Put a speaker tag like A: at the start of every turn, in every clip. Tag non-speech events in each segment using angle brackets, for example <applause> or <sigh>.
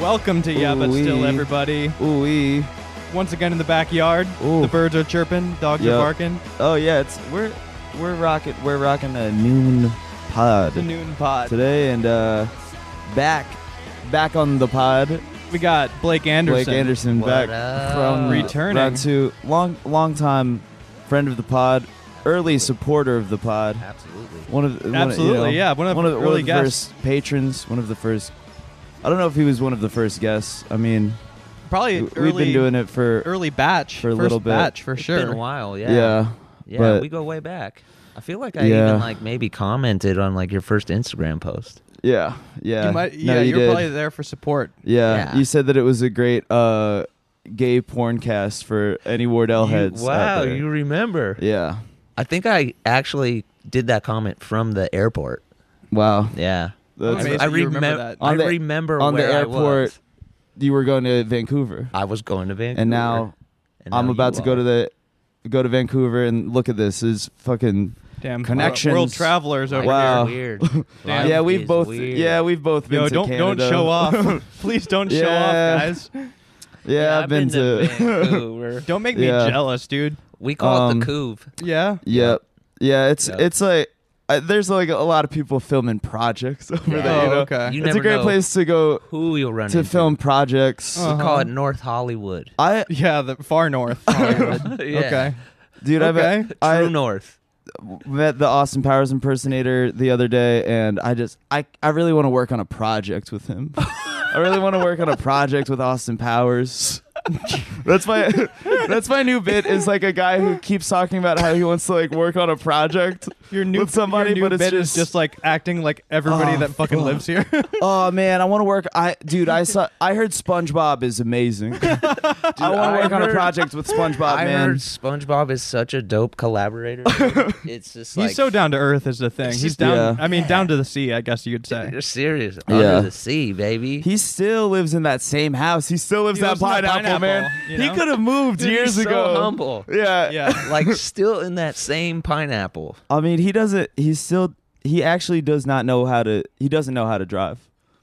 A: Welcome to Yeah But Still,
B: Ooh-wee.
A: everybody.
B: Ooh wee.
A: Once again in the backyard.
B: Ooh.
A: The birds are chirping, dogs
B: Yep.
A: are barking.
B: Oh yeah, it's we're we're rocking we're rocking a noon pod
A: The noon pod.
B: today and uh back back on the pod.
A: We got Blake Anderson.
B: Blake Anderson
C: What
B: back
C: up?
B: from
A: Returning.
B: round two. Long long time friend of the pod, early supporter of the pod.
C: Absolutely.
B: One of the- one of- you
A: Absolutely,
B: know,
A: yeah. One of,
B: one of, the-
A: early
B: one of the
A: guests.
B: first patrons, one of the first. I don't know if he was one of the first guests. I mean,
A: Probably
B: w-
A: early,
B: we've been doing it for
A: early batch.
B: for a
A: first
B: little bit.
A: batch, for
C: It's
A: sure.
C: been a while, yeah.
B: yeah,
C: Yeah,
B: but-
C: we go way back. I feel like I
B: Yeah.
C: even like maybe commented on like your first Instagram post.
B: yeah, yeah.
A: You might,
B: No,
A: yeah,
B: you
A: you're
B: did.
A: probably there for support.
B: Yeah.
C: Yeah.
B: you said that it was a great uh, gay porn cast for any Wardell
C: You-
B: heads. out
C: wow,
B: there.
C: you remember.
B: Yeah.
C: I think I actually did that comment from the airport.
B: Wow.
C: Yeah.
B: That's-
A: Amazing.
C: I,
A: you remember
C: remem-
A: that.
C: I
B: On the-
C: remember
B: on the
C: where I
B: airport,
C: was.
B: You were going to Vancouver,
C: I was going to Vancouver.
B: and now
C: and
B: I'm
C: now
B: about
C: you
B: to go
C: are.
B: to the go to Vancouver and look at this. Is fucking
A: Damn we're
B: Connections.
A: World travelers over
C: Life
B: Wow. <laughs>
C: is weird.
A: Damn.
C: Life
B: yeah. We've
C: is
B: both
C: weird.
B: yeah we've both
A: here.
B: been
A: Yo,
B: to
A: don't don't
B: Canada.
A: show
B: <laughs>
A: off. Please don't show
B: Yeah.
A: off, guys.
B: yeah, I've been, to. <laughs>
C: Vancouver.
A: Don't make me
B: Yeah.
A: jealous, dude.
C: we call
B: Um,
C: it the Couve.
A: Yeah.
B: Yep. Yeah, it's
C: Yep.
B: it's like I, there's like a lot of people filming projects <laughs> over
C: Yeah.
B: there. you
A: Oh,
B: know?
A: okay.
C: You
B: It's
C: never
B: a great
C: know Uh,
B: place to go
C: Who you'll run
B: to
C: into.
B: film projects.
A: Uh-huh.
C: We call it North Hollywood.
B: I
A: Yeah, the far
B: <laughs>
A: north.
C: <laughs> Yeah.
A: Okay.
B: dude,
A: Okay.
B: I've, I
C: True North.
B: met the Austin Powers impersonator the other day, and I just I I really want to work on a project with him. I really want to work on a project with Austin <laughs> Powers. that's my that's my new bit is like a guy who keeps talking about how he wants to like work on a project.
A: Your new
B: With somebody,
A: your new
B: but it's
A: bit
B: just-
A: is just like acting like everybody
B: Oh,
A: that fucking
B: fuck.
A: lives here.
B: Oh man, I want to work. I dude, I saw. I heard SpongeBob is amazing. <laughs> I want
C: I
B: to work on a
C: heard-
B: project with SpongeBob,
C: I
B: man.
C: heard SpongeBob is such a dope collaborator.
B: <laughs>
C: it's just like
A: He's so down to earth is the thing.
C: It's
A: He's
C: just-
A: down.
B: Yeah.
A: I mean, down to the sea. I guess you'd say.
B: <laughs>
C: You're serious.
B: Yeah.
C: Under the sea, baby.
B: He still lives in that same house. He still lives
A: He
B: that
A: lives in that
B: pineapple,
A: pineapple,
B: man.
A: you
B: He
A: know?
B: could have moved
C: Dude,
B: years
C: he's
B: ago.
C: So humble.
B: Yeah.
A: Yeah.
B: <laughs>
C: like still in that same pineapple.
B: I mean, he doesn't. He still. He actually does not know how to. He doesn't know how to drive.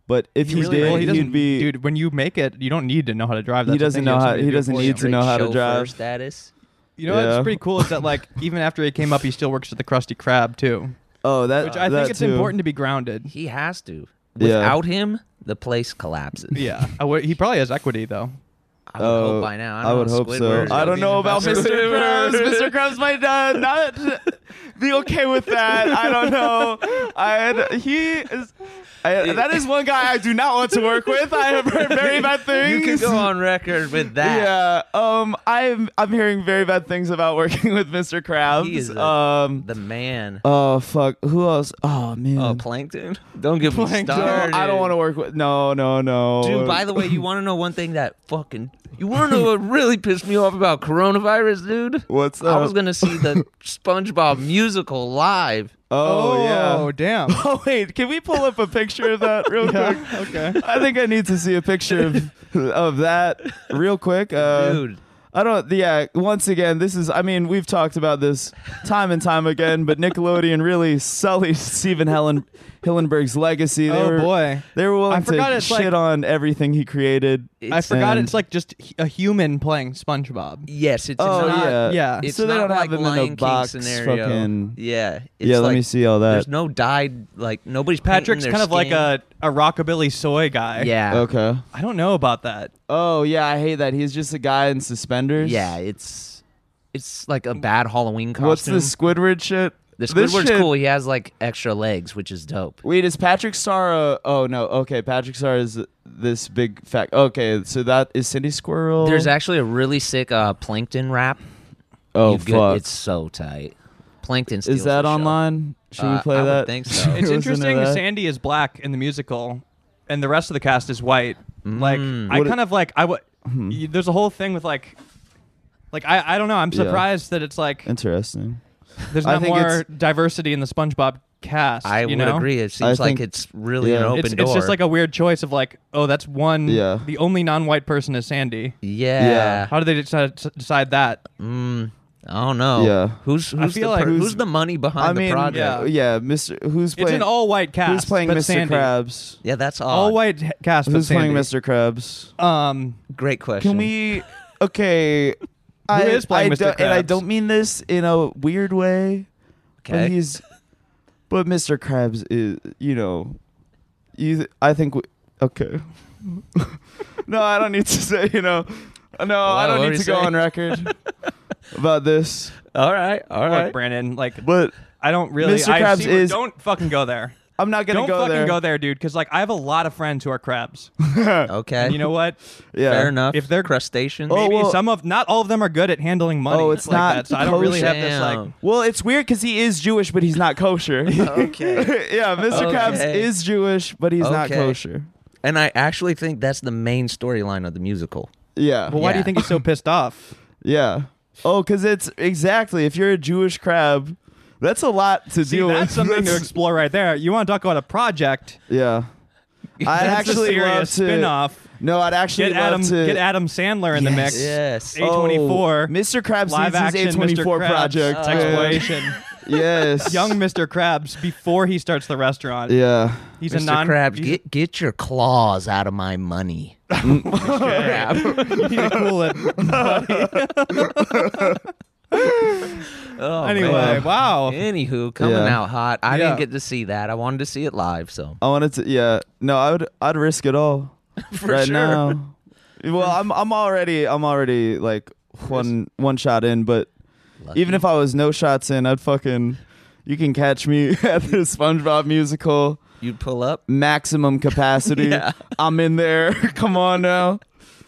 B: But if he,
A: really-
B: did,
A: well,
B: he would
A: doesn't-
B: be.
A: dude. When you make it, you don't need to know how to drive. That's
B: He
A: the
B: doesn't
A: thing,
B: know
A: you have somebody
B: how- he
A: do it
B: doesn't
A: for
B: need
A: you.
B: to know how to
C: Chauffeur
B: drive.
C: Status.
A: You know what's
B: Yeah.
A: pretty cool is that like <laughs> even after he came up, he still works at the Krusty Krab too,
B: oh, that.
A: which I
B: that
A: think it's
B: too.
A: important to be
B: <laughs>
A: grounded.
C: He has to.
B: Yeah.
C: Without him, the place collapses.
A: Yeah, I would- he probably has equity though.
C: I would
B: Oh,
C: hope by now. I,
B: I
C: don't
B: would
C: know,
B: hope so.
C: Squidward's
B: I
C: gotta
B: don't
C: be
B: know
C: an
B: about Mr.
C: investor.
A: <laughs>
B: Krabs. Mr. Krabs might uh, not be okay with that. <laughs> I don't know. I he is. I, that is one guy I do not want to work with. I have heard very bad
C: <laughs> You
B: things.
C: can go on record with
B: <laughs>
C: that.
B: Yeah. Um. I'm I'm hearing very bad things about working <laughs> with Mr. Krabs.
C: He is a-
B: um.
C: The man.
B: Oh fuck! Who else? Oh man!
C: Oh, plankton. Don't get me
B: No, <laughs>
C: started.
B: I don't want to work with. No, no, no.
C: Dude, by the
B: <laughs>
C: way, you want to know one thing that fucking you want to know what really pissed me off about coronavirus, dude?
B: what's up?
C: I was gonna
B: <laughs>
C: see the SpongeBob musical live.
B: Oh, yeah.
A: Oh, damn.
B: <laughs> Oh wait, can we pull up a picture of that
A: <laughs>
B: real quick?
A: okay.
B: I think I need to see a picture of, of that real quick. Uh,
C: Dude,
B: I don't. Yeah. Once again, this is. I mean, we've talked about this time and time again, but Nickelodeon really sullied <laughs> Stephen Helen Hillenberg's legacy. They
A: oh
B: were,
A: boy.
B: They were willing
A: I forgot
B: to
A: it's
B: shit
A: like-
B: on everything he created.
A: I
C: it's- um,
A: forgot
B: and-
A: it's like just h- a human playing SpongeBob.
C: yes, it's
B: oh
C: not.
B: yeah.
A: yeah.
C: It's
B: so they
C: not
B: don't
C: like
B: have him
C: Lion
B: in a
C: King
B: box.
C: scenario.
B: Fucking.
C: Yeah, it's
B: Yeah. Let
C: like-
B: me see all that.
C: There's no dyed like nobody's. painting
A: Patrick's
C: their
A: kind of like
C: skin.
A: a, a rockabilly soy guy.
C: yeah.
B: Okay.
A: I don't know about
C: <laughs>
A: that.
B: Oh yeah, I hate that. He's just a guy in suspenders.
C: Yeah, it's it's like a bad Halloween costume.
B: What's the Squidward shit?
C: The
B: This
C: Squidward's
B: shit-
C: cool. He has like extra legs, which is dope.
B: Wait, is Patrick Star? A, oh no, okay. Patrick Star is this big fat. Okay, so that is Cindy Squirrel.
C: There's actually a really sick uh, plankton rap.
B: oh
C: You
B: fuck,
C: good- It's so tight. Plankton steals
B: is that
C: the show.
B: online? Should we
C: Uh,
B: play
C: I would
B: that? <laughs>
C: think so.
A: It's
B: Listen to
A: interesting.
B: that.
A: Sandy is black in the musical, and the rest of the cast is white. Like
C: Mm. Hmm.
A: I
B: What-
A: kind of like I would. There's a whole thing with like, like I I don't know. I'm
B: Yeah.
A: surprised that it's like
B: Interesting.
A: there's
B: I
A: not
B: think
A: more
B: it's-
A: diversity in the SpongeBob cast.
C: I
A: you
C: would
A: know?
C: agree. It seems
B: think-
C: like it's really an
B: yeah.
C: open
A: It's,
C: door.
A: it's just like a weird choice of like, oh, that's one.
B: Yeah.
A: The only non-white person is Sandy.
C: yeah.
B: Yeah.
A: How do they decide, decide that?
C: Mm, I don't know.
B: Yeah.
C: Who's
A: I
C: who's the
A: feel like-
C: per- who's the money behind
B: I mean,
C: the project?
B: yeah,
A: yeah.
B: yeah, Mr. Who's
A: It's
B: playing?
A: an all white cast.
B: who's playing
A: but
B: Mr.
A: Sandy.
B: Krabs?
C: Yeah, that's odd.
A: All white h- cast. but
B: Who's playing
A: Sandy.
B: Mr. Krabs?
A: Um,
C: Great question.
B: Can we?
A: <laughs>
B: Okay. I,
A: is playing
B: I
A: Mr.
B: don't- And I
A: Krabs?
B: don't mean this in a weird way.
C: Okay.
B: But he's, but Mr. Krabs is, you know, you. Th- I think. We, okay. <laughs> no, I don't need to <laughs> say. You know, no, I
C: Wow, what
B: don't
C: were
B: need
C: you
B: to go
C: saying?
B: on
C: <laughs>
B: record about this.
C: all right. All
A: <laughs> look,
C: right.
A: Brandon. Like,
B: But
A: I don't really.
B: Mr.
A: I
B: Krabs
A: see where-
B: is-
A: Don't fucking go there.
B: I'm not <laughs> gonna
A: Don't
B: go
A: fucking
B: there. <laughs>
A: go there, dude. Because like, I have a lot of friends who are crabs.
C: Okay.
A: And you know what?
B: Yeah.
C: Oh, Fair enough.
A: If they're-
C: crustaceans.
B: <laughs> Oh,
A: Maybe
B: well-
A: some of, not all of them are good at handling money.
B: Oh, it's
A: like
B: not
A: That, so I don't really have this
C: Damn.
A: like.
B: Well, it's weird because he is Jewish, but he's not kosher.
C: <laughs> Okay.
B: <laughs> yeah, Mr. Krabs
C: Okay.
B: is Jewish, but he's not
C: Okay.
B: kosher.
C: And I actually think that's the main storyline of the musical.
B: Yeah.
A: Well, why do
C: Yeah.
A: you think he's so pissed
B: <laughs>
A: off?
B: Yeah. Oh, because it's exactly if you're a Jewish crab, that's a lot to
A: See,
B: deal
A: that's
B: with.
A: something to
B: <laughs> That's-
A: explore right there. You want to talk about a project? <laughs>
B: yeah. I'd
A: That's
B: actually
A: a serious
B: love to.
A: spin-off.
B: No, I'd actually
A: Get
B: love
A: Adam,
B: to.
A: get Adam Sandler in the mix.
C: Yes.
A: A twenty
B: Oh,
A: four.
B: Mr. Krabs
A: Live
B: needs
A: action
B: his A24
A: Mr. Krabs
B: project.
C: Oh.
B: man.
A: exploration. <laughs>
B: yes.
A: Young Mr. Krabs before he starts the restaurant.
B: Yeah.
A: He's a
C: Mr.
A: non
C: Krabs,
A: he's- <laughs>
C: get get your claws out of my money.
B: Mm.
C: <laughs> Crab.
A: you
B: <laughs>
A: need to cool it.
C: Oh,
A: anyway,
C: man.
A: wow.
C: Anywho, coming
B: Yeah.
C: out hot. I
A: Yeah.
C: didn't get to see that. I wanted to see it live, so
B: I wanted to. Yeah. No, I would. I'd risk
A: <laughs>
B: it all
C: For
B: right
C: sure.
B: now. Well, I'm. I'm already. I'm already like one one shot in, but even if I was no shots in, I'd fucking. You can catch me <laughs> at the SpongeBob musical,
C: you'd pull up.
A: <laughs>
B: maximum capacity.
C: Yeah.
B: I'm in there. <laughs> Come on now.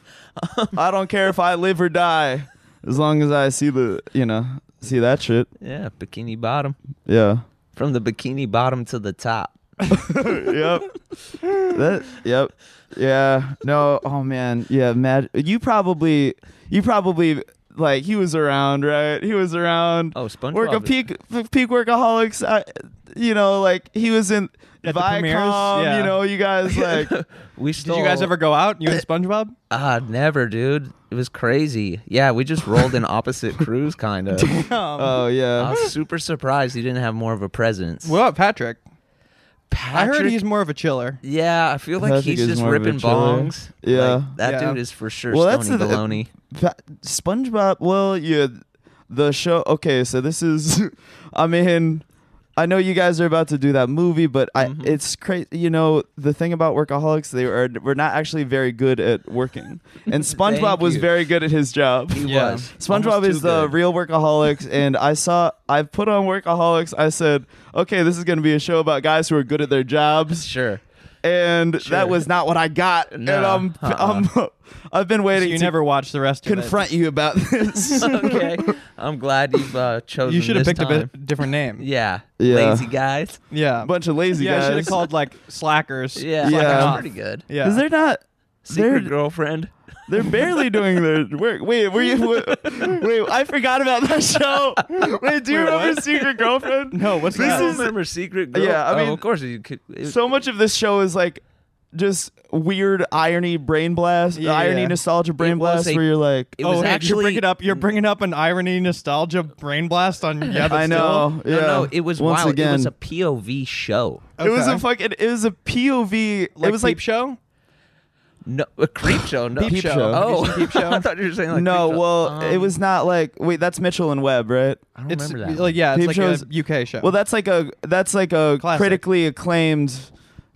A: <laughs>
B: I don't care if I live or die, as long as I see the you know see that shit.
C: Yeah, bikini bottom.
B: Yeah.
C: From the bikini bottom to the top.
B: yep. That, yep. Yeah. No. Oh man. Yeah. Mad. You probably. You probably like he was around, right? He was around.
C: Oh, SpongeBob
B: Work a
C: is-
B: peak peak workaholics. I, you know, like he was in
A: At the
B: Viacom.
A: premieres? Yeah.
B: You know, you guys
A: <laughs>
B: like.
C: We still
A: Did you guys ever go out? You and SpongeBob?
C: Ah, never, dude. It was crazy. Yeah, we just rolled in opposite crews
A: <laughs>
C: kind of.
A: Um,
B: oh
C: I
B: yeah.
C: was super surprised he didn't have more of a presence.
A: what about Patrick? I
C: Patrick,
A: heard he's more of a chiller.
C: Yeah, I feel like
B: Patrick
C: he's
B: is
C: just
B: more of a
C: ripping
B: chiller.
C: bongs.
B: Yeah.
C: Like, that
A: Yeah.
C: dude is for sure
B: Well, that's
C: Stony
B: the-
C: Baloney.
B: Pa- SpongeBob. Well, yeah. The show. Okay, so this is. <laughs> I mean, I know you guys are about to do that movie, but I.
C: Mm-hmm.
B: It's crazy. You know, the thing about workaholics, they are were not actually very good at
C: <laughs>
B: working, and SpongeBob
C: Thank
B: was
C: you.
B: very good at his job.
C: He
A: Yeah.
C: was.
B: SpongeBob
C: Almost
B: is
C: too
B: the
C: good.
B: real
C: <laughs>
B: workaholics, and I saw I put on workaholics. I said, okay, this is going to be a show about guys who are good at their jobs,
C: Sure. <laughs>
B: and that was not what I got.
C: No,
B: And I'm,
C: Uh-uh.
B: I'm <laughs> I've been
A: So
B: waiting
A: you
B: to
A: never watched the rest of
B: confront you about
C: <laughs>
B: this.
C: okay. I'm glad you've uh,
A: it.
C: chosen
A: You should have
C: this
A: picked a
C: time.
A: bit different name.
C: Yeah.
B: Yeah.
C: Lazy guys.
A: Yeah.
B: a bunch of lazy
A: yeah, I should
B: guys.
A: have called like
B: <laughs>
A: slackers.
C: Yeah.
B: Yeah.
C: that's Pretty good.
A: Yeah.
B: Is there not?
C: Secret
B: They're
C: girlfriend.
B: they're barely doing their work. Wait, were
A: <laughs>
B: you? Wait, I forgot about that <laughs> show. Wait, do you
A: Wait,
B: remember
A: what?
B: Secret Girlfriend?
A: no, what's
B: This
A: that?
B: is-
C: I remember Secret Girl.
B: Yeah, I
C: Oh,
B: mean-
C: of course you could. it-
B: So much of this show is like just weird irony, brain blast,
A: Yeah.
B: irony, nostalgia, brain
C: It was
B: blast,
C: a-
B: where you're like,
C: it
A: oh,
C: was
A: hey, you're
C: actually.
A: bringing up you're bringing up an irony, nostalgia, brain blast on yeah. But
B: "Oh, I know.
A: Still?
B: yeah.
C: No, no, it was
B: Once
C: wild.
B: Again,
C: It was a POV show.
B: It was a
A: Okay.
B: fucking. It was a POV.
A: Like
B: it was like
A: Peep show.
C: No, a creep show. No,
B: Peep Peep show. show.
C: Oh,
A: Have
C: <laughs>
A: you seen Peep show?
C: I thought you were saying like
B: no.
C: Creep show.
B: Well, it
C: Um,
B: was not like. Wait, that's Mitchell and Webb, right?
C: I don't
A: It's uh,
C: remember that.
A: like
C: one.
A: yeah,
B: Peep
A: it's
B: show is-
A: like a UK show.
B: Well, that's like a that's like a
A: Classic.
B: critically acclaimed.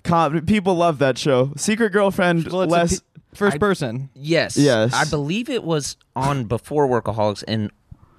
B: Com- people love that show. Secret Girlfriend.
A: Well, it's a
B: less.
A: pe- first
C: I-
A: person.
C: Yes.
B: Yes.
C: I believe it was on before Workaholics, and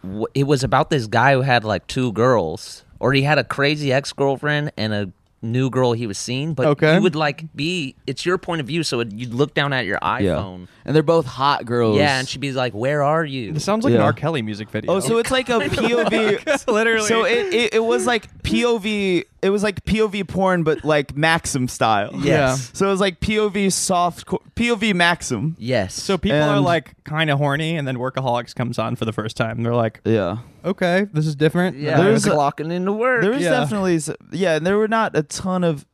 C: w- it was about this guy who had like two girls, or he had a crazy ex girlfriend and a new girl he was seeing. But
A: Okay.
C: you would like be, it's your point of view, so it, you'd look down at your iPhone.
B: and they're both hot girls.
C: Yeah, and she'd be like, "Where are you?"
A: This sounds like
B: Yeah.
A: an R. Kelly music video.
B: Oh, so it's like a POV.
A: literally.
B: So it, it, it was like POV. It was like POV porn, but like Maxim style.
C: Yes.
B: So it was like POV soft co- POV Maxim.
C: Yes.
A: so people are
B: And-
A: like kind of horny, and then Workaholics comes on for the first time. and They're like,
B: Yeah.
A: okay, this is different.
C: yeah,
B: there's
C: there's
B: a-
C: clocking into work.
B: There was
A: Yeah.
B: definitely s- yeah, and there were not a ton of.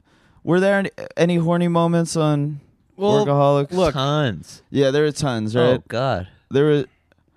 B: Were there any, any horny moments on
A: Well,
B: Workaholics?
A: look,
C: tons.
B: Yeah, there were tons, right?
C: Oh God.
B: There were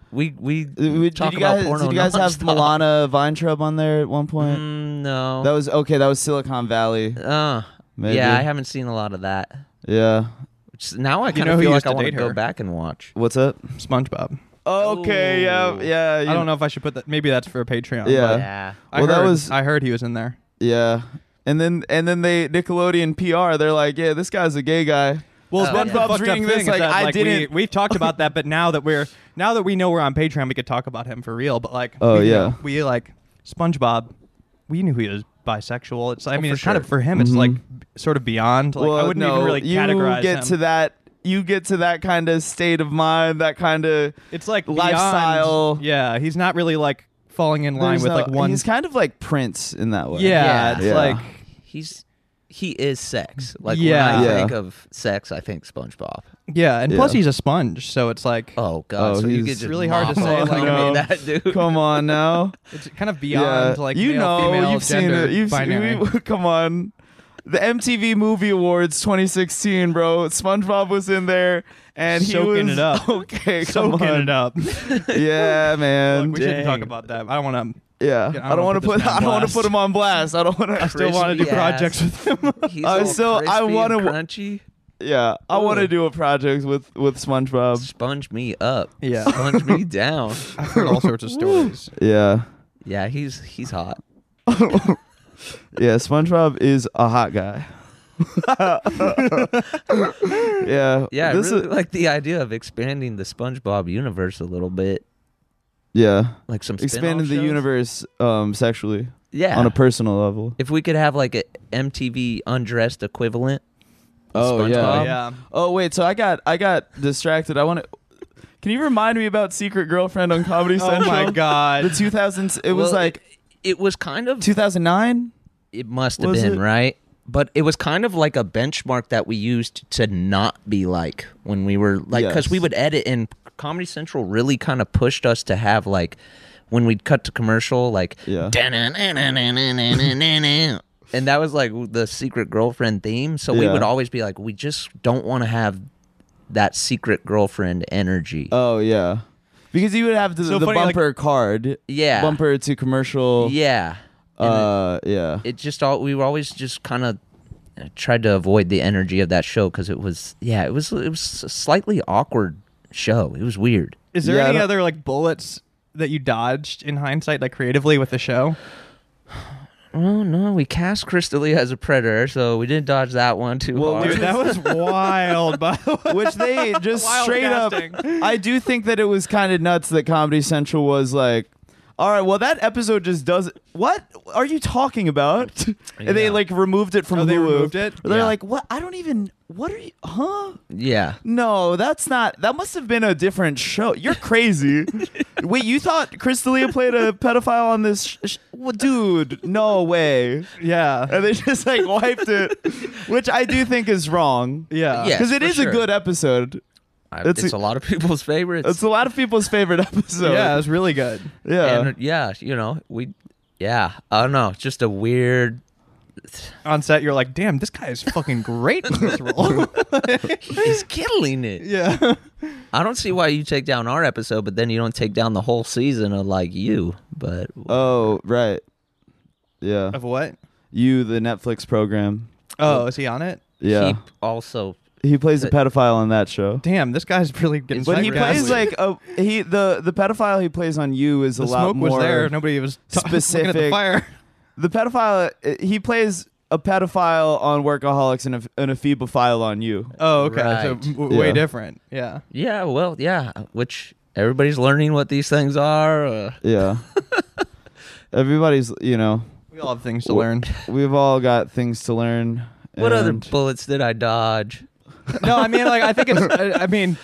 C: We we
B: We-
C: talk
B: did you
C: about
B: guys,
C: porno
B: did you
C: <laughs>
B: guys have
C: nonstop.
B: Milana Weintraub on there at one point?
C: Mm, no.
B: That was okay. That was Silicon Valley.
C: uh,
B: Maybe.
C: Yeah, I haven't seen a lot of that.
B: Yeah.
C: Which now I kind
A: know
C: of
A: who
C: feel
A: used
C: like I
A: to
C: want to
A: date
C: go
A: her?
C: back and watch.
B: What's up?
A: SpongeBob.
B: Okay. Yeah.
C: Ooh.
B: Yeah. you-
A: I don't know if I should put that. Maybe that's for Patreon.
B: Yeah.
A: but
C: yeah.
A: I
B: Well, that
A: heard,
B: was-
A: I heard he was in there.
B: Yeah. And then and then they Nickelodeon PR. They're like, yeah, this guy's a gay guy.
A: Well,
C: Oh,
A: SpongeBob's
C: yeah.
B: SpongeBob's
A: reading this. Like, I <laughs> didn't. We, have talked about that, but now that we're now that we know we're on Patreon, we could talk about him for real. But like,
B: Oh,
A: we
B: yeah.
A: know- we like SpongeBob. We knew he was bisexual. It's. I mean,
C: for
A: it's kind
C: sure.
A: of for him. It's
B: Mhm.
A: like b- sort of beyond. Like, I wouldn't even really
B: you
A: categorize
B: get
A: him.
B: to that. You get to that kind of state of mind. That kind of.
A: It's like beyond-
B: lifestyle.
A: yeah, he's not really like falling in line with like one.
B: He's kind of like Prince in that way.
A: yeah,
C: Yeah.
A: it's
B: Yeah.
A: like
C: He's he is sex. Like
A: Yeah.
C: when I
B: Yeah.
C: think of sex, I think SpongeBob.
A: yeah, and plus
B: Yeah.
A: he's a sponge, so it's like
C: Oh god,
B: Oh,
C: so you
B: he's-
C: could just
A: It's really hard to
C: mop
A: say,
C: all
A: like,
B: <laughs>
C: over
B: no.
C: that dude.
B: Come on now.
A: it's kind of beyond like
B: you
A: male,
B: know,
A: female,
B: you've seen
A: gender
B: it. <laughs> You've
A: binary.
B: seen we- Come on. The MTV Movie Awards 2016, bro. SpongeBob was in there, and he
A: Soaking
B: was
A: it up.
B: <laughs> Okay, come
A: soaking
B: on.
A: it up. <laughs>
B: Yeah, man.
A: Look, we shouldn't
C: Dang.
A: talk about that. I don't want to.
B: yeah,
A: Yeah,
B: I don't want to put.
A: this man on
B: I don't want to
A: blast.
B: put him on blast. I don't want
A: <laughs>
B: to.
A: I still want to do
C: Crispy
A: projects with him.
C: <laughs> He's
B: Uh,
C: all
B: so I
C: crispy and
B: wanna wa-
C: crunchy.
B: Yeah, I want to
C: Ooh.
B: do a project with with SpongeBob.
C: Sponge me up.
A: Yeah.
B: <laughs>
C: Sponge me down.
A: <laughs> I've heard all <laughs> sorts of stories.
B: Yeah,
C: Yeah, he's he's hot.
B: yeah. SpongeBob is a hot
A: <laughs>
B: guy. <laughs> yeah,
C: Yeah,
B: This
C: I really
B: is,
C: like the idea of expanding the SpongeBob universe a little bit.
B: yeah.
C: Like some spin-off
B: Expanding the
C: shows.
B: universe um sexually
C: Yeah.
B: on a personal level.
C: if we could have like a MTV undressed equivalent. of
B: Oh, yeah.
C: SpongeBob.
A: yeah.
B: Oh wait, so I got I got distracted. I want to. Can you remind me about Secret Girlfriend on
A: <laughs> <laughs>
B: Comedy
A: Oh
B: Central?
A: my
B: The
A: god.
B: 2000s. It was
C: Well,
B: like
C: it, it was kind of
B: 2009.
C: it must have
B: Was
C: been
B: it-
C: right but it was kind of like a benchmark that we used to not be like when we were like because we
B: Yes.
C: would edit and comedy central really kind of pushed us to have like when we'd cut to commercial like <laughs>
B: Yeah.
C: "Da-na-na-na-na-na-na-na-na." and that was like the secret girlfriend theme so we
B: Yeah.
C: would always be like we just don't want to have that secret girlfriend energy
B: Oh yeah, because you would have the,
A: So
B: the
A: funny, like-
B: bumper card.
C: Yeah.
B: Bumper to commercial.
C: yeah And it-
B: Uh yeah.
C: it just all we were always just kind of tried to avoid the energy of that show because it was yeah it was it was a slightly awkward show it was weird
A: Is there
B: Yeah, I
A: any
B: don't-
A: other like bullets that you dodged in hindsight, like creatively with the show?
C: oh no we cast crystalia as a predator so we didn't dodge that one too
B: Well,
C: hard
A: Dude, that <laughs> was wild. By the way. <laughs>
B: Which they just
A: Wild
B: straight
A: <laughs>
B: up.
A: casting.
B: I do think that it was kind of nuts that Comedy Central was like. All right, well that episode just does What are you talking about? and they
C: Yeah.
B: like removed it from
A: Oh,
B: Hulu.
A: they removed it?
B: They're
C: Yeah.
B: like, "What? I don't even What are you Huh?
C: <laughs> yeah
B: No, that's not. That must have been a different show. You're crazy.
A: <laughs>
B: Wait, you thought Crystalia played a pedophile on this? Sh- sh- well, dude, no way.
A: Yeah.
B: And they just like wiped it, which I do think is wrong.
A: Yeah.
C: Yeah.
B: because it
C: for
B: is
C: sure.
B: a good episode.
C: I-
B: It's
C: it's,
B: a-
C: a, lot of people's favorites
B: It's a lot of people's favorite <laughs> episode.
A: Yeah, it was really good.
B: yeah.
C: and yeah you know we yeah i don't know it's just a weird
A: On set, you're like, damn, this guy is fucking great in this <laughs> role.
B: <laughs>
C: he's killing it
A: yeah.
C: i don't see why you take down our episode but then you don't take down the whole season of like you but
B: oh right. Yeah.
A: Of what?
B: You the Netflix program.
A: Oh, is he on it?
B: Yeah.
C: he also
B: He, plays a pedophile on that show.
A: Damn, this guy's really getting.
B: But he
A: psyched out.
B: plays like a he the the pedophile he plays on you is
A: the
B: a lot
A: smoke
B: more
A: was there. Nobody was t- looking at the
B: specific-
A: fire.
B: The pedophile, uh, he plays a pedophile on Workaholics and a, and a phebophile on you.
A: Oh, okay. So
C: Right.
A: w- w- way
B: Yeah.
A: different. Yeah.
C: Yeah, well, yeah, which everybody's learning what these things are. Uh,
A: <laughs>
B: Yeah. Everybody's, you know,
A: We all have things to
B: Wh- <laughs>
A: learn.
B: we've all got things to learn.
C: what other
B: and-
C: bullets did I dodge?
A: no, I mean, like, I think it's. I, I mean,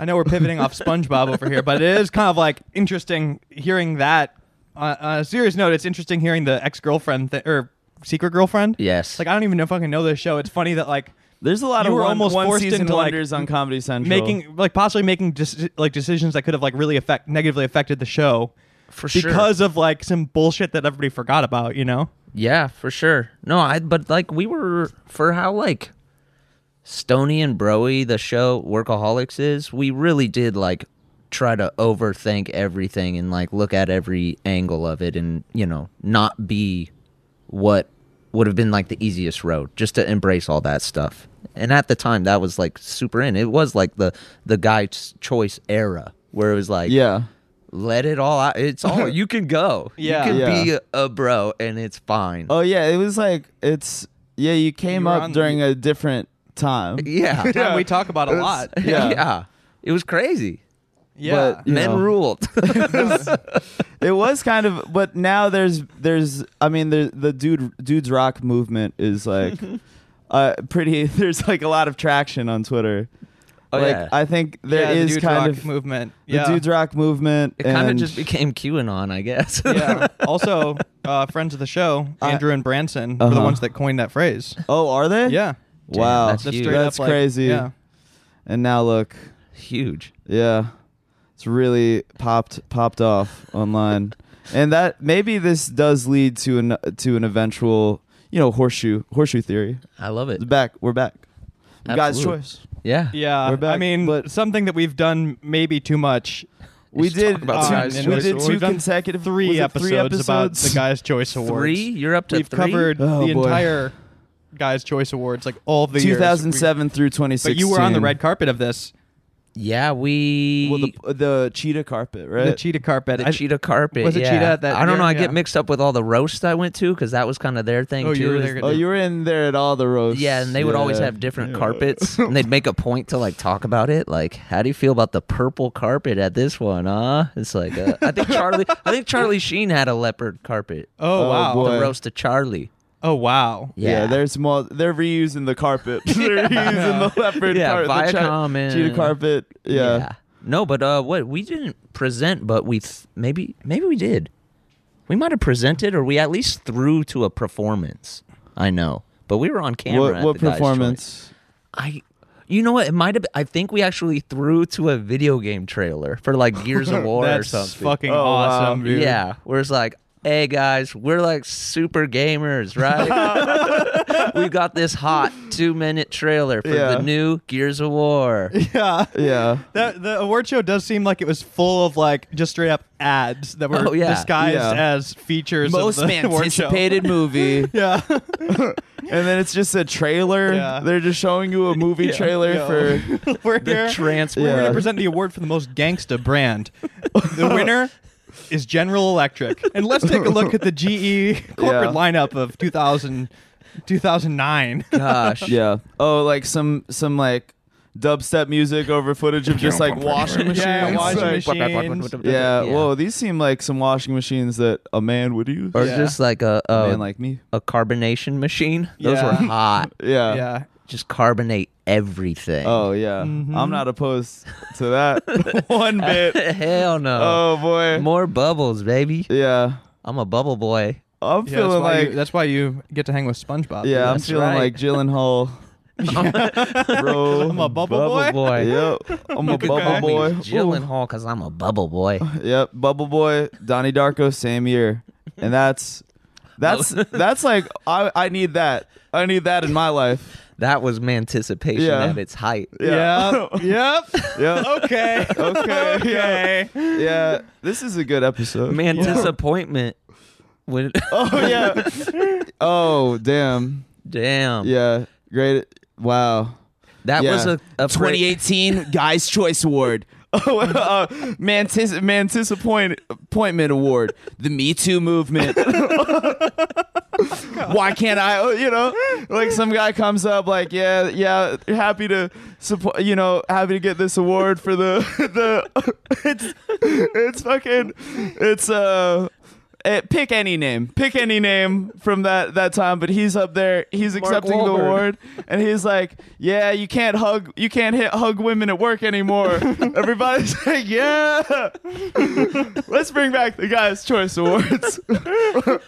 A: I know we're pivoting off SpongeBob over here, but it is kind of like interesting hearing that. On, on a serious note, it's interesting hearing the ex girlfriend th- or secret girlfriend.
C: Yes.
A: Like, I don't even know if I can know this show. It's funny that like
B: There's a lot
A: You
B: of
A: were
B: one,
A: almost
B: one
A: forced
B: season
A: into, like,
B: wonders on Comedy Central.
A: making like possibly making deci- like decisions that could have like really affect negatively affected the show
C: for sure.
A: because of like some bullshit that everybody forgot about. You
B: <laughs>
A: know.
C: yeah, for sure. No, I but like we were for how like Stony and Broy the show Workaholics is, we really did like try to overthink everything and like look at every angle of it and you know not be what would have been like the easiest road just to embrace all that stuff and at the time that was like super in it was like the the guy's choice era where it was like
B: yeah.
C: let it all out
B: <laughs>
C: it's all you can go
A: Yeah.
C: you can
B: Yeah.
C: be a, a bro and it's fine
B: Oh yeah, it was like it's yeah. You came
A: You were on
B: up
A: the-
B: during a different
A: <laughs>
B: time.
C: <laughs> yeah
A: Time we talk about a lot.
B: Yeah.
C: yeah it was crazy
A: Yeah.
B: You
C: men
B: know.
C: ruled <laughs>
B: it was kind of but now there's there's i mean there, the dude dudes rock movement
A: <laughs>
B: is like uh pretty <laughs> there's like a lot of traction on twitter
C: Oh,
B: like
C: yeah.
B: i think
A: Yeah,
B: there
A: the
B: is
A: dude
B: kind
A: rock
B: of
A: movement.
B: the
A: Yeah.
B: dudes rock movement
C: It kind of
B: and-
C: just became QAnon, I guess.
A: <laughs> yeah. Also, uh, friends of the show,
B: I-
A: Andrew and Branson, were the
B: Uh-huh.
A: ones that coined that phrase.
B: oh are they
A: Yeah.
C: Damn,
B: wow
C: that's
A: That's
C: huge.
A: straight up,
B: That's
A: like-
B: crazy.
A: Yeah.
B: and now look
C: <laughs> Huge.
B: yeah it's really popped popped off
C: <laughs>
B: online and that maybe this does lead to an to an eventual you know horseshoe horseshoe theory
C: I love it.
B: It's back we're back guys
C: Absolutely.
B: choice
C: Yeah.
A: Yeah.
B: We're back,
A: I mean,
B: but-
A: something that we've done maybe too much.
B: We
C: Just talk
B: did,
C: about
B: two,
A: the Guy's
B: we
A: Choice
B: did
A: Awards.
B: two
A: We've done
B: consecutive was
A: Three
B: it
A: episodes,
B: three
A: about
B: episodes
A: the Guy's
B: <laughs>
A: Choice Awards.
C: Three? You're up to
A: We've
C: three?
A: covered
B: Oh,
A: the
B: boy.
A: entire Guy's Choice Awards, like all the years.
B: 2007 through
A: We-
B: 2016.
A: But you were on the red carpet of this,
C: Yeah, we.
B: Well, the, the cheetah carpet, right?
A: the cheetah carpet.
C: the
A: I-
C: cheetah carpet.
A: was it
C: yeah.
A: cheetah that
C: I don't
A: year?
C: know. I
A: Yeah.
C: get mixed up with all the roasts I went to because that was kind of their thing
A: Oh,
C: too.
A: you were
C: is-
A: there-
B: oh, you were in there at all the roasts.
C: Yeah, and they would always
B: Yeah.
C: have different
B: Yeah.
C: <laughs> carpets,
A: <laughs>
C: and they'd make a point to like talk about it. Like, how do you feel about the purple carpet at this one? Huh? It's like uh, I think Charlie. I think Charlie Sheen had a leopard carpet.
A: <laughs> Oh,
B: Oh,
A: wow.
B: boy.
C: The roast of Charlie.
A: Oh wow.
B: Yeah, there's more. They're reusing the
C: <laughs>
B: carpet. they're reusing the leopard
C: Yeah,
B: carpet.
C: Viacom
B: the
C: and-
B: cheetah carpet. Yeah.
C: No, but uh, what we didn't present, but we th- maybe maybe we did. We might have presented, or we at least threw to a performance. I know, but we were on camera.
B: What,
C: at
B: what
C: the Guy's
B: performance?
C: Choice. I. You know what? It might have. I think we actually threw to a video game trailer
B: <laughs>
C: for like Gears of War or
A: That's
C: something.
A: fucking
B: Oh, wow.
A: awesome, dude.
C: yeah, where it's like, hey guys, we're like super gamers,
B: <laughs>
C: right? <laughs> we got this hot two minute trailer for
B: Yeah.
C: the new Gears of War.
A: <laughs> Yeah.
B: Yeah.
A: That, the award show does seem like it was full of like just straight up ads that were
C: Oh, yeah.
A: disguised
B: Yeah.
A: as features.
B: <laughs> Most
A: of the <laughs> award show.
B: anticipated movie. <laughs>
A: Yeah, <laughs>
B: and then it's just a trailer.
A: Yeah.
B: They're just showing you a movie trailer
A: Yo.
B: for.
A: <laughs> we're
C: The
A: here.
C: transfer.
A: We're
B: Yeah.
A: gonna present the award for the most gangsta
B: <laughs>
A: brand. the winner is General Electric, and let's take a look at the
B: <laughs>
A: GE corporate
B: Yeah.
A: lineup of 2000, 2009.
C: Gosh.
B: Yeah. Oh, like some some like dubstep music over footage of just like washing machines.
A: Yeah, washing
B: Like,
A: machine. machines.
C: <laughs>
B: Yeah, Whoa, these seem like some washing machines that a man would use.
C: Or
A: Yeah.
C: just like a
B: a
C: a,
A: uh,
B: man like me.
C: a carbonation machine. Those
A: Yeah.
C: were hot.
A: <laughs>
B: Yeah.
A: yeah,
C: Just carbonate everything.
B: Oh yeah.
A: Mm-hmm.
B: I'm not opposed
A: <laughs>
B: to
A: Uh,
B: that one bit.
C: <laughs> Hell no.
B: <laughs> Oh boy.
C: More bubbles, baby.
B: yeah.
C: I'm a
B: <laughs>
C: bubble boy.
B: I'm
A: yeah that's,
B: feeling
A: why
B: like
A: you, that's why you get to hang with SpongeBob.
B: yeah. I'm
C: that's
B: feeling
C: right.
B: like
A: <laughs>
B: Gyllenhaal. Bro.
A: I'm a bubble, boy.
C: Bubble boy.
B: Yep. I'm
A: <laughs>
B: a
C: You could call
B: bubble
C: me
B: boy.
C: Gyllenhaal, because I'm a
B: <laughs>
C: bubble boy.
B: Yep, Bubble Boy, Donnie Darko, same year, and that's that's that's like I I need that I need that in my life.
C: That was manticipation
B: Yeah.
C: at its height.
B: Yeah. <laughs>
A: Yep. yep.
B: Yep.
A: Okay.
B: Okay.
A: Okay.
B: Yeah. yeah. This is a good episode.
C: Man, disappointment. When,
B: Oh yeah. oh damn.
C: <laughs> damn.
B: Yeah. Great. Wow.
C: That was
B: Yeah.
C: a, a pra-
B: 2018 Guy's Choice Award. <laughs> Oh, uh, Mantis, Mantis appoint, Appointment Award. The Me Too Movement. <laughs> Why can't I? oh, You know, like some guy comes up, like, yeah, yeah, happy to support, you know, happy to get this award for the, <laughs> the, it's, it's fucking, it's, uh, eh, pick any name, pick any name from that that time. But he's up there, he's accepting the
C: Wahlberg.
B: award, and he's like, "Yeah, you can't hug, you can't hit hug women at work
C: <laughs>
B: anymore." Everybody's like, "Yeah, <laughs> let's bring back the Guys' Choice Awards." <laughs>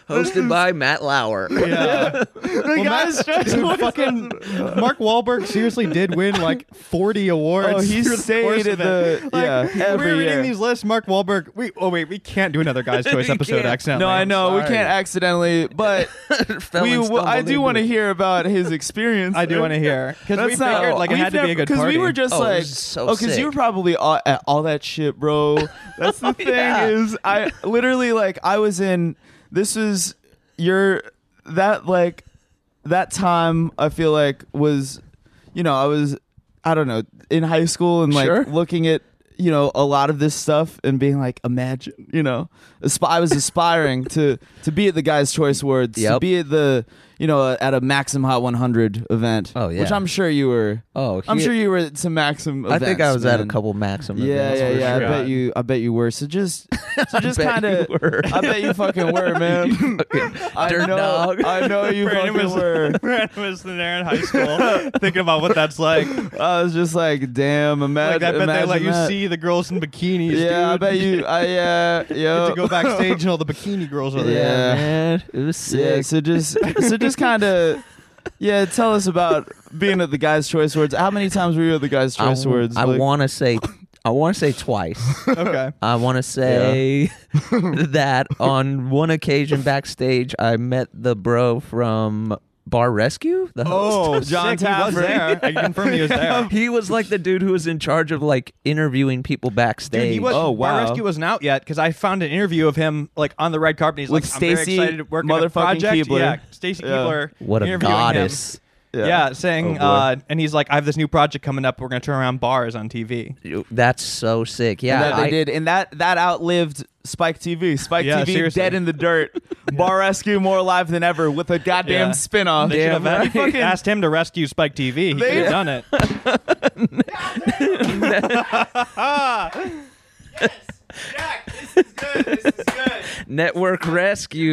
C: hosted by Matt Lauer. <laughs>
A: Yeah.
B: The Guys' Choice
A: Dude,
B: Awards.
A: fucking Mark Wahlberg seriously did win like 40 awards.
B: Oh, he
A: through the
B: stayed
A: course of
B: at
A: it.
B: the-
A: like,
B: yeah,
A: we
B: every
A: were reading
B: year. <laughs>
A: these lists. Mark Wahlberg. We oh wait, we can't do another Guy's Choice
C: You
A: episode.
C: can't
A: accidentally.
B: <laughs> No, I know we
C: sorry.
B: can't accidentally, but
C: Fell
B: we.
C: and
B: W- I
C: stumbled
B: do want to
C: into it.
B: hear about
A: <laughs>
B: his experience.
A: I do want to hear because we
B: That's not-
A: figured like it
B: we've
A: had to be
B: never-
A: a good
B: Cause
A: party. <laughs>
B: we were just
C: Oh, it
B: like,
C: was so
B: oh, because you
C: sick.
B: were probably all, at all that shit, bro.
C: <laughs>
B: That's the thing
C: Yeah.
B: is, I literally like I was in. This is your that like that time. I feel like was, you know, I was, I don't know, in high school and like
A: Sure.
B: looking at you know a lot of this stuff and being like, imagine, you know, asp- I was aspiring <laughs> to to be at the Guy's Choice Words, to
C: Yep.
B: be at the you know at a Maxim Hot 100 event.
C: Oh, yeah.
B: which I'm sure you were.
C: Oh,
B: I'm
C: he-
B: sure you were at some Maxim.
C: I think I
B: events,
C: was at a
B: man.
C: couple Maxim.
B: Yeah,
C: events
B: yeah,
C: for
B: yeah.
C: sure.
B: I bet you. I bet you were. So
C: <laughs>
B: just, so <laughs> just
C: bet
B: kind of.
C: you
B: <laughs>
C: were. <laughs>
B: I bet you fucking were, man. I
C: Dirt
B: know.
C: dog.
B: I know you
A: Brandon
B: fucking
A: was, <laughs>
B: were.
A: Brandon was there in high
B: <laughs>
A: school thinking about what that's like.
B: I was just like, damn. Imagine.
A: Like I bet they
B: imagine
A: let you
B: that.
A: see the girls in bikinis.
B: Yeah, I
A: dude. <laughs>
B: bet you.
C: <laughs>
B: I yeah.
A: Get
B: Yeah.
A: to go
B: <laughs>
A: backstage and all the bikini girls are there.
B: Yeah.
C: man, it was
B: Yeah.
C: sick.
B: So just, so just kind of. Yeah, tell us about being at the Guy's Choice Words. How many times were you at the Guy's
C: I,
B: Choice Words? Like-
C: want to say, I want to
B: <laughs>
C: say twice. <laughs>
A: Okay.
C: I want to say <laughs> that on one occasion backstage, I met the bro from Bar Rescue. The
A: Oh,
C: host.
A: John
C: <laughs>
B: John
A: sick, he was there.
B: Taffer.
A: I can confirm he
B: <laughs>
A: was there.
C: he was like the dude who was in charge of like interviewing people backstage.
A: Dude, he was. Bar
B: Oh, wow.
A: Rescue wasn't out yet because I found an interview of him like on the red carpet. He's
B: With
A: like, I'm very
B: Stacey
A: excited to work on a
B: motherfucking
A: project.
B: Keibler.
A: Yeah, Stacy
B: Yeah.
A: Keebler.
C: what a
A: interviewing him.
C: goddess.
A: Yeah. saying,
B: Oh, boy.
A: uh, and he's like, I have this new project coming up. We're gonna turn around bars on TV.
C: You- That's so sick. Yeah,
B: and that they
C: I-
B: did, and that that outlived Spike TV. Spike
A: Yeah,
B: TV
A: seriously.
B: dead in
A: <laughs>
B: the dirt. Bar Rescue more alive than ever with a goddamn
A: Yeah.
B: spinoff.
A: They should have
B: Damn,
A: had-
B: <laughs> fucking-
A: asked him to rescue Spike TV. He
B: They-
A: could have done
B: <laughs>
A: it.
D: Jack, this is good. This is good.
C: network rescue.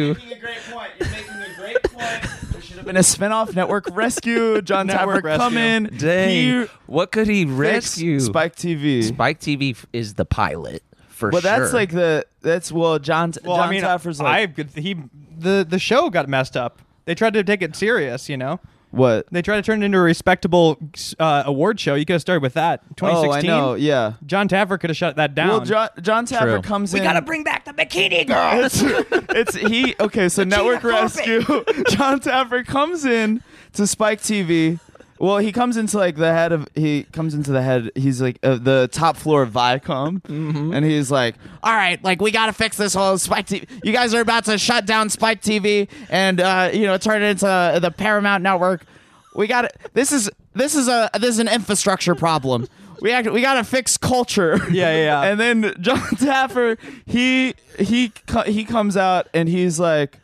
B: <laughs>
D: You're making a great point. You're making a great point. There should have
B: been a spinoff Network Rescue.
A: <laughs>
B: John
A: Network
B: Tapper
A: Rescue.
B: come in.
C: Dang,
B: He
C: what could he
B: fixed
C: rescue?
B: Spike TV.
C: Spike TV f- is the pilot for
B: Well,
C: sure.
B: that's like the that's well John
A: Well,
B: John
A: I mean,
B: Taffer's like
A: I could- he the the show got messed up. They tried to take it serious, you know.
B: what?
A: They tried to turn it into a respectable uh, award show. You could have started with that.
B: Oh, I
A: 2016.
B: know. Yeah.
A: John Taffer could have shut that down.
B: Well, John, John Tapper
C: True.
B: comes in.
C: <laughs> bring back the bikini girls.
B: it's he okay so network rescue <laughs> john taffer comes in to spike tv well he comes into like the head of he comes into the head he's like uh, the top floor of viacom
A: Mm-hmm.
B: and he's like all right like we gotta fix this whole spike tv you guys are about to shut down spike tv and uh, you know turn it into the paramount network we got to this is this is a this is an infrastructure problem we act, we gotta fix culture
A: <laughs> Yeah, yeah, yeah.
B: and then John Taffer, he he co- he comes out and he's like,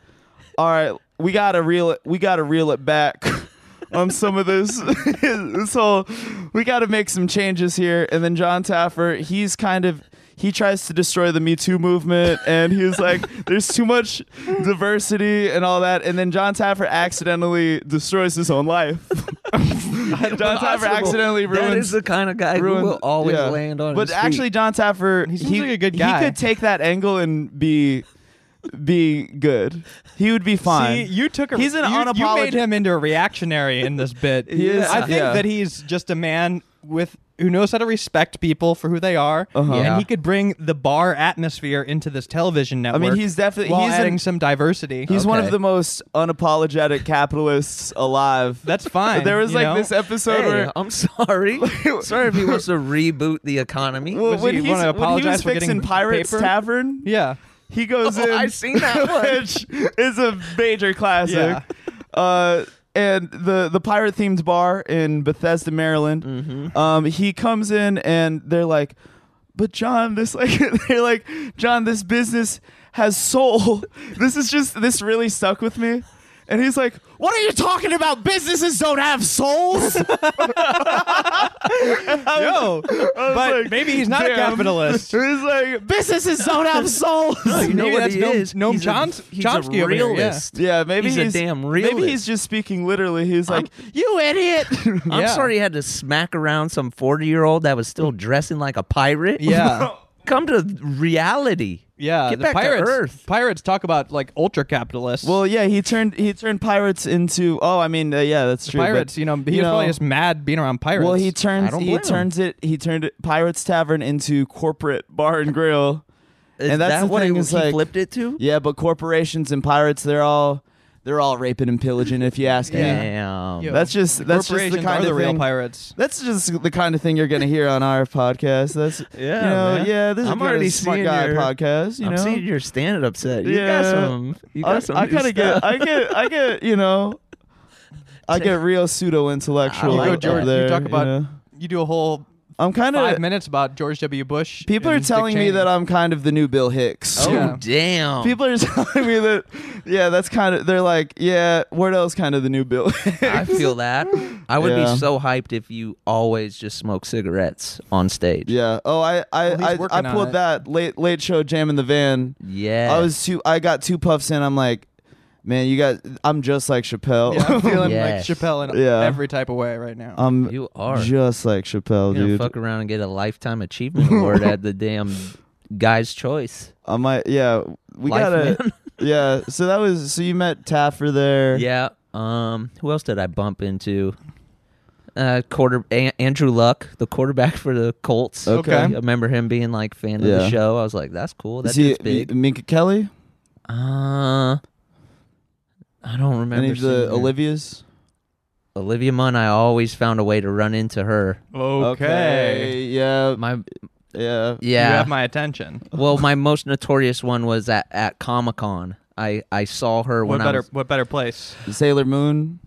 B: "All right, we gotta reel it. We gotta reel it back <laughs> on some of this. <laughs> this whole, we gotta make some changes here." And then John Taffer, he's kind of he tries to destroy the Me Too movement, and he's like, <laughs> "There's too much diversity and all that." And then John Taffer accidentally destroys his own
C: <laughs>
B: life. <laughs> John Taffer accidentally ruins.
C: That is the kind of guy
B: Ruin-
C: who will always
B: yeah.
C: land on.
B: But
C: his feet.
B: actually, John Taffer,
A: seems
B: he,
A: like a good
B: He
A: guy.
B: could take that angle and be be good. He would be
A: See,
B: fine.
A: you took a.
B: He's an
A: you, You
B: unapolog-
A: made him into a reactionary in this bit.
B: <laughs> He is-
A: I think
B: yeah.
A: that he's just a man with who knows how to respect people for who they are,
B: Uh-huh.
C: Yeah.
A: and he could bring the bar atmosphere into this television
B: I
A: network.
B: mean, he's definitely
A: while
B: he's an-
A: adding some diversity.
B: he's one of
C: Okay.
B: the most unapologetic capitalists alive.
A: That's fine.
B: <laughs> there was
A: you
B: like
A: know? uh,
B: this episode
C: Hey,
B: where. <laughs>
C: I'm sorry. sorry if he wants to reboot the economy.
B: Well,
A: Was
B: when,
A: he
B: he's,
A: wanna
B: when he
A: apologize
B: was
A: for getting
B: fixing Pirates
A: paper?
B: Tavern,
A: Yeah.
B: he
A: <laughs>
B: goes
C: Oh,
B: in.
C: I've
B: <laughs>
C: seen that one.
B: which is a major classic.
A: Yeah.
B: Uh, and the the pirate themed bar in Bethesda, Maryland.
C: Mm-hmm.
B: Um, he comes in and they're like, "But John, this like <laughs> they're like, John, this business has soul. <laughs> This is just this really stuck with me." And he's like, "What are you talking about? Businesses don't have
C: <laughs>
B: souls." <laughs>
A: Yo, but
B: like,
A: maybe he's not a
B: damn. <laughs>
A: capitalist.
B: he's like, "Businesses don't
C: <laughs>
B: have souls."
C: you know
A: Maybe
C: what
A: that's
C: he
A: Noam-
C: is?
A: Noam
C: he's
A: Choms-
C: a, he's
A: Chomsky over here, yeah.
C: a realist.
B: Yeah, maybe
C: He's
B: he's,
C: a damn
B: Maybe he's
C: realist.
B: just speaking literally. He's like, "You
C: <laughs>
B: idiot."
C: I'm
A: Yeah.
C: sorry he had to smack around some 40 year old that was still dressing like a pirate.
A: Yeah.
C: <laughs> Come to reality.
A: Yeah,
C: Get
A: the
C: back
A: pirates,
C: to Earth.
A: Pirates talk about like ultra capitalists.
B: Well, yeah, he turned he turned pirates into. Oh, I mean, uh, yeah, that's true. but,
A: pirates, you know, he was probably just mad being around pirates.
B: Well, he turns
C: I don't
B: he
C: blame him.
B: turns it he turned it, Pirates Tavern into corporate bar and grill,
C: Is
B: and that's
C: that
B: the
C: what
B: thing
C: it,
B: is,
C: he
B: like-
C: flipped it to?
B: Yeah, but corporations and pirates, they're all they're all raping and pillaging. If you ask
A: Yeah.
B: me,
C: Damn.
A: Yeah.
B: that's just that's just the
A: Corporations
B: kind
A: are
B: of
A: the real
B: thing-
A: pirates.
B: That's just the kind of thing you're gonna hear on our podcast. That's
C: Yeah,
B: you know,
C: man.
B: yeah. This is
C: I'm
B: kind
C: already
B: of smart
C: seeing
B: guy
C: your-
B: podcast. You
C: I'm
B: know,
C: seeing your stand up set. You got
B: Yeah.
C: some. You got
B: I-
C: some.
B: I,
C: new
B: kind of get,
C: stuff.
B: I get, I get, you know, <laughs> I get real pseudo
C: I
B: intellectual.
C: like
B: up
C: that. You
B: there,
A: talk about-
B: know?
A: You do a whole
B: I'm kind
A: five
B: of.
A: minutes about George W. Bush.
B: People are
A: and Dick
B: telling me
A: Cheney.
B: that I'm kind of the new Bill Hicks.
C: Oh
A: Yeah.
B: <laughs>
C: damn!
B: People are <laughs> telling me that, yeah, that's kind of. They're like, yeah, Wardell's kind of the new Bill. <laughs> Hicks.
C: <laughs> I
B: <laughs>
C: feel that. I would
B: Yeah.
C: be so hyped if you always just smoke cigarettes on stage.
B: yeah. Oh, I, I,
A: Well, he's
B: I, I
A: working on
B: pulled
A: it.
B: that late, late show jam in the van.
C: Yeah.
B: I was two. I got two puffs in. I'm like, man, you got. I'm just like Chappelle.
A: Yeah, I'm feeling
C: Yes.
A: like Chappelle in
B: Yeah.
A: every type of way right now.
B: <laughs> I'm
C: You are.
B: just like Chappelle,
C: You're gonna
B: dude.
C: fuck around and get a lifetime achievement award at
B: <laughs>
C: the damn guy's choice.
B: I might. Yeah, we
C: Life,
B: gotta. <laughs> yeah. So that was. So you met Taffer there.
C: Yeah. Um. Who else did I bump into? Uh, quarter a- Andrew Luck, the quarterback for the Colts.
B: Okay.
C: I remember him being like fan of
B: Yeah.
C: the show. I was like, that's cool. That
B: Is he
C: dude's big.
B: M- Minka Kelly?
C: Uh, I don't remember.
B: Any of
C: seeing
B: the
C: her.
B: Olivias?
C: Olivia Munn, I always found a way to run into her.
B: Uh,
A: okay.
B: Yeah.
C: My
B: yeah.
A: You
C: yeah.
A: have <laughs> my attention.
C: well, my most notorious one was at at Comic Con. I I saw her
A: What
C: when
A: better?
C: I was
A: What better place?
B: Sailor Moon.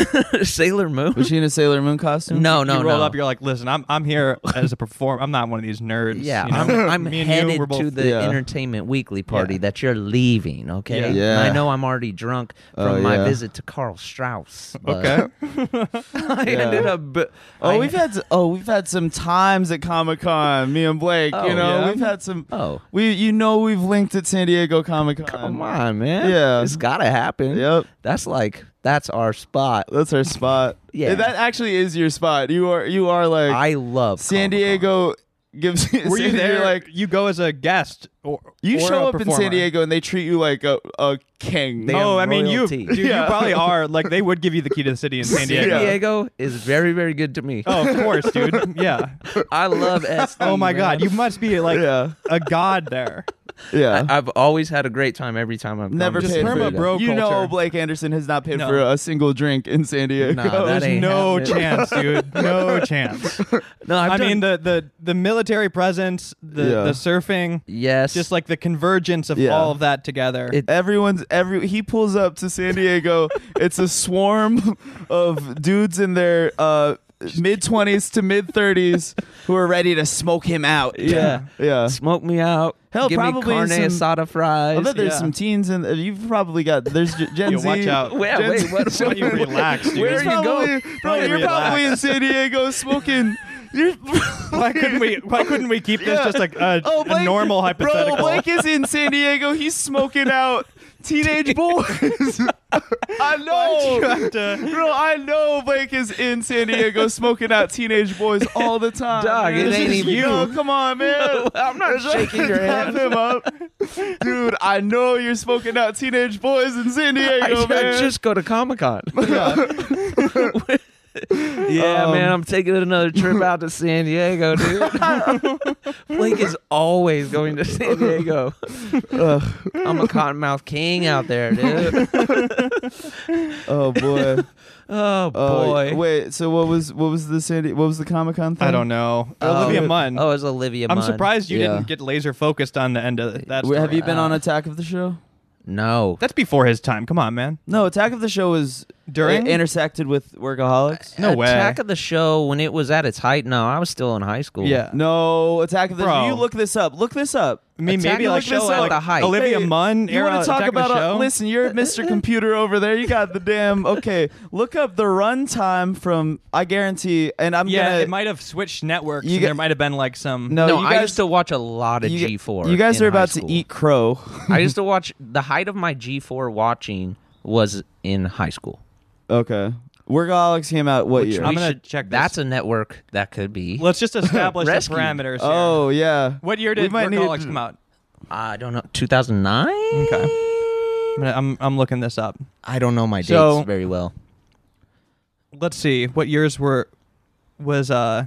C: <laughs> Sailor Moon.
B: Was she in a Sailor Moon costume?
C: No, no,
A: you roll
C: no.
A: up. You're like, listen, I'm I'm here as a performer. I'm not one of these nerds.
C: yeah,
A: you know? <laughs>
C: I'm, I'm
A: Me and you,
C: headed
A: we're both-
C: to the
B: Yeah.
C: Entertainment Weekly party
A: Yeah.
C: that you're leaving. Okay,
A: Yeah.
C: And
B: Yeah.
C: I know I'm already drunk from
B: Oh,
C: my
B: yeah.
C: visit to Carl Strauss. but
A: Okay.
C: <laughs> I ended up. b-
B: Oh,
C: I-
B: we've had s- oh we've had some times at Comic Con, me and Blake.
C: Oh,
B: you know
A: yeah?
B: we've had some.
C: Oh.
B: we you know we've linked at San Diego Comic Con.
C: Come on, man.
B: Yeah.
C: It's gotta happen.
B: Yep.
C: That's like that's our spot.
B: That's our spot.
C: Yeah.
B: that actually is your spot. You are you are like
C: I love
B: San
C: Comic-Con.
B: Diego gives. <laughs>
A: Were you there?
B: Like
A: Like you go as a guest, or
B: You
A: or
B: show
A: a
B: up in
A: performer.
B: San Diego and they treat you like a, a king.
C: They-
A: Oh, I mean, you,
C: royalty.
A: dude,
B: Yeah.
A: you probably <laughs> are. Like, they would give you the key to the city in San Diego.
C: San
B: Yeah.
C: Diego is very, very good to me.
A: Oh, of course,
C: <laughs>
A: dude. Yeah.
C: I love SD.
A: <laughs> Oh my
C: man.
A: God, you must be like
B: yeah,
A: a god there.
B: yeah.
C: I, I've always had a great time every time I've
B: Never
C: gone to
A: Just
B: paid
C: San
A: perma
B: for
C: Diego.
A: bro
B: You know,
A: culture.
B: Blake Anderson has not paid
A: No.
B: for a single drink in San Diego.
C: Nah,
B: <laughs>
C: Oh, that
A: There's
C: ain't
A: no
C: happening.
A: chance,
C: <laughs>
A: dude. No chance.
C: No, I've
A: I
C: done-
A: mean, the, the the military presence, the
B: Yeah.
A: the surfing,
C: yes, <laughs>
A: just like the convergence of
B: Yeah.
A: all of that together.
C: It-
B: Everyone's every he pulls up to San Diego. it's a swarm of dudes in their uh, mid twenties to mid thirties who are ready to smoke him out.
C: Yeah.
B: yeah.
C: smoke me out.
B: Hell,
C: give
B: probably
C: me carne
B: some-
C: asada fries.
B: I bet there's
A: yeah.
B: some teens in. You've probably got there's Gen
A: Yeah,
B: Z.
A: watch out.
C: Wait,
B: Gen
C: wait,
B: Z-
C: what?
A: Why don't you relax, dude?
C: Where are
B: It's
C: you
B: probably-
C: going?
B: Bro,
A: Why
B: you're
A: relax?
B: probably in San Diego smoking. You're
A: why couldn't we? Why couldn't we keep <laughs> this just like a, a normal hypothetical?
B: <laughs> Bro, Blake is in San Diego. He's smoking out teenage boys. <laughs> I
A: You
B: know.
A: have to-
B: Bro, I know Blake is in San Diego smoking out teenage boys all the time.
C: Dog,
B: man.
C: it
B: This
C: ain't
B: is-
C: even-
B: No, come on, <laughs> man.
C: I'm not shaking your
B: Clap
C: hand.
B: him up. Dude, I know you're smoking out teenage boys in San Diego,
C: I,
B: man.
C: I just go to Comic
B: <laughs>
C: Con. <laughs> yeah,
B: Um,
C: man, I'm taking another trip out to San Diego, dude.
B: <laughs>
C: Blake is always going to San Diego. I'm a cottonmouth king out
B: <laughs>
C: there, dude.
B: oh <laughs> boy. Oh,
C: Oh boy.
B: Wait, so what was what was the San Di- what was the Comic Con thing?
A: I don't know. Uh, Olivia Munn.
C: Oh, it's Olivia.
A: I'm
C: Munn.
A: surprised you
B: Yeah.
A: didn't get laser focused on the end of that.
B: Wait,
A: story.
B: have
A: Uh,
B: you been
C: Uh,
B: on Attack of the Show?
C: No.
A: That's before his time. Come on, man.
B: No, Attack of the Show was
A: During?
B: i- intersected with Workaholics.
A: No way.
C: Attack of the Show when it was at its height. No, I was still in high school.
A: Yeah.
B: No, Attack of the Show.
A: Bro.
B: You look this up. Look this up.
A: I mean,
C: Attack
A: maybe
C: of
A: like
C: the Show
A: show
C: at
A: like
C: the height.
A: Olivia
B: Hey,
A: Munn.
B: You
A: want to
B: talk about?
A: the
B: A,
A: show?
B: listen, you're <laughs> Mr. Computer over there. You got the <laughs> damn. Okay, look up the runtime from. I guarantee, and I'm
A: Yeah,
B: gonna.
A: it might have switched networks.
B: You
A: and
B: get-
A: there might have been like some.
B: no,
C: No,
B: you
C: I
B: guys-
C: used to watch a lot of
B: you-
C: G4.
B: You guys
C: in
B: are
C: high
B: about
C: school.
B: to eat crow. <laughs>
C: I used to watch the height of my G4 watching was in high school.
B: okay, Workaholics came out what year?
A: I'm
C: We
A: gonna
C: should-
A: check this.
C: That's a network that could be.
A: Let's
B: <laughs>
A: just establish the
C: Rescue.
A: parameters. here.
B: oh yeah.
A: what year
B: we
A: did
B: might need
A: Workaholics
B: to-
A: come out?
C: I don't know. 2009.
A: Okay. I'm, gonna- I'm I'm looking this up.
C: I don't know my dates
A: So-
C: very well.
A: Let's see what years were was uh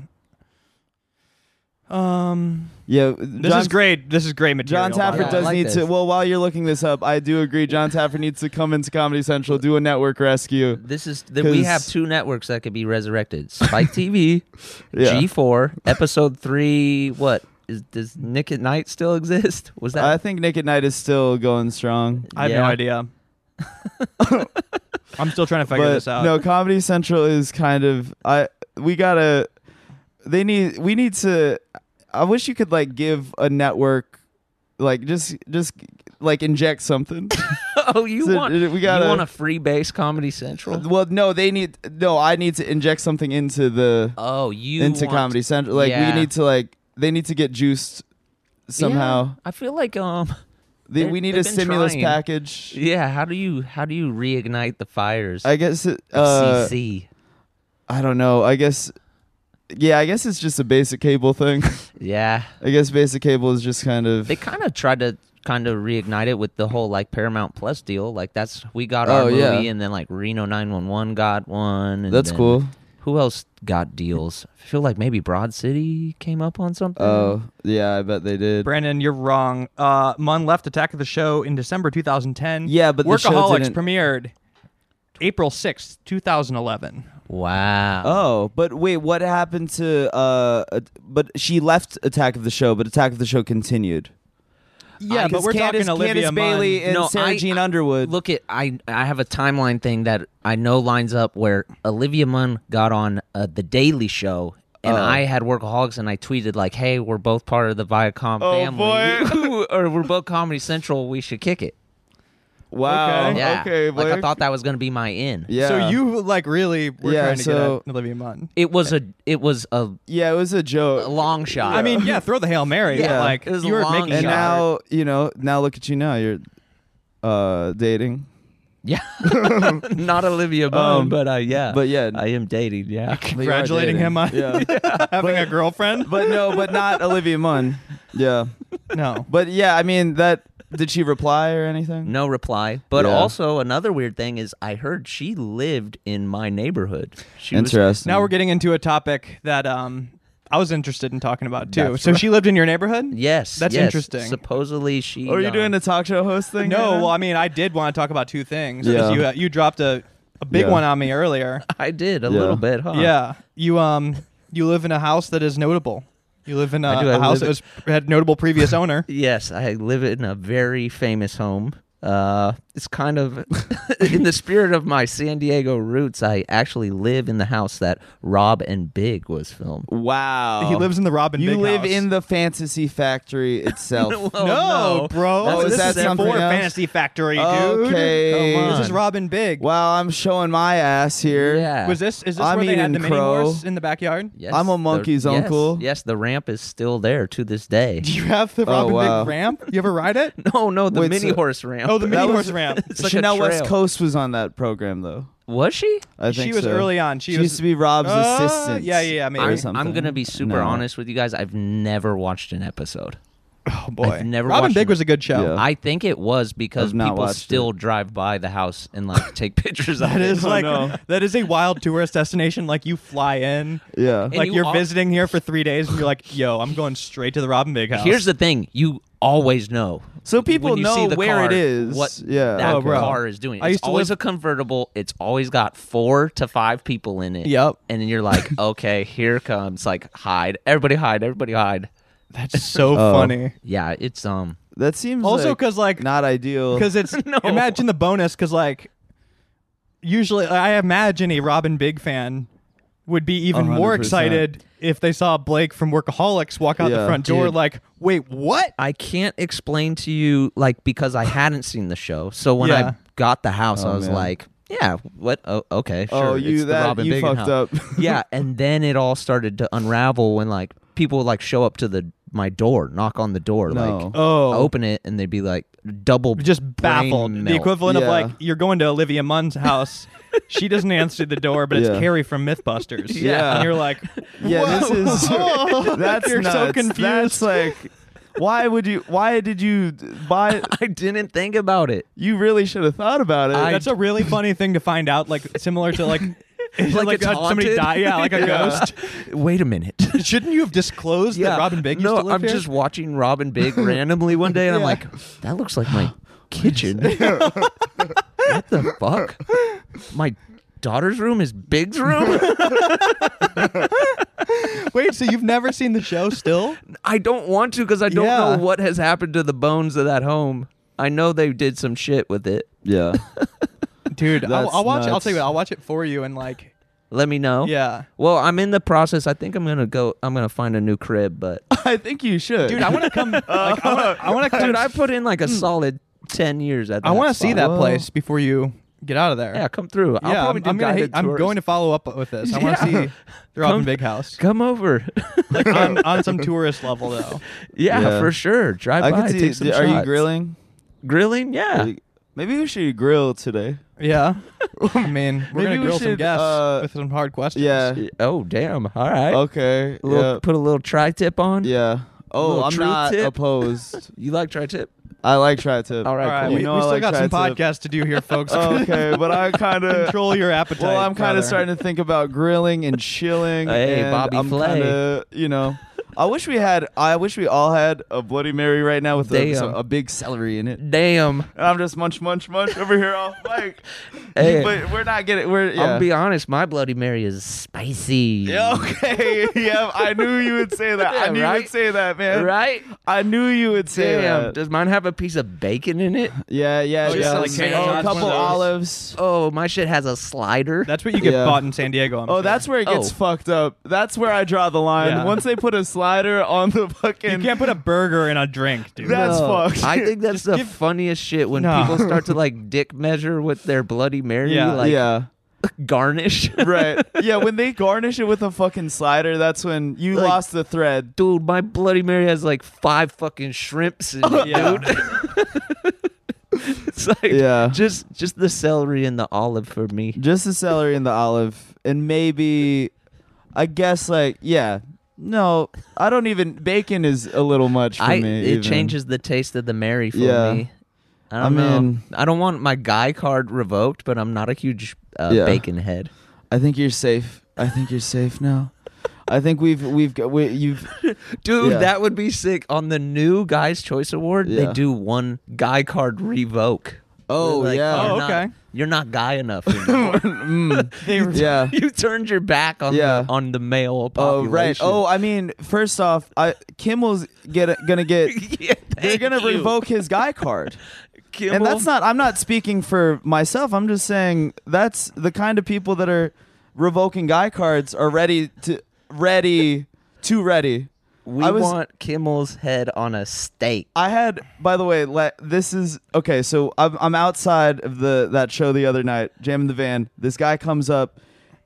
A: um
B: Yeah,
A: This is great. This is great material.
B: John Taffer
C: I
B: does
C: like
B: need to.
C: this.
B: Well, while you're looking this up, I do agree. John Taffer needs to come into Comedy Central, do a network rescue.
C: This is that we
B: 'Cause-
C: have two networks that could be resurrected:
B: <laughs>
C: Spike TV,
B: Yeah.
C: G4, Episode Three. What is does Nick at Night still exist? <laughs> Was that
B: I think Nick at Night is still going strong.
A: I have no
B: <laughs>
C: Yeah.
A: idea. I'm still trying to figure
B: but
A: this out.
B: no, Comedy Central is kind of I. We gotta. They need. We need to. I wish you could like give a network, like just just like inject something.
C: <laughs> oh, you
B: So,
C: want
B: uh, we gotta-
C: you want a free base
B: <laughs>
C: Comedy Central?
B: well, no, they need. No, I need to inject something into the
C: Oh, you
B: into
C: want-
B: Comedy Central. Like
C: Yeah.
B: we need to like they need to get juiced somehow.
C: Yeah, I feel like um
B: They,
C: They're-
B: we need a
C: they've been
B: stimulus
C: trying.
B: package.
C: yeah. How do you how do you reignite the fires?
B: I guess it,
C: of
B: uh,
C: CC.
B: I don't know. I guess yeah, I guess it's just a basic cable thing. <laughs>
C: Yeah,
B: I guess basic cable is just kind of
C: they kind of tried to kind of reignite it with the whole like Paramount Plus deal. Like that's we got
B: Oh,
C: our movie,
B: yeah.
C: and then like Reno 911 got one. And
B: That's
C: then
B: cool.
C: Who else got deals? I feel like maybe Broad City came up on something.
B: Oh, yeah, I bet they did.
A: Brandon, you're wrong. Uh, Munn left Attack of the Show in December 2010.
B: Yeah, but the show
A: Workaholics
B: didn't-
A: premiered April 6th, 2011.
C: wow.
B: Oh, but wait, what happened to uh uh, but she left Attack of the Show, but Attack of the Show continued.
A: Yeah, but
B: Because
A: we're
B: Candace,
A: talking Olivia
B: Candace Bailey
A: Munn.
B: and
C: No,
B: Sarah
C: I-
B: Jean
C: I-
B: Underwood.
C: Look at I I have a timeline thing that I know lines up where Olivia Munn got on uh, the Daily Show. And
B: Oh.
C: I had workaholics, and I tweeted like, "Hey, we're both part of the Viacom
B: Oh,
C: <laughs> family, or we're both Comedy Central. We should kick it."
B: wow.
A: okay.
C: Yeah,
B: Oh, okay
C: like I
B: Blake.
C: thought that was gonna be my in.
B: Yeah.
A: So you like really were
B: Yeah,
A: trying to
B: so-
A: get at Olivia Munn.
C: It was a it was a,
B: Yeah, it was a
C: a
B: joke.
C: long shot.
A: I mean, yeah, throw the hail mary.
B: Yeah.
A: but, like
C: It was a
A: you were
C: long
A: making
B: and
C: shot.
B: now, you know, now look at you now. You're uh dating.
C: <laughs> yeah, <laughs> not Olivia Bone, but uh, yeah,
B: Um, but yeah.
C: I am dating.
B: <laughs>
C: Yeah,
B: But you are
A: congratulating
B: dating.
A: him on
B: <laughs> Yeah.
A: <laughs> having a girlfriend.
B: but no, but not Olivia Munn. Yeah.
A: no,
B: But yeah, I mean that did she reply or anything?
C: no reply. But
B: Yeah.
C: also another weird thing is I heard she lived in my neighborhood. She was-
B: Interesting.
A: now we're getting into a topic that um I was interested in talking about too. so she lived in your neighborhood.
C: yes,
A: That's
C: yes.
A: interesting. Oh,
C: Supposedly she.
B: Are you
C: um,
B: doing a talk show host thing?
A: no,
B: right now?
A: well, I mean, I did want to talk about two things. 'cause
B: Yeah.
A: You uh, you dropped a a big
B: Yeah.
A: one on me earlier.
C: I did a
B: Yeah.
C: little bit, huh?
A: Yeah, you um you live in a house that is notable. You live in a,
C: I do, I
A: a house
C: live
A: that was had notable previous owner.
C: Yes, I live in a very famous home. Uh, it's kind of <laughs> in the spirit of my San Diego roots. I actually live in the house that Rob and Big was filmed.
B: Wow.
A: He lives in the Robin.
B: You
A: Big
B: live
A: house.
B: in the fantasy
C: <laughs>
B: factory itself.
C: Oh,
A: <laughs> no, bro.
C: That's-
B: Oh, is
A: this
B: that
A: is
B: something
A: before
B: else? Oh.
A: Fantasy Factory, dude.
B: Okay.
A: This
B: Come
A: is
B: on.
A: Robin Big.
B: wow, I'm showing my ass here.
C: Yeah.
A: Was this is this
B: I'm
A: where they had the
B: eating
A: mini horse
B: crow.
A: in the backyard?
C: Yes,
B: I'm a
C: the-
B: monkey's
C: yes,
B: uncle.
C: Yes, the ramp is still there to
A: <laughs>
C: this day.
A: Do <laughs> you have the Robin
B: wow.
A: Big ramp? You ever ride it?
C: <laughs> No, no, the
B: Wait,
C: mini
B: so-
C: horse ramp. <laughs>
A: Oh, the mini
B: was-
A: horse ramp.
C: It's like a
B: Chanel West
C: trail.
B: Coast was on that program though.
C: Was she?
B: I
A: She
B: think
A: was
B: so.
A: early on. She was-
B: used to be Rob's
A: Uh,
B: assistant.
A: yeah, yeah, yeah, maybe.
B: or
A: I'm-
C: I'm,
B: something.
C: gonna be super
B: No.
C: honest with you guys. I've never watched an episode.
A: Oh boy,
C: I've never
A: Robin
C: watched
A: Big
C: it.
A: was a good show.
B: Yeah.
C: I think it was
B: Oh.
C: because
B: I've not
C: people
B: watched
C: still drive by the house
B: <laughs>
C: and like take pictures
A: <laughs>
C: of
A: That
C: it.
A: is like that is a wild tourist destination. Like you fly in,
B: Yeah.
C: And
A: like
C: you
A: you're
C: al-
A: visiting here for three days, and you're like, "Yo, I'm going straight to the Robin Big house."
C: Here's the thing: you always know.
B: So people
C: when you
B: know
C: see the
B: where
C: car,
B: it is.
C: What
B: Yeah.
C: that
A: Oh, bro.
C: car is doing.
A: I
C: It's
A: used to
C: always
A: live-
C: a convertible. It's always got four to five people in it.
A: Yep.
C: And then you're
B: <laughs>
C: like, okay, here comes like hide. Everybody hide. Everybody hide.
A: that's so
B: Oh.
A: funny.
C: Yeah, it's um.
B: That seems
A: Also,
B: like
A: 'cause, like- <laughs>
B: not ideal.
A: Because it's
C: <laughs>
A: imagine the bonus. Because like usually, I imagine a Robin Big fan would be even more
B: 100%.
A: excited if they saw Blake from Workaholics walk out the
B: Yeah.
A: front door.
C: Dude.
A: Like, wait, what?
C: I can't explain to you like because I hadn't seen the show. So when
A: Yeah. Oh,
C: I got the house, I was
B: man.
C: like, yeah, what? Oh, okay, sure.
B: Oh, you
C: it's the
B: that
C: Robin
B: you
C: Big
B: fucked
C: house.
B: up.
C: <laughs>
B: <laughs>
C: yeah, and then it all started to unravel when like people would, like show up to the my door, knock on the door,
B: No.
C: like
A: Oh.
C: open it, and they'd be like double
A: just
C: brain
A: baffled. The
C: melt.
A: equivalent of
B: Yeah.
A: like you're going to Olivia Munn's house. she doesn't answer the door, but it's
B: Yeah.
A: Carrie from MythBusters.
B: Yeah.
A: and you're
C: <laughs>
A: like,
B: Yeah,
A: <laughs>
B: this is <laughs> that's
A: You're so
B: nuts.
A: confused.
B: That's
A: <laughs>
B: like, why would you? Why did you d- buy?
C: <laughs> I didn't think about it.
B: You really should have thought about it.
A: that's a really funny thing to find out. Like similar to like
C: <laughs> like,
A: like
C: it's
A: a- somebody
C: haunted.
A: die- yeah,
C: <laughs>
A: like a ghost.
C: Wait a minute. <laughs>
A: Shouldn't you have disclosed that Robin Big used
C: No,
A: to live
C: I'm
A: here?
C: just watching
A: <laughs>
C: Robin Big randomly one day, and
A: Yeah.
C: I'm like, that looks
A: <gasps>
C: like my kitchen. <laughs> what the fuck? My daughter's room is Big's room. <laughs>
A: Wait, so you've never seen the show
B: <laughs>
A: still?
C: I don't want to because I don't
A: Yeah.
C: know what has happened to the bones of that home. I know they did some shit with it.
B: Yeah.
A: Dude, I'll,
B: That's
A: I'll watch it. I'll
B: nuts.
A: tell you what, I'll watch it for you and like,
C: Let me know.
A: yeah.
C: Well, I'm in the process. I think I'm gonna go. I'm gonna find a new
A: <laughs>
C: crib, but
B: <laughs> I think you should.
A: Dude, I want to
B: <laughs>
A: come. Like, I wanna- I want to
C: dude, I put in like a solid ten years at. That
A: Hmm. I want to see
C: spot.
A: that
B: Whoa.
A: place before you get out of there.
C: Yeah, come through. I'll
A: yeah,
C: probably
A: I'm,
C: do
A: I'm gonna
C: guided
A: hate- I'm
C: tours.
A: going to follow up with this. I
B: <laughs>
A: want to
C: Yeah.
A: see the Robin
C: Come-
A: Big House,
C: Come over. <laughs>
A: like on, on
B: <laughs>
A: some tourist level though.
C: yeah,
B: Yeah.
C: for sure. Drive
B: I
C: by.
B: can see.
C: take some
B: are you
C: shots.
B: grilling?
C: Grilling?
B: Are
C: Yeah.
B: you- Maybe we should grill today. <laughs>
A: Yeah, I mean, we're
B: Maybe
A: gonna
B: we
A: grill some
B: should,
A: guests
B: uh,
A: with some hard questions.
B: Yeah.
C: Oh damn! All right.
B: Okay.
C: A little-
B: yeah.
C: Put a little tri-tip on.
B: yeah. Oh,
C: little
B: I'm
C: truth
B: not
C: tip. <laughs>
B: opposed.
C: You like tri-tip?
B: I like tri tip.
C: All
A: All right,
C: right,
A: we,
C: cool.
B: You know
A: we
B: I
A: still
B: like
A: got some
B: tri-tip.
A: podcasts to
B: <laughs>
A: do here, folks. <laughs>
B: Okay, but I kind of
A: control your appetite.
B: Well, I'm kind
A: brother.
B: of starting to think about grilling and chilling.
C: Hey,
B: and
C: Bobby
B: I'm
C: Flay.
B: Kinda, you know, I wish we had. I wish we all had a Bloody Mary right now with a,
C: Damn.
B: so- a big celery in it. And
C: Damn.
B: I'm just munch, munch, munch over here off <laughs> mic.
C: Hey.
B: But we're not getting. We're yeah.
C: I'll be honest. My Bloody Mary is spicy.
B: <laughs> Yeah, okay. yeah, I knew you would say that. I
C: Yeah,
B: knew you
C: right?
B: would say that, man.
C: Right?
B: I knew you would say
C: Damn.
B: that.
C: Does mine have a piece of bacon in it?
B: yeah, yeah,
A: Oh,
B: yeah.
A: just like
B: Oh,
A: Saint John's,
B: a couple
A: one of those.
B: olives.
C: Oh, my shit has a slider.
A: That's what you get
B: Yeah.
A: bought in San Diego. I'm
B: Oh,
A: sure.
B: that's where it gets
C: Oh.
B: fucked up. That's where I draw the line.
A: Yeah.
B: Once they put a slider on the
A: you
B: fucking
A: can't put a burger in a drink, dude.
B: That's fucked.
C: I
B: <laughs>
C: think that's the
A: give-
C: funniest shit when
A: No.
C: people start to like dick measure with their Bloody Mary,
A: Yeah.
C: like <laughs>
B: yeah.
C: garnish. <laughs>
B: Right. yeah, when they garnish it with a fucking slider, that's when you
C: Like-
B: lost the thread.
C: Dude, my Bloody Mary has like five fucking shrimps in
B: <laughs>
C: it,
A: Yeah.
C: dude. <laughs> it's like
B: Yeah.
C: just just the celery and the olive for me.
B: Just the celery and the olive and maybe I guess like yeah. No, I don't even bacon is a little much for
C: I
B: me.
C: it
B: even.
C: changes the taste of the Mary for
B: Yeah.
C: me. I
B: I
C: don't know.
B: mean-
C: I don't want my guy card revoked, but I'm not a huge uh,
B: Yeah.
C: bacon head.
B: I think you're safe. I think you're safe now. I think we've we've got we, you've
C: Dude,
B: Yeah.
C: that would be sick. On the new Guy's Choice Award,
B: Yeah.
C: they do one guy card revoke.
B: Oh,
C: They're like,
B: yeah.
C: "You're
A: Oh,
C: not-
A: okay.
C: you're not
B: <laughs>
C: guy enough. anymore."
A: They-
B: yeah.
C: you turned your back on
B: Yeah.
C: the on the male
B: Oh
C: population.
B: right. Oh, I mean, first off, I Kimmel's get gonna
C: <laughs>
B: get
C: <laughs> yeah,
B: they're gonna
C: thank you,
B: revoke his guy
C: <laughs>
B: card.
C: Kimmel.
B: and that's not i'm not speaking for myself i'm just saying that's the kind of people that are revoking guy cards are ready to ready too ready
C: We
B: I was-
C: want Kimmel's head on a stake.
B: i had by the way le- this is okay so I'm, I'm outside of the that show the other night jamming the van this guy comes up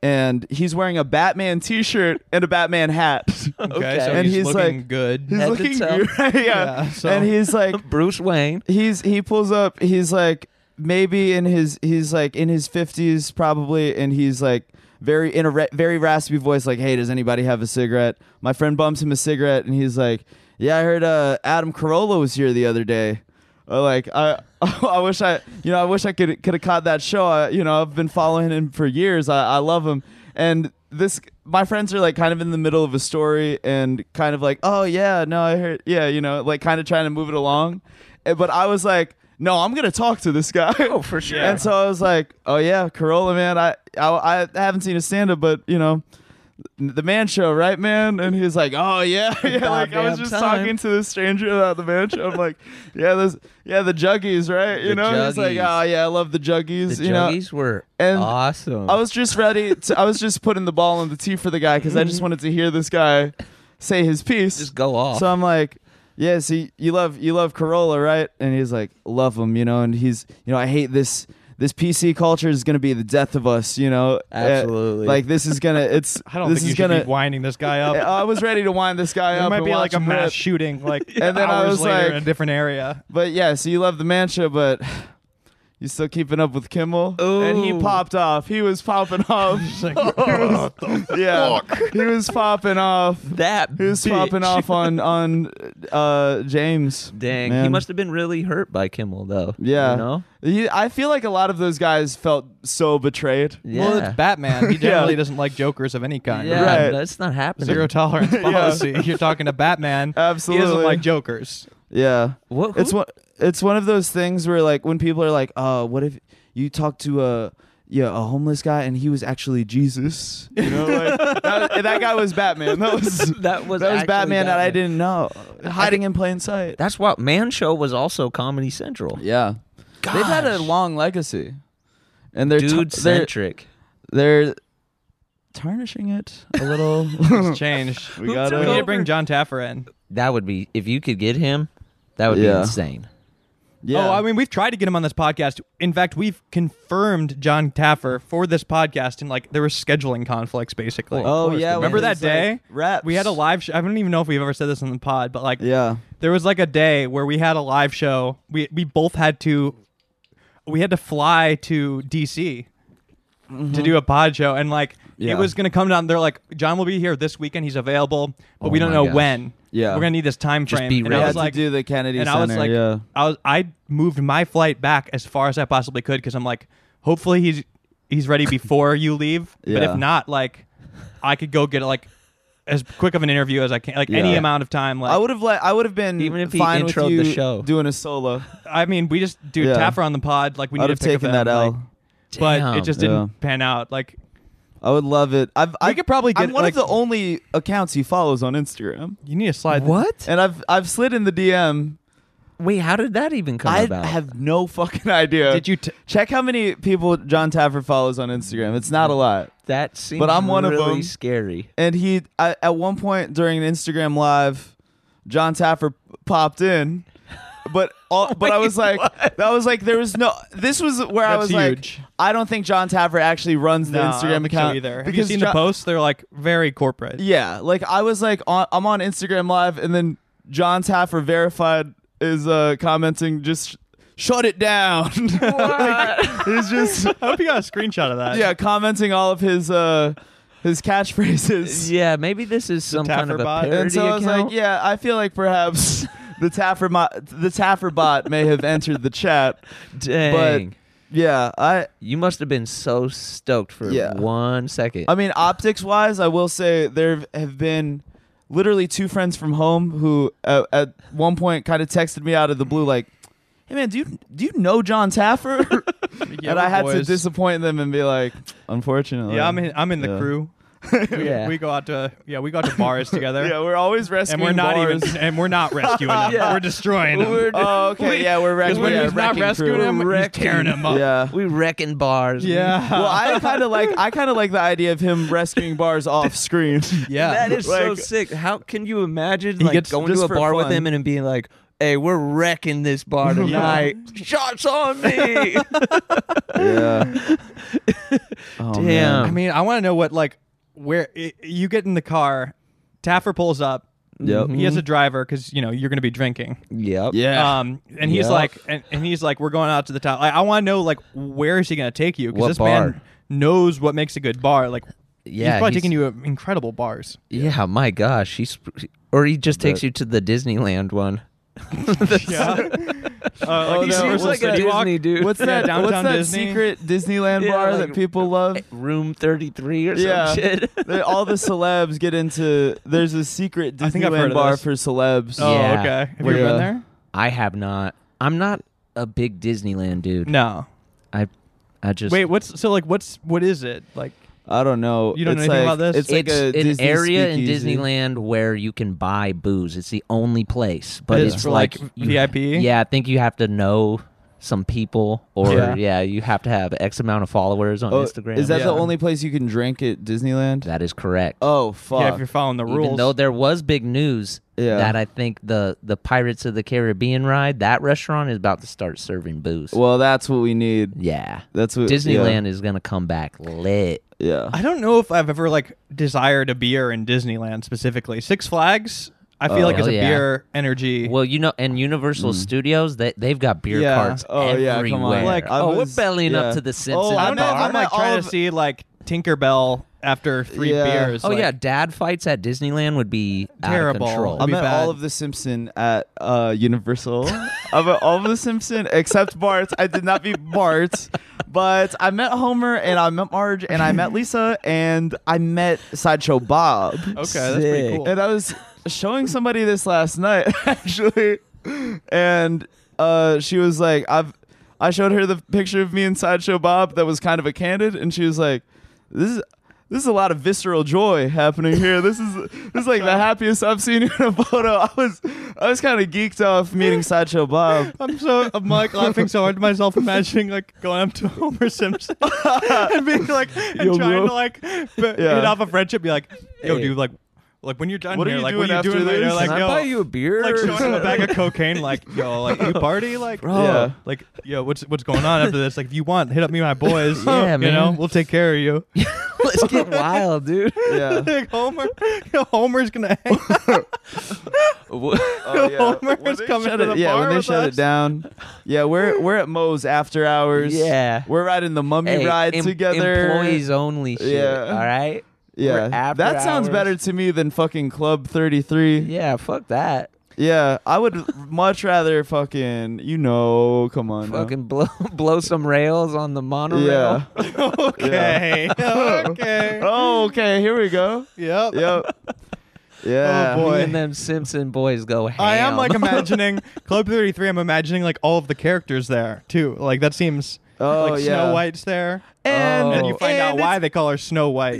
B: and he's wearing a batman t-shirt and a batman hat
A: <laughs> okay,
C: Okay.
A: so
B: And
A: he's,
B: he's
A: looking
B: like-
A: good.
B: he's
C: Head to
B: looking
C: toe.
B: <laughs> yeah,
A: Yeah, so-
B: and he's like <laughs>
C: <laughs> Bruce Wayne.
B: he's he pulls up he's like maybe in his he's like in his 50s probably and he's like very in a ra- very raspy voice like hey does anybody have a cigarette my friend bumps him a cigarette and he's like yeah i heard uh, adam carolla was here the other day Uh, like i <laughs> i wish i you know i wish i could could have caught that show I, you know i've been following him for years i, I love him and this my friends are like kind of in the middle of a story and kind of like oh yeah no i heard yeah you know like kind of trying to move it along Eh, but i was like no i'm gonna talk to this guy
C: Oh, for sure.
B: and so i was like oh yeah corolla man i i, I haven't seen a stand-up but you know the man show right man and he's like oh yeah <laughs> yeah like i was
C: Goddamn
B: just
C: time.
B: talking to this stranger about the man show i'm like yeah those yeah the juggies right you
C: The
B: know he's like
C: Juggies.
B: oh yeah i love the juggies
C: The
B: you know
C: juggies were
B: and
C: awesome.
B: I was just ready. To, I was just putting the ball on the tee for the guy because I just wanted to hear this guy say his piece.
C: Mm-hmm. just go off.
B: So I'm like, yeah. See, you love you love Corolla, right? And he's like, love him, you know. And he's, you know, I hate this. This PC culture is gonna be the death of us, you know. Uh,
C: Absolutely.
B: like this is
C: <laughs>
B: gonna. It's.
A: I don't
B: this
A: think you
B: is
A: should
B: gonna.
A: be winding this guy
B: <laughs> I-
A: up.
B: I was ready to wind this guy
A: There
B: up.
A: might
B: and
A: be like
B: watch
A: a
B: him
A: mass
B: rip.
A: shooting, like
B: <laughs> And then I
A: hours
B: was
A: later
B: like-
A: in a different area. <laughs>
B: But yeah, so you love the man show, but You still keeping up with Kimmel?
C: Ooh.
B: And he popped off. He was popping
C: <laughs>
B: off. <laughs> yeah, he was popping off.
C: That
B: He was
C: bitch.
B: popping off on on uh, James.
C: Dang, he
B: man.
C: must have been really hurt by Kimmel though.
B: Yeah,
C: you know.
B: He- I feel like a lot of those guys felt so betrayed.
C: Yeah.
A: Well, it's Batman. He
B: <laughs> Yeah.
A: generally doesn't like jokers of any kind.
C: Yeah,
B: Right.
C: that's not happening.
A: Zero
B: <laughs>
A: tolerance policy. You're talking to Batman. He
B: Absolutely.
A: doesn't like jokers.
B: Yeah.
C: What- who-
B: It's one. It's one of those things where like when people are like, "Oh, what if you talk to a yeah a homeless guy and he was actually Jesus?" You know, like, that, that guy was Batman. <laughs> That was
C: That was
B: that was
C: actually
B: Batman, that I
C: Batman.
B: didn't know, hiding in plain sight.
C: That's why Man Show was also Comedy Central.
B: yeah, they've had a
C: Gosh.
B: long legacy, and they're
C: Dude
B: t- they're,
C: centric.
B: they're tarnishing it a little.
A: It's changed.
B: <laughs> we
C: Who
B: got
A: We
C: took
A: need to
B: to
C: over?
A: bring John Taffer in.
C: That would be if you could get him. That would be
B: Yeah.
C: insane.
B: <laughs> yeah.
A: Oh, I mean, we've tried to get him on this podcast. In fact, we've confirmed John Taffer for this podcast, and like there were scheduling conflicts basically.
B: Oh yeah,
A: Remember
B: when
A: that
B: he's, like,
A: day?
B: Raps.
A: We had a live show. I don't even know if we've ever said this on the pod, but like
B: Yeah.
A: there was like a day where we had a live show. We we both had to we had to fly to DC to do a pod show and like
B: Yeah.
A: it was going to come down they're like John will be here this weekend he's available but
C: Oh
A: we don't
C: my
A: know
C: gosh.
A: when.
B: Yeah.
A: We're going to need this time
C: Just
A: frame.
C: be
A: and I
B: We
C: ready.
B: had
A: was
B: to
A: like
B: do the Kennedy
A: and
B: Center.
A: I was like,
B: yeah.
A: I was I moved my flight back as far as I possibly could because I'm like, hopefully he's he's ready before you leave.
B: <laughs>
A: But
B: Yeah.
A: if not, like, I could go get like as quick of an interview as I can, like any
B: Yeah.
A: amount of time. Like,
B: I
A: I,
B: would have let. I would have been
C: Even if he
B: fine with
C: introed
B: you
C: the show.
B: doing a solo.
A: mean, we just do
B: Yeah.
A: Taffer on the pod. Like, <laughs> we need
B: I'd
A: to
B: have
A: pick
B: taken that
A: out.
B: L.
A: but
C: Damn.
A: it just
B: Yeah.
A: didn't pan out. Like,
B: I would love it. I've, I
A: could probably
B: I'm
A: get,
B: one
A: like-
B: of the only accounts he follows on Instagram,
A: you need to slide. the-
C: what?
B: and I've I've slid in the DM.
C: Wait, how did that even come
B: I
C: about?
B: have no fucking <laughs> idea.
A: <laughs> Did you? T-
B: check how many people John Taffer follows on Instagram? It's not a lot.
C: that seems
B: But I'm one of
C: really
B: them.
C: scary.
B: And he I, at one point during an Instagram live, John Taffer popped in. But
A: <laughs>
B: all, but I was like, that was like, there was no. This was where I
A: That's
B: was
A: huge.
B: like, I don't think John Taffer actually runs the
A: No, I don't
B: Instagram
A: think so
B: account
A: either. Have you
B: because
A: seen
B: Jo-
A: the posts? They're like very corporate.
B: Yeah, like I was like on, I'm on Instagram live, and then John Taffer verified is uh commenting just shut it down. <laughs> like, he's just
A: <laughs> I hope you got a screenshot of that.
B: <laughs> yeah commenting all of his uh his catchphrases.
C: Yeah, maybe this is some kind of
A: Taffer
C: a
A: bot.
C: parody
B: and so I was
C: account.
B: like, yeah, I feel like perhaps <laughs> the Taffer mo- the Taffer bot may have entered the chat,
C: Dang.
B: but yeah, I
C: you must have been so stoked for
B: Yeah.
C: one second.
B: I mean, optics wise, I will say there have been literally two friends from home who uh, at one point kind of texted me out of the blue, like, "Hey man, do you do you know John <laughs> Taffer?"
A: Yeah, we're
B: and I had to
A: boys.
B: disappoint them and be like, "Unfortunately,
A: Yeah, I'm in. I'm in the
B: Yeah.
A: crew.
C: yeah. <laughs>
A: We go out to yeah, we go out to bars together.
B: Yeah, uh, we're always
A: and
B: rescuing
A: we're not
B: bars.
A: even and we're not rescuing him.
C: Yeah.
A: We're destroying him.
C: We're-
B: <laughs> oh, <laughs> okay, yeah, we're
A: Because
B: rescuing.
A: when <laughs>
B: yeah,
A: he's not
B: wrecking
A: rescuing
B: crew.
A: him, he's
C: Wrecking.
A: tearing him up.
B: Yeah.
C: we wrecking
A: <laughs>
C: bars.
A: Yeah.
B: <laughs> Well, I kind of like I kind of like the idea of him rescuing bars
A: <laughs>
B: off screen.
A: yeah.
C: That is so
B: Like-
C: sick. How can you imagine
A: He
C: like
A: gets-
C: going to
B: just
C: a
B: for
C: bar with
B: fun.
C: him and, him being like, "Hey, we're wrecking
B: <laughs>
C: this bar tonight. Shots on me."
B: yeah. <laughs> Oh,
C: <laughs> Damn.
B: man.
A: I mean, I want to know what like where i you get in the car, Taffer pulls up.
B: Yep.
A: He has a driver because you know you're going to be drinking.
C: yep.
B: Yeah.
A: Um, and he's
C: Yeah.
A: like, and, and he's like, we're going out to the top. Like, I want to know like where is he going to take you?
C: What
A: Because this
C: bar?
A: man knows what makes a good bar. Like,
C: Yeah.
A: he's probably
C: he's-
A: taking you to incredible bars.
C: Yeah. My gosh. He's or he just takes you to the Disneyland one.
A: <laughs>
C: <laughs>
A: Yeah. uh,
B: Oh,
A: like, he
B: no,
A: seems
B: what's
A: like a
B: that?
A: Doo-wop.
C: Disney dude.
B: What's
A: Yeah,
B: that? what's
A: downtown
B: that
A: Disney. eh,
B: secret Disneyland
C: Yeah,
B: bar
C: like-
B: that people love?
C: Room thirty three or
B: Yeah.
C: some shit.
B: <laughs>
C: <laughs>
B: They- All the celebs get into. There's a secret
A: I think I've heard
B: Disneyland
A: of
B: bar
A: this.
B: for celebs.
A: Oh,
C: Yeah.
A: okay. Have you
B: Where-
A: ever been
B: Yeah.
A: there?
C: I have not. I'm not a big Disneyland dude.
A: No.
C: I I just
A: Wait, what's so like? What's what is it like?
B: I don't know.
A: You don't know
B: It's
A: anything
B: like-
A: about this?
B: It's like
C: it's
B: a
C: an
B: Disney
C: area
B: speakeasy.
C: in Disneyland where you can buy booze. It's the only place, but
A: It's
C: it's
A: for, like,
C: you-
A: VIP?
C: Yeah, I think you have to know some people, or
A: Yeah.
C: yeah, you have to have X amount of followers on
B: Oh,
C: Instagram.
B: Is that the
A: Yeah.
B: only place you can drink at Disneyland?
C: that is correct?
B: oh fuck.
A: Yeah, if you're following the
C: Even
A: rules.
C: though there was big news
B: Yeah.
C: that I think the the Pirates of the Caribbean ride, that restaurant is about to start serving booze.
B: well, that's what we need.
C: yeah,
B: That's what
C: Disneyland is gonna come back lit.
B: Yeah. yeah.
A: I don't know if I've ever like desired a beer in Disneyland specifically. Six Flags, I feel
C: Oh,
A: like is
C: hell
A: a
C: yeah.
A: beer energy.
C: Well, you know, and Universal Studios, they they've got beer
A: Yeah.
C: carts
B: Mm. Oh,
C: everywhere.
B: yeah, come on.
A: Like,
B: I
C: oh,
B: was-
C: we're bellying
B: yeah.
C: up to the Simpsons.
B: Oh,
A: I don't know if
B: I
A: I'm
B: met
A: like trying
B: all
A: to
B: of-
A: see like Tinkerbell after three
B: Yeah.
A: beers.
C: Oh
A: like-
C: yeah, dad fights at Disneyland would be
A: Terrible.
C: Out of control.
A: I
B: I
A: mean-
B: met all
A: bad.
B: of the Simpson at uh, Universal.
A: <laughs>
B: I met all of the Simpson except Bart. I did not meet Bart, but I met Homer and I met Marge and I met Lisa and I met Sideshow Bob.
A: Okay, that's pretty
E: Sick.
A: cool.
B: And I was <laughs> showing somebody this last night, <laughs> actually, and uh, she was like, "I've." I showed her the picture of me and Sideshow Bob that was kind of a candid, and she was like, "This is." This is a lot of visceral joy happening here. This is this is like
A: <laughs>
B: the happiest I've seen you in a photo. I was I was kind of geeked off meeting Sideshow Bob.
A: I'm <laughs> so I'm like laughing so hard to myself, imagining like going up to Homer Simpson <laughs> and being
B: <laughs>
A: like <laughs> and
B: Yo,
A: trying
B: bro.
A: to like b- get
B: <laughs> Yeah.
A: off a friendship, be like, yo,
E: Hey.
A: dude, like, like when you're done
B: What are
A: here,
B: you
A: like,
B: doing
A: what are you
B: after
A: doing later?
B: this?
A: Like,
E: Can I
A: yo,
E: buy you a beer?
A: like
E: or
A: showing him a
E: something?
A: bag of
B: <laughs>
A: cocaine, like, yo, like you party, like,
C: Bro.
B: Yeah.
A: like, yo, what's what's going on after this? Like, if you want, hit up me, and my
B: <laughs>
A: boys.
C: Yeah,
A: you know,
C: man.
A: we'll take care of you.
C: <laughs> Let's get
B: <laughs>
C: wild, dude.
B: Yeah.
A: <laughs> like Homer, yo, Homer's gonna hang <laughs>
B: Oh, yeah.
A: Homer
B: When
A: is
B: they
A: coming
B: shut
A: to
B: it-
A: the
B: yeah,
A: bar
B: when they
A: with
B: shut
A: us. <laughs>
B: it down. Yeah, we're we're at Moe's after hours.
C: Yeah.
B: we're riding the mummy
C: Hey,
B: ride
C: em-
B: together.
C: Employees only shit.
B: Yeah.
C: All right. We're
B: yeah,
C: after
B: that sounds
C: hours.
B: better to me than fucking Club Thirty Three. Yeah.
C: Yeah. Fuck that.
B: I would much rather fucking you know, come on, now.
C: Fucking blow <laughs> blow some rails on the monorail. <laughs>
B: yeah. <laughs>
A: okay, okay,
B: oh, okay, here we go.
A: yep,
B: Yep. Yeah.
A: Oh, boy.
C: Me and them Simpson boys go ham.
A: I am
B: <laughs>
A: like
C: <laughs>
A: imagining Club 33. I'm imagining like all of the characters there too. Like that seems
B: Oh,
A: like
B: yeah.
A: Snow White's there.
C: Oh,
B: And,
A: and you find
B: and
A: out
B: it's
A: why they call her Snow White.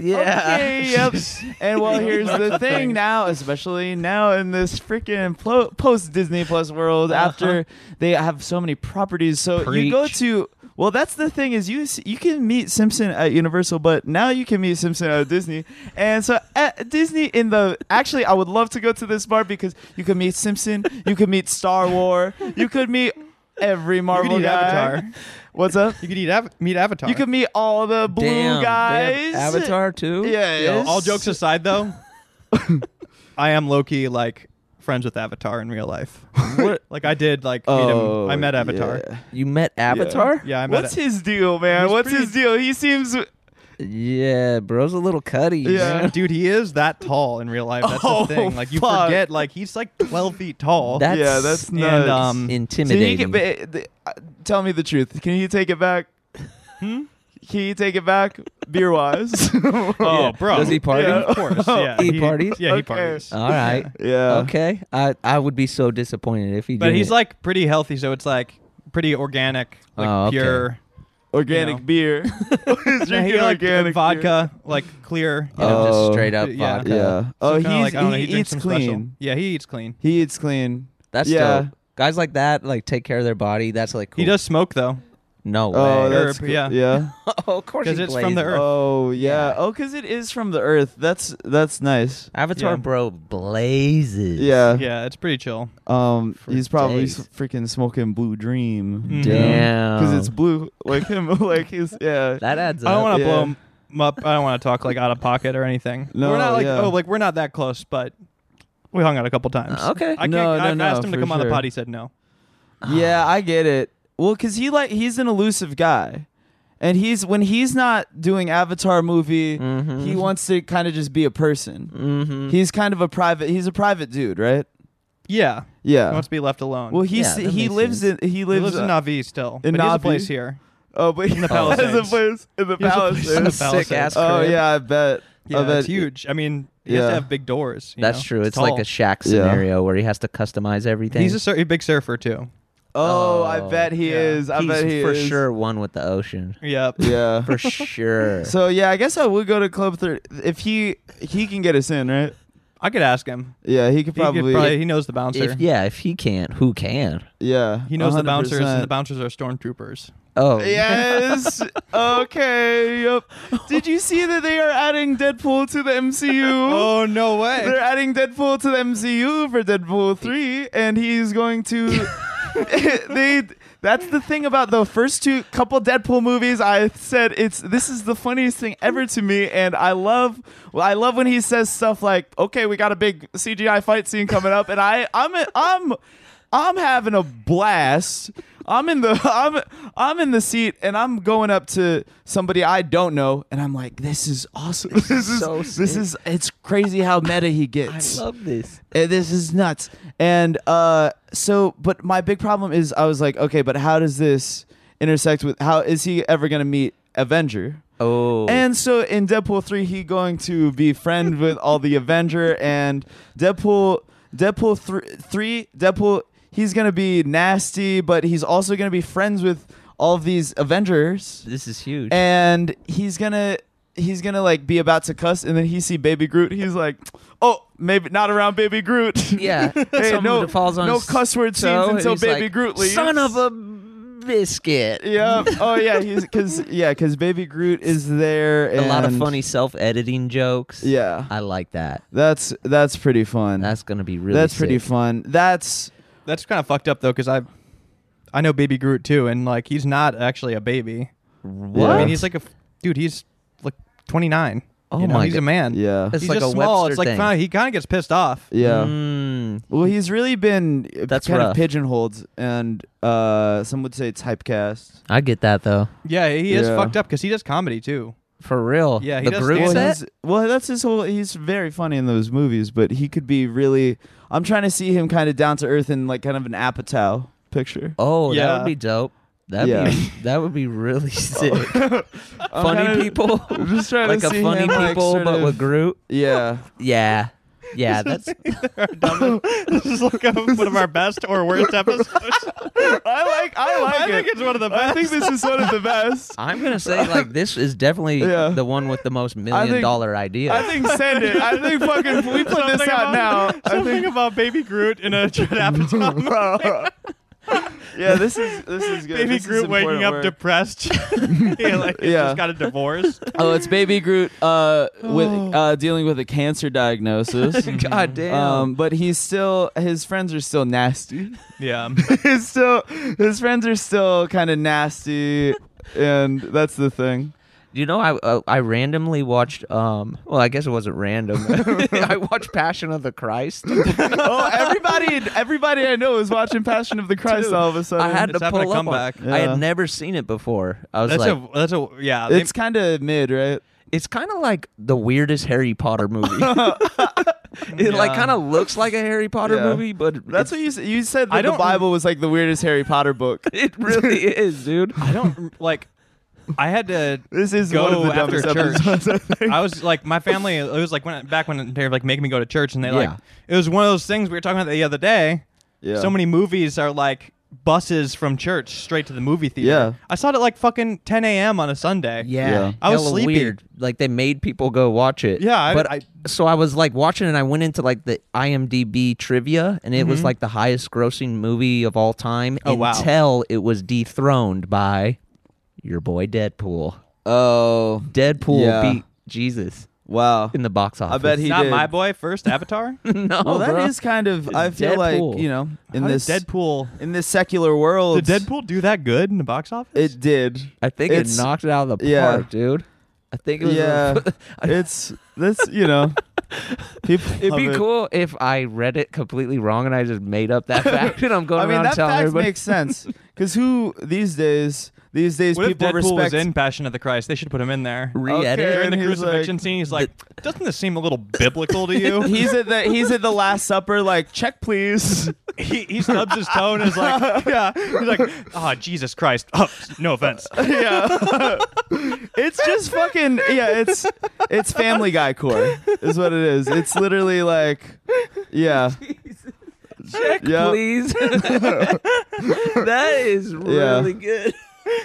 B: <laughs>
C: yeah.
B: Okay, yep. And well, here's the thing
A: Thanks.
B: now, especially now in this freaking plo- post Disney Plus world, after they have so many properties. So you go
C: Preach.
B: to well, that's the thing is you s- you can meet Simpson at Universal, but now you can meet Simpson at Disney. And so at Disney in the actually, I would love to go to this bar because you could meet Simpson, you could meet Star War, you could meet every Marvel
A: eat
B: guy.
A: Avatar.
B: What's up?
A: You could eat av- meet Avatar.
B: You could meet all the blue
C: Damn,
B: guys.
C: damn, Avatar too.
B: Yeah.
A: Yo, all jokes aside,
B: <laughs>
A: though, I am Loki like friends with Avatar in real life. <laughs> like I did, like meet him. I met Avatar.
B: yeah.
C: Oh, You met Avatar?
A: Yeah, I met.
B: What's his deal, man?
A: He's
B: What's
A: pretty-
B: his deal? He seems.
C: Yeah, bro's a little cutty.
B: Yeah.
C: man.
A: Dude, he is that tall in real life. That's
B: Oh,
A: the thing. Like you
B: fuck.
A: forget, like he's like twelve feet tall.
C: That's
B: yeah, that's
A: and
B: nuts.
A: um,
B: So he can-
C: intimidating.
B: but, uh, th- uh, tell me the truth. Can you take it back?
A: Hmm?
B: Can you take it back,
A: <laughs>
B: beer <laughs> wise?
A: oh, bro,
C: Does he party?
A: Yeah, of course. Yeah,
C: He parties? Um,
A: Yeah, he
B: Okay.
A: parties.
C: All right.
B: yeah.
C: Okay. I, I would be so disappointed if he
A: But
C: didn't.
A: he's like pretty healthy, so it's like pretty organic, like
C: Oh, okay.
A: pure.
B: Organic
A: You know. <laughs>
B: beer. He's
A: Yeah, he,
B: drinking
A: like,
B: organic
A: vodka, like clear.
C: you know,
B: Oh,
C: just straight up
A: yeah.
C: vodka.
B: Beer. Yeah.
A: Some
B: Oh,
A: kinda,
B: he's,
A: like, I don't know,
B: he,
A: drinks
B: eats
A: some
B: clean.
A: special. Yeah, he eats clean.
B: He eats clean.
C: That's
B: yeah.
C: dope. Guys like that, like take care of their body. That's like cool.
A: He does smoke though,
C: no
B: Oh,
C: way.
B: that's
A: Herb,
B: cool.
A: yeah. <laughs>
B: Yeah.
C: oh, <laughs> of course,
A: because
C: he
A: it's from
C: blazes.
A: the earth.
B: Oh yeah.
C: Yeah.
B: Oh, because it is from the earth. That's that's nice.
C: Avatar
A: Yeah.
C: bro blazes.
B: Yeah.
A: Yeah, it's pretty chill.
B: Um.
C: For
B: He's probably
C: days.
B: s- freaking smoking Blue Dream.
A: Mhm.
C: Damn.
B: Because it's blue, like him, <laughs> like his yeah.
C: that adds up.
A: I don't want to
B: yeah.
A: blow him up. I don't want to talk like out of pocket or anything.
B: No,
A: we're not like
B: yeah.
A: oh, like we're not that close, but we hung out a couple times.
C: Uh, okay.
A: I can't.
B: No,
A: I've
B: no,
A: asked
B: no,
A: him to
B: for
A: come on the
B: sure.
A: pod. He said no.
B: <sighs> Yeah, I get it. Well, because he like he's an elusive guy, and he's when he's not doing Avatar movie,
C: Mhm.
B: he wants to kind of just be a person.
C: Mm-hmm.
B: He's kind of a private. He's a private dude, right?
A: Yeah, he
B: Yeah.
A: wants to be left alone.
B: Well, he's
C: Yeah, that
B: he
C: makes
B: lives
C: sense.
B: in he
A: he
B: lives,
A: lives in
B: uh,
A: Navi still.
B: in
A: but he has a
B: Navi?
A: place here.
B: oh, but in <laughs>
A: the
B: has a
A: Palisades.
B: place in the
A: He has a place in the
B: palaces.
A: Palisades.
C: Sick ass
B: Oh
C: crib.
B: yeah, I bet.
A: Yeah,
B: I bet.
A: it's huge. I mean, he has
B: Yeah.
A: to have big doors. you
C: That's
A: know?
C: true. It's, like
A: tall.
C: a shack scenario where he has to customize everything.
A: He's a, sur- a big surfer too.
B: Oh, I
C: Oh,
B: bet he
A: yeah.
B: is. I
C: He's
B: bet he
C: for
B: is.
C: sure one with the ocean.
A: Yeah. <laughs>
B: Yeah.
C: <laughs> For sure.
B: So yeah, I guess I would go to Club Thirty if he he can get us in, right?
A: I could ask him.
B: Yeah, he could
A: He could
B: probably.
A: probably- he knows the bouncer.
C: if, yeah, if he can't, who can?
B: yeah,
A: He knows the bouncers, and the
B: 100%.
A: bouncers are stormtroopers.
C: Oh,
B: Yes. okay. Yep. Did you see that they are adding Deadpool to
A: <laughs>
B: the MCU?
A: no
B: They're
A: way!
B: adding Deadpool to the MCU for Deadpool 3 and he's going to <laughs> they That's the thing about the first two couple Deadpool movies. I said it's this is the funniest thing ever to me, and I love well, I love when he says stuff like, "Okay, we got a big CGI fight scene coming up," and I I'm I'm I'm having a blast. I'm in the <laughs> I'm I'm in the seat and I'm going up to somebody I don't know and I'm like, this is awesome. <laughs> This, is
C: so
B: this
C: sick.
B: is it's crazy how meta he gets.
C: this.
B: Uh, this is nuts and uh so but my big problem is i was like okay but how does this intersect with how is he ever gonna meet avenger
C: Oh.
B: and so in deadpool 3 he going to be friend with all the avenger and deadpool deadpool thr- 3 deadpool he's gonna be nasty but he's also gonna be friends with all of these avengers
C: this is huge.
B: <laughs> and he's gonna he's gonna like be about to cuss and then he see baby groot he's like oh maybe not around baby groot
C: <laughs> yeah.
B: <laughs> hey,
C: someone
B: no,
C: that falls on
B: no
C: his
B: cuss word
C: toe,
B: scenes
C: and
B: until
C: he's
B: baby
C: like,
B: groot leaves
C: Son of a biscuit.
B: <laughs>
C: <laughs>
B: yeah oh yeah he's because yeah because baby groot is there and
C: a lot of funny self-editing
B: <laughs>
C: jokes.
B: yeah
C: I like that.
B: that's that's pretty fun
C: That's gonna be really.
B: that's pretty
C: sick.
B: fun that's
A: <laughs> That's kind of fucked up though, because I, I know Baby Groot too, and like he's not actually a baby.
C: What?
A: I mean, he's like a f- dude. He's like 29.
C: Oh
A: you know,
C: my
A: he's
C: God.
A: a man.
B: yeah
C: It's
A: he's
C: like
A: just
C: a
A: small.
C: Webster
A: it's like
C: thing.
A: kinda- he kind of gets pissed off.
B: yeah
C: Mm,
B: well he's really been uh,
C: That's
B: kind
C: rough.
B: of pigeonholed and uh some would say typecast
C: I get that though.
A: Yeah, he is
B: Yeah.
A: fucked up because he does comedy <laughs> too.
C: For real.
A: Yeah, he
C: the
A: does
C: Groot
A: stand-
B: well,
C: set?
B: he's, well, that's his whole. He's very funny in those movies, but he could be really. I'm trying to see him kind of down to earth in like kind of an Apatow picture.
C: Oh, that
A: Yeah.
C: would be dope. That'd
B: Yeah.
C: be that would be really sick. funny
B: kinda-
C: people,
B: I'm <laughs> just trying
C: like
B: to
C: a
B: see
C: funny
B: him, like,
C: people,
B: sort
C: but
B: of-
C: with Groot.
B: Yeah,
C: Yeah, yeah. That's
A: this is like a- one of our best or worst episodes.
B: <laughs> I like. I like
A: I
B: it.
A: think it's one of the
B: I
A: best.
B: think this is one of the best.
C: I'm gonna say like this is definitely
B: Yeah.
C: the one with the most million
B: think-
C: dollar idea.
B: I think send it. I think fucking we put this
A: Something
B: out now.
A: about-
B: <laughs> I think
A: about Baby Groot in a Judd Apatow.
B: yeah, this is this is good.
A: Baby
B: This is
A: Groot waking
B: important
A: up
B: work.
A: depressed. <laughs> yeah, like he
B: Yeah.
A: just got a divorce.
B: oh, <laughs> it's Baby Groot uh, with <sighs> uh, dealing with a cancer <laughs> diagnosis.
C: God damn.
B: Um, but he's still his friends are still <laughs> nasty.
A: Yeah.
B: He's still his friends are still kind of nasty, and that's the <laughs> thing.
C: you know, I uh, I randomly watched. Um, well, I guess it wasn't random. <laughs> I watched Passion of the Christ.
B: Oh, everybody, everybody I know is watching Passion of the Christ
A: Dude,
B: all of a sudden.
C: I had
A: It's
C: to
A: having a
C: pull up. on-
A: comeback.
C: I
B: Yeah.
C: had never seen it before. I was
A: That's
C: like,
A: a that's a yeah. they-
B: it's kind of mid, right?
C: it's kind of like the weirdest Harry Potter movie. <laughs> it like
A: Yeah.
C: kind of looks like a Harry Potter
B: Yeah.
C: movie, but
B: That's
C: it's-
B: what you s- you said.
A: I
B: That the
A: don't-
B: Bible was like the weirdest Harry Potter book.
C: <laughs> it really is, dude.
A: I don't like. I had to.
B: <laughs> This is
A: Go
B: one of the
A: after
B: dumbest episodes. I <laughs> think.
A: I was like, my family. It was like when back when they were like making me go to church, and they like
C: Yeah.
A: it was one of those things we were talking about the other day.
B: Yeah.
A: So many movies are like buses from church straight to the movie theater.
B: Yeah.
A: I saw it at like fucking 10 a.m. on a Sunday.
C: Yeah,
B: Yeah.
A: I was
C: Hella
A: sleepy.
C: Weird. Like they made people go watch it.
A: Yeah, I-
C: but
A: I-
C: so I was like watching, and I went into like the IMDb trivia, and it was like the highest grossing movie of all time
A: Mm-hmm. Oh, wow.
C: until it was dethroned by your boy Deadpool.
B: oh
C: Deadpool
B: Yeah.
C: beat Jesus
B: wow.
C: in the box office.
B: bet he-
A: Not
B: did.
A: my boy first Avatar.
C: <laughs> no,
B: Well, that is
C: bro.
B: kind of. I feel
C: Deadpool.
B: like you know <laughs> in
A: How did
B: this
A: Deadpool.
B: in this secular world.
A: Did Deadpool do that good in the box office?
B: It did.
C: I think it
B: It's-
C: knocked it out of the
B: yeah.
C: park, dude. I think it was.
B: Yeah.
C: I-
B: it's that's you know. People
C: <laughs> It'd
B: love
C: be
B: it.
C: cool if I read it completely wrong and I just made
B: <laughs>
C: up that fact and I'm going
B: I mean,
C: around
B: that
C: telling
B: fact
C: everybody.
B: makes sense because who these days these days
A: what if
B: people
A: Deadpool was
B: respect
A: in Passion of the Christ? They should put him in there.
C: Re-edit.
B: Okay.
A: During the
B: and he's
A: crucifixion
B: like-
A: scene, he's like, "Doesn't this seem a little biblical to you?"
B: <laughs> He's at the he's at the Last Supper like check please.
A: <laughs>
B: <laughs>
A: he, he stubs his toe and is like, yeah. He's like, oh, Jesus Christ. Oh, no offense.
B: yeah, <laughs> it's just fucking yeah. It's it's Family Guy core is what it is. It's literally like
C: <laughs>
B: yeah. Check <laughs>
C: please. <laughs> that is really good.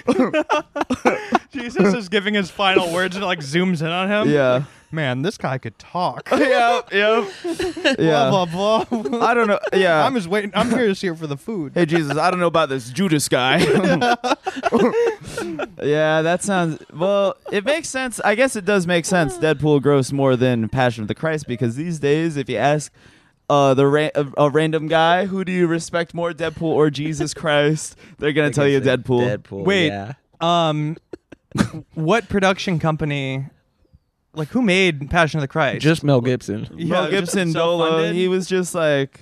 A: <laughs> Jesus is giving his final words and it, like zooms in on him.
C: <laughs>
B: Yeah.
A: Man, this guy could talk.
B: Yep. Yep.
A: Blah
B: Yeah.
A: blah <laughs> blah.
B: I don't know. Yeah.
A: I'm just waiting. I'm here just here for the food.
B: hey Jesus, I don't know about this Judas <laughs> guy. yeah, that sounds well. It makes sense. I guess it does make sense. Deadpool grossed more than Passion of the Christ because these days, if you ask uh, the ra- a, a random guy. Who do you respect more, Deadpool or Jesus Christ? They're gonna tell you Deadpool.
C: Deadpool.
A: Wait.
C: yeah.
A: Um, what production company? Like who made Passion of the Christ?
E: Just Mel Gibson.
A: Yeah,
B: Mel
A: just
B: Gibson, Dolo.
A: self-funded?
B: He was just like,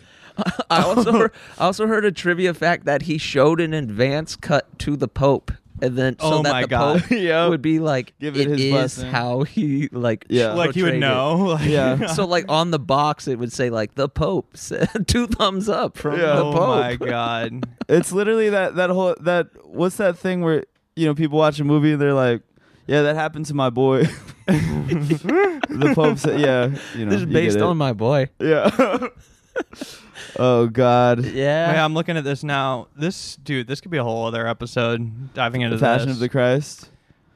C: I also heard, I also heard a trivia fact that he showed an advance cut to the Pope, and then so
A: Oh
C: that
A: my
C: the
A: God.
B: <laughs>
C: Pope
B: Yep.
C: would be like,
B: Give it his
C: is
B: blessing."
C: how he like,
B: Yeah.
A: like you would
C: portrayed it."
A: know. <laughs> Like,
B: Yeah.
C: <laughs> So like on the box, it would say like the Pope, <laughs> said- two thumbs up from
B: Yeah.
C: the
A: oh
C: Pope. <laughs>
A: my god.
B: it's literally that that whole that what's that thing where you know people watch a movie and they're like, yeah, that happened to my boy. <laughs> the Pope said, yeah, you know,
C: This is
B: you get
C: based
B: it.
C: on my boy.
B: yeah. <laughs> oh God.
C: Yeah.
A: Wait, I'm looking at this now. This dude, this could be a whole other episode diving into
B: The Passion
A: this.
B: of the Christ.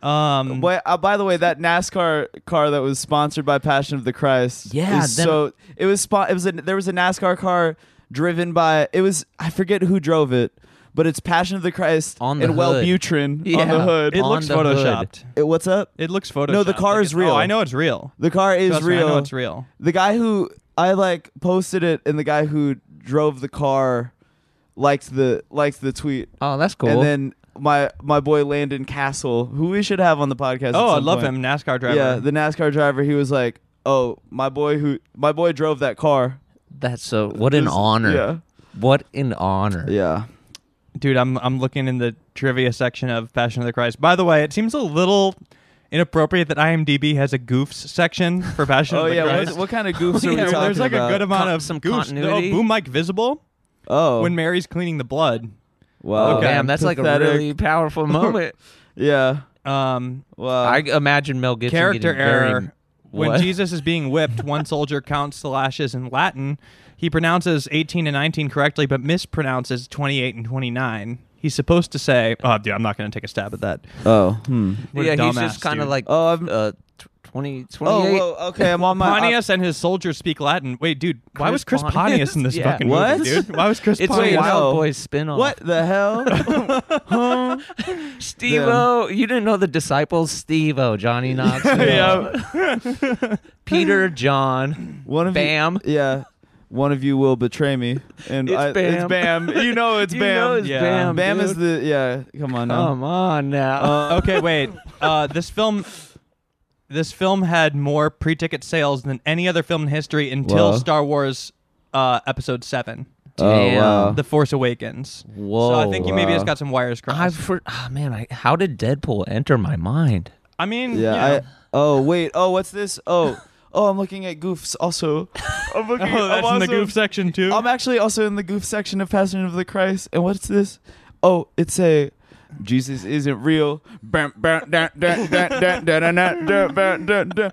C: Mm.
A: um,
B: Wait, uh, by the way, that NASCAR car that was sponsored by Passion of the Christ.
C: Yeah,
B: is
C: then-
B: so it was. Spo- it was. A, there was a NASCAR car driven by. It was. I forget who drove it, but it's Passion of the Christ
C: On the
B: and
C: hood.
B: Wellbutrin on the
C: Yeah.
B: hood.
A: it
C: on
A: looks
C: the hood.
A: photoshopped.
B: It- what's up?
A: It looks photoshopped.
B: No, the car
A: Like,
B: is
A: it-
B: real.
A: Oh, I know it's real.
B: The car is
A: Trust me,
B: real.
A: I know it's real.
B: The guy who I like posted it, and the guy who drove the car liked the liked the tweet,
C: oh, that's cool.
B: and then my my boy Landon Castle, who we should have on the podcast. at
A: Oh, I
B: some
A: love
B: point.
A: him, NASCAR driver.
B: Yeah, the NASCAR driver. He was like, "Oh, my boy who my boy drove that car."
C: that's so. What an
B: This-
C: honor.
B: Yeah,
C: What an honor.
B: yeah.
A: Dude, I'm I'm looking in the trivia section of Passion of the Christ. By the way, it seems a little inappropriate that IMDb has a goofs section
B: <laughs>
A: for Passion
B: Oh
A: of the
B: yeah,
A: Christ.
B: what, what
A: <laughs>
B: kind of goofs
C: Oh,
B: are we
C: yeah,
A: There-
B: talking about?
A: There's like a good amount
C: Con-
A: of
C: some
A: goofs.
C: continuity?
A: Oh, boom mic visible
B: Oh,
A: when Mary's cleaning the blood.
B: wow.
C: Oh,
A: Okay.
C: damn, that's like a
B: Pathetic.
C: really <laughs> powerful moment.
B: Yeah.
A: Um,
B: Wow.
C: I imagine Mel Gibson
A: character
C: getting very-
A: error. When
C: What?
A: Jesus is being whipped,
C: <laughs>
A: one soldier counts the lashes in Latin. He pronounces 18 and 19 correctly, but mispronounces 28 and 29. He's supposed to say, "Oh, dude, I'm not going to take a stab at that."
B: oh. Hmm.
A: What a
C: yeah, he's
A: dumbass,
C: just kind of
A: dude.
C: like
B: Oh, I'm-
C: uh, tw- 20, 28.
B: Oh, whoa, okay. I'm on my. uh,
A: Pontius and his soldiers speak Latin. Wait, dude, why
C: Chris
A: was Chris Pontius,
C: Pontius? <laughs>
A: in this
C: Yeah.
A: fucking
B: What?
A: movie, dude? Why was Chris
C: it's
A: Pontius?
C: a Wild
B: Wow.
C: Boys spinoff.
B: What the hell?
C: Steve O. You didn't know the disciples? Steve O. <laughs> Johnny Knoxville. <laughs> Peter, John.
B: One of
C: Bam.
B: You, yeah. One of you will betray
C: <laughs>
B: me, and
C: It's
B: I, it's
C: Bam.
B: Bam. You know it's
C: <laughs> You
B: Bam.
C: know it's
B: yeah.
C: Bam,
B: is
C: dude.
B: the yeah. Come on now.
C: Come on now.
A: <laughs>
C: <laughs>
A: okay, wait. Uh, this film, this film had more pre-ticket sales than any other film in history until
B: Whoa.
A: Star Wars uh, Episode Seven,
C: damn.
B: wow.
A: The Force Awakens.
C: Whoa.
A: So I think you maybe
B: Wow.
A: just got some wires
C: I
A: crossed.
C: for oh, man, I, how did Deadpool enter my mind?
A: I mean,
B: Yeah.
A: you know.
B: I, oh wait. Oh, what's this?
C: <laughs>
B: Oh, oh, I'm looking at goofs. Also, I'm <laughs> looking.
A: <laughs> oh, that's
B: I'm
A: in the
B: also-
A: goof section too.
B: I'm actually also in the goof section of Passion of the Christ. And what's this? Oh, it's a Jesus isn't real. Bam, bam, da, da, da, da, da, da, da, da, ba, da, da,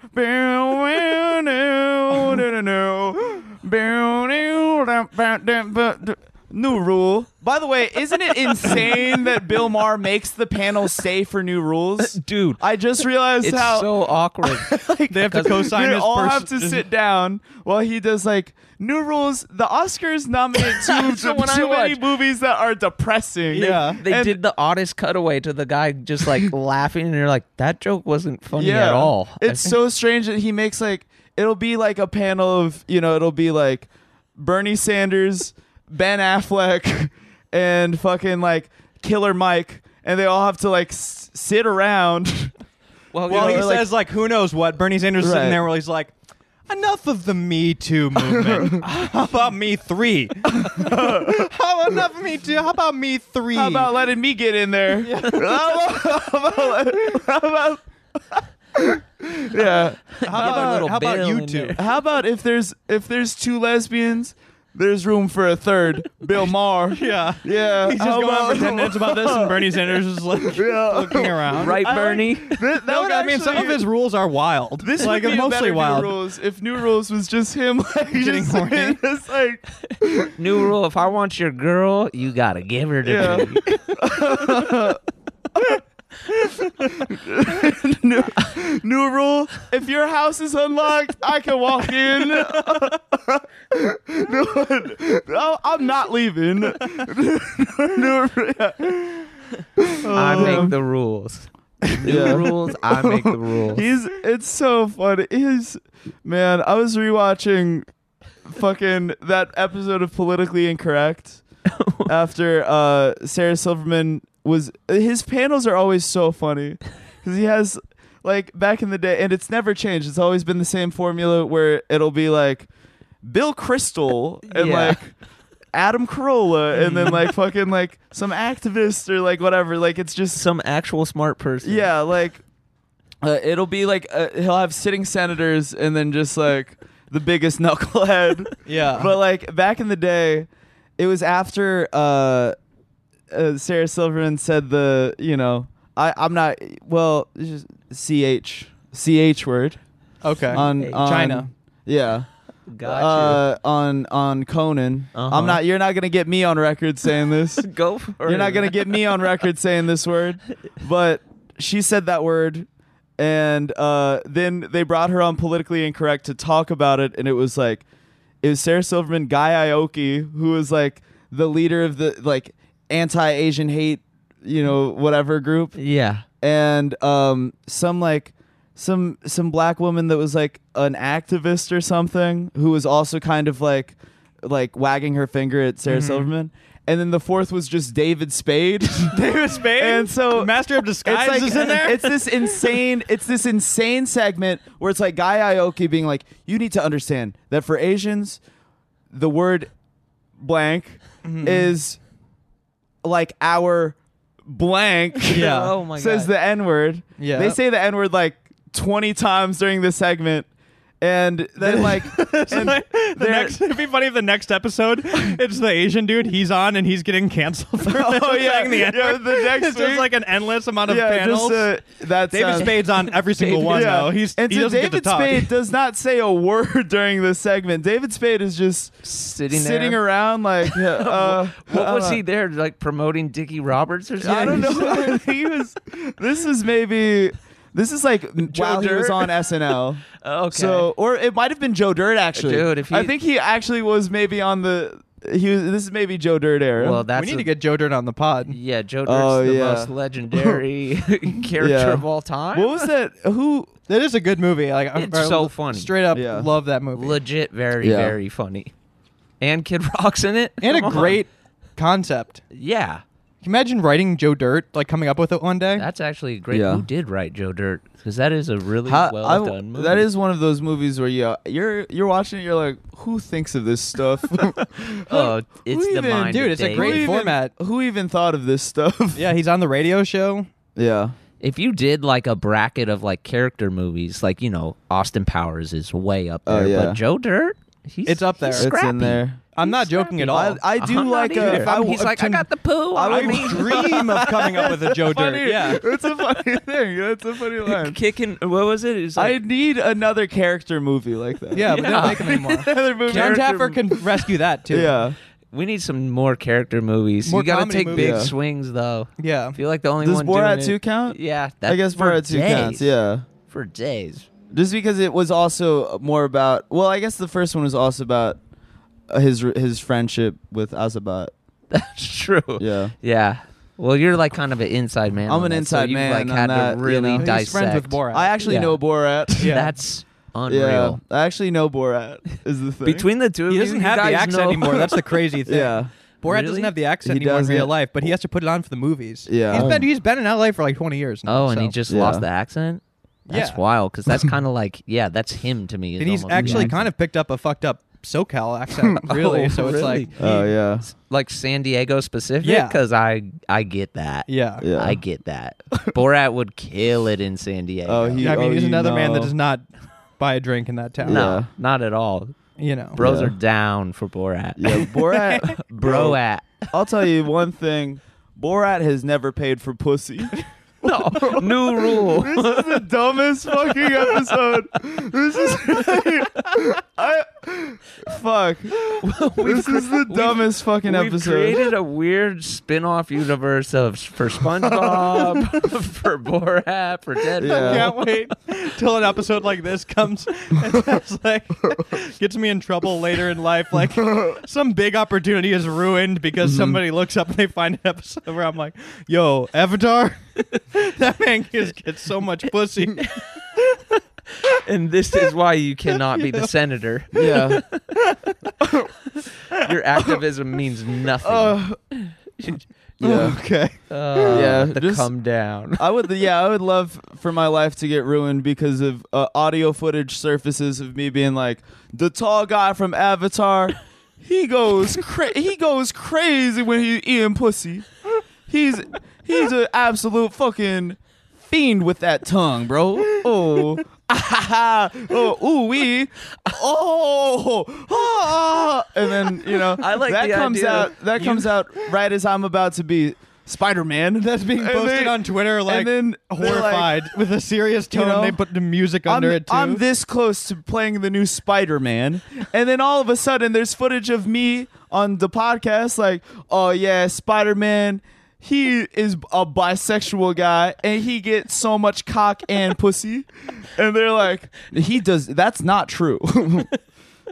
B: bam, wow, da, da, da, bam, wow, da, ba, da, ba, da. New rule. By the way, isn't it insane that Bill Maher makes the panel stay for new rules?
C: <laughs> Dude,
B: I just realized
C: it's
B: how
C: so awkward. <laughs>
A: they have <laughs> to
B: because
A: co-sign
B: They
A: his
B: all
A: pers-
B: have to sit down while he does like new rules. The Oscars
C: <laughs>
B: nominate too,
C: So
B: so
C: when I
B: too many
C: watch-
B: movies that are depressing.
C: They
B: And-
C: did the oddest cutaway to the guy
B: <laughs>
C: just like laughing, and you're like, that joke wasn't funny
B: yeah.
C: at all.
B: It's
C: I-
B: so strange that he makes like it'll be like a panel of you know it'll be like Bernie Sanders, Ben Affleck, <laughs> and fucking like Killer Mike, and they all have to like s- sit around. <laughs>
C: well, you
A: Well,
C: know,
A: he
B: or like-
A: says like, who knows what. Bernie Sanders is sitting
B: Right.
A: there where he's like, enough of the Me Too
B: <laughs>
A: movement. How about Me Three? How about enough of Me Too? How <laughs> about Me Three?
B: How about letting me get
A: <laughs>
B: in there? <laughs> how about, how about, how about- <laughs> yeah.
C: get
A: how
C: a
A: about,
C: little
A: how about
C: Bill
A: you
C: in
A: two?
C: there.
B: How about if there's if there's two lesbians, there's room for a third, Bill Maher.
A: <laughs> Yeah.
B: Yeah.
A: He's just
B: how
A: going on
B: about-
A: for <laughs> ten
B: <laughs>
A: minutes about this, and <laughs> Bernie Sanders is like looking around.
C: right,
B: I like- <laughs>
C: Bernie?
B: That, that
A: No,
B: would
A: I mean, some
B: actually-
A: of his rules are wild.
B: This
A: like
B: would be a
A: mostly
B: better
A: wild.
B: New Rules if New Rules was just him <laughs> like
A: Getting
B: just,
A: horny.
B: just like
C: <laughs> New rule: if I want your girl, you gotta give her to
B: Yeah. <laughs>
C: me.
B: new, new rule. If your house is unlocked, I can walk in. <laughs> no, no, I'm not leaving. <laughs> New-
C: I make the rules. New
B: Uh-huh. Yeah.
C: rules. I
B: <laughs>
C: make the rules.
B: He's it's so funny. He's man, I was rewatching fucking that episode of Politically
C: <laughs>
B: Incorrect after uh, Sarah Silverman was his panels are always so funny because he has like back in the day and it's never changed. It's always been the same formula where it'll be like Bill Crystal and
C: Yeah.
B: like Adam Carolla and then
C: <laughs>
B: like fucking like some activist or like whatever. Like it's just
C: Some actual smart person.
B: yeah, like uh, it'll be like uh, he'll have sitting senators and then just like the biggest <laughs> knucklehead.
A: Yeah.
B: but like back in the day, it was after uh, uh, Sarah Silverman said the you know I I'm not well it's just ch ch word
A: okay. <laughs>
B: on, on
A: China.
B: Yeah.
C: Gotcha.
B: Uh, on on Conan,
C: Uh-huh.
B: I'm not. You're not gonna get me on record saying this.
C: Go for it.
B: <laughs> You're not gonna
C: <laughs>
B: get me on record saying this word, but she said that word, and uh, then they brought her on politically incorrect to talk about it, and it was like, it was Sarah Silverman, Guy Ioki, who was like the leader of the like anti-Asian hate, you know, whatever group,
C: Yeah.
B: and um, some like some some black woman that was like an activist or something who was also kind of like like wagging her finger at Sarah
A: Mm-hmm.
B: Silverman. And then the fourth was just David Spade.
A: <laughs> David Spade.
B: And so-
A: Master of Disguise <laughs>
B: like-
A: is in there.
B: It's this insane. It's this insane segment where it's like Guy Ioki being like, "You need to understand that for Asians, the word blank
A: Mm-hmm.
B: is like our
A: <laughs>
B: blank."
A: Yeah.
C: Oh my
B: says
C: God.
B: the N word.
A: Yeah.
B: They say the N word like twenty times during this segment, and then like, and
A: <laughs> the
B: they're-
A: next, it'd be funny if the next episode, it's the Asian dude. He's on and he's getting canceled for
B: <laughs> Oh, yeah.
A: saying the
B: Yeah,
A: N word.
B: the next
A: it's just
B: week-
A: like an endless amount of
B: yeah,
A: panels.
B: just uh, that
A: David
B: sounds-
A: Spade's on every single one though. He's
B: and
A: he
B: so
A: doesn't
B: David
A: get to talk.
B: Spade does not say a <laughs> word during this segment. David Spade is just
C: Sitting there.
B: sitting around like uh,
C: What
B: I
C: was
B: don't
C: he there like promoting Dickie Roberts or something?
B: I
C: <laughs>
B: don't know. <laughs> he was. This is maybe. This is like while he was
C: Dirt.
B: on <laughs> SNL.
C: Okay.
B: So, or it might have been Joe Dirt actually.
C: Dude, if he-
B: I think he actually was maybe on the. He was. This is maybe Joe Dirt era.
C: well, that's
A: we
C: a-
A: need to get Joe Dirt on the pod.
C: Yeah, Joe Dirt's
B: Oh,
C: the
B: yeah.
C: most legendary
B: <laughs>
C: <laughs> character
B: Yeah.
C: of all time.
B: what was that? Who?
A: That is a good movie. Like I-
C: It's
A: I
C: so funny.
A: Straight up,
B: Yeah.
A: love that movie.
C: Legit, very,
B: Yeah.
C: very funny. And Kid Rock's in it.
A: and a
C: Come on.
A: great concept.
C: Yeah,
A: Can you imagine writing Joe Dirt, like coming up with it one day?
C: that's actually great.
B: Yeah.
C: Who did write Joe Dirt? Because that is a really
B: How-
C: well
B: I-
C: done movie.
B: That is one of those movies where you you're you're watching it. You're like, who thinks of this stuff?
C: Oh, <laughs> it's the
B: even-
C: mind,
A: dude,
C: of
A: it's a
C: David.
A: great
B: Who even-
A: format.
B: Who even thought of this stuff?
A: yeah, <laughs> he's on the radio show.
B: <laughs> Yeah.
C: If you did like a bracket of like character movies, like you know, Austin Powers is way up
B: Oh,
C: there,
B: yeah.
C: but Joe Dirt, he's
A: It's up there.
C: he's
A: It's in
B: It's
C: scrappy.
B: in there.
A: I'm not joking at all.
B: I, I do
C: I'm not
B: like uh,
C: either.
B: a.
C: If I'm- he's like, I got the poo.
B: I
C: I
B: would <laughs>
A: I dream of coming up with a Joe Dirt.
C: <laughs>
A: Yeah.
B: It's a funny thing. That's a <laughs> funny line.
C: kicking. What was it? It was
B: I
C: like,
B: need another character movie like that.
A: Yeah, but they don't
C: Yeah.
A: make them
B: <laughs>
A: anymore.
B: another movie.
A: John
C: Character-
A: Taffer can rescue that too.
B: Yeah.
C: we need some more character movies.
A: More
C: you got to
A: comedy
C: take
A: movies.
C: big
B: Yeah.
C: swings though.
A: Yeah.
C: I feel like the only
B: Does
C: one.
B: Borat
C: doing
B: two
C: it-
B: count?
C: Yeah, that,
B: I guess
C: for
B: Borat two
C: days,
B: counts. Yeah.
C: for days. <laughs>
B: Just because it was also more about. Well, I guess the first one was also about uh, his his friendship with Azabat.
C: That's true.
B: Yeah.
C: Yeah. Well, you're like kind of an inside man.
B: I'm
C: on
B: an
C: that,
B: inside
C: so you've,
B: man
C: Like
B: on
C: had
B: that,
C: to
B: you
C: really
B: know. He's
A: He's
C: dissect.
A: friends with Borat.
B: I actually
C: Yeah.
B: know
C: <laughs>
B: Borat.
A: Yeah.
C: That's
B: Yeah.
C: unreal.
B: I actually know Borat is the thing.
C: Between the two of
A: he
C: you,
A: doesn't
C: you
A: have the
C: guys
A: accent
C: know-
A: anymore.
C: <laughs>
A: That's the crazy thing.
B: <laughs> Yeah.
A: Borat doesn't
C: Really?
A: have the accent
B: He
A: anymore in real
B: doesn't.
A: life, but he has to put it on for the movies.
B: Yeah.
A: He's
B: Oh.
A: been he's been in LA for like 20 years. Now,
C: oh, and he
A: so-
C: just
B: Yeah.
C: lost the accent. That's
A: Yeah.
C: wild
B: <laughs>
C: because that's kind of like yeah, that's him to me. is
A: and he's
C: almost the
A: actually
C: accent.
A: kind of picked up a fucked up SoCal accent, <laughs> really.
C: Oh,
A: so it's
C: really?
A: like,
B: Oh yeah.
C: like San Diego specific.
A: Yeah.
C: because I I get that.
A: yeah.
B: Yeah.
C: I get that. Borat would kill it in San
B: <laughs>
C: Diego.
B: Oh, he-
A: Yeah, I mean, he's
B: you
A: another man that
B: know.
A: does not buy a drink in that town.
C: no,
B: Yeah.
C: not at all.
A: You know.
C: Bros
B: Yeah.
C: are down for Borat.
B: <laughs> Yeah. Borat.
C: Broat.
B: <laughs> I'll tell you one thing. Borat has never paid for pussy.
C: No, <laughs> new rule.
B: This is <laughs> the dumbest fucking episode. This is <laughs> I <laughs> fuck. this is the dumbest fucking
C: We've
B: episode.
C: created a weird spin-off universe of
B: <laughs>
C: for SpongeBob, for Borat, for Deadpool.
A: I <laughs>
B: Yeah.
A: can't wait till an episode like this comes and that's like <laughs> gets me in trouble later in life. Like some big opportunity is ruined because somebody looks up and they find an episode where I'm like, <laughs> yo, Avatar? that man gets, gets so much pussy.
C: and this is why you
B: <laughs>
C: cannot be the senator.
B: yeah.
C: Your activism means nothing.
B: Oh. <laughs> Yeah.
A: Okay.
C: Uh,
B: yeah,
C: the
B: just-
C: come down.
B: <laughs> I would, yeah, I would love for my life to get ruined because of uh, audio footage surfaces of me being like the tall guy from Avatar. He goes, cra- he goes crazy when he's eating pussy. He's he's an absolute fucking fiend with that tongue, bro. Oh, <laughs> ah, oh, ooh wee, oh, ah. and then you know,
C: I like
B: that
C: the
B: comes
C: idea.
B: out. That comes out right as I'm about to be Spider Man. <laughs>
A: That's being
B: And
A: posted
B: they-
A: on Twitter, like
B: then they're like-
A: horrified with a serious tone.
B: know,
A: they put the music under
B: I'm,
A: it too.
B: I'm this close to playing the new Spider-Man, and then all of a sudden, there's footage of me on the podcast, like, oh yeah, Spider-Man. He is a bisexual guy, and he gets so much cock
A: <laughs>
B: and pussy, and they're like, he does. That's
A: <laughs>
B: not true.
A: doesn't have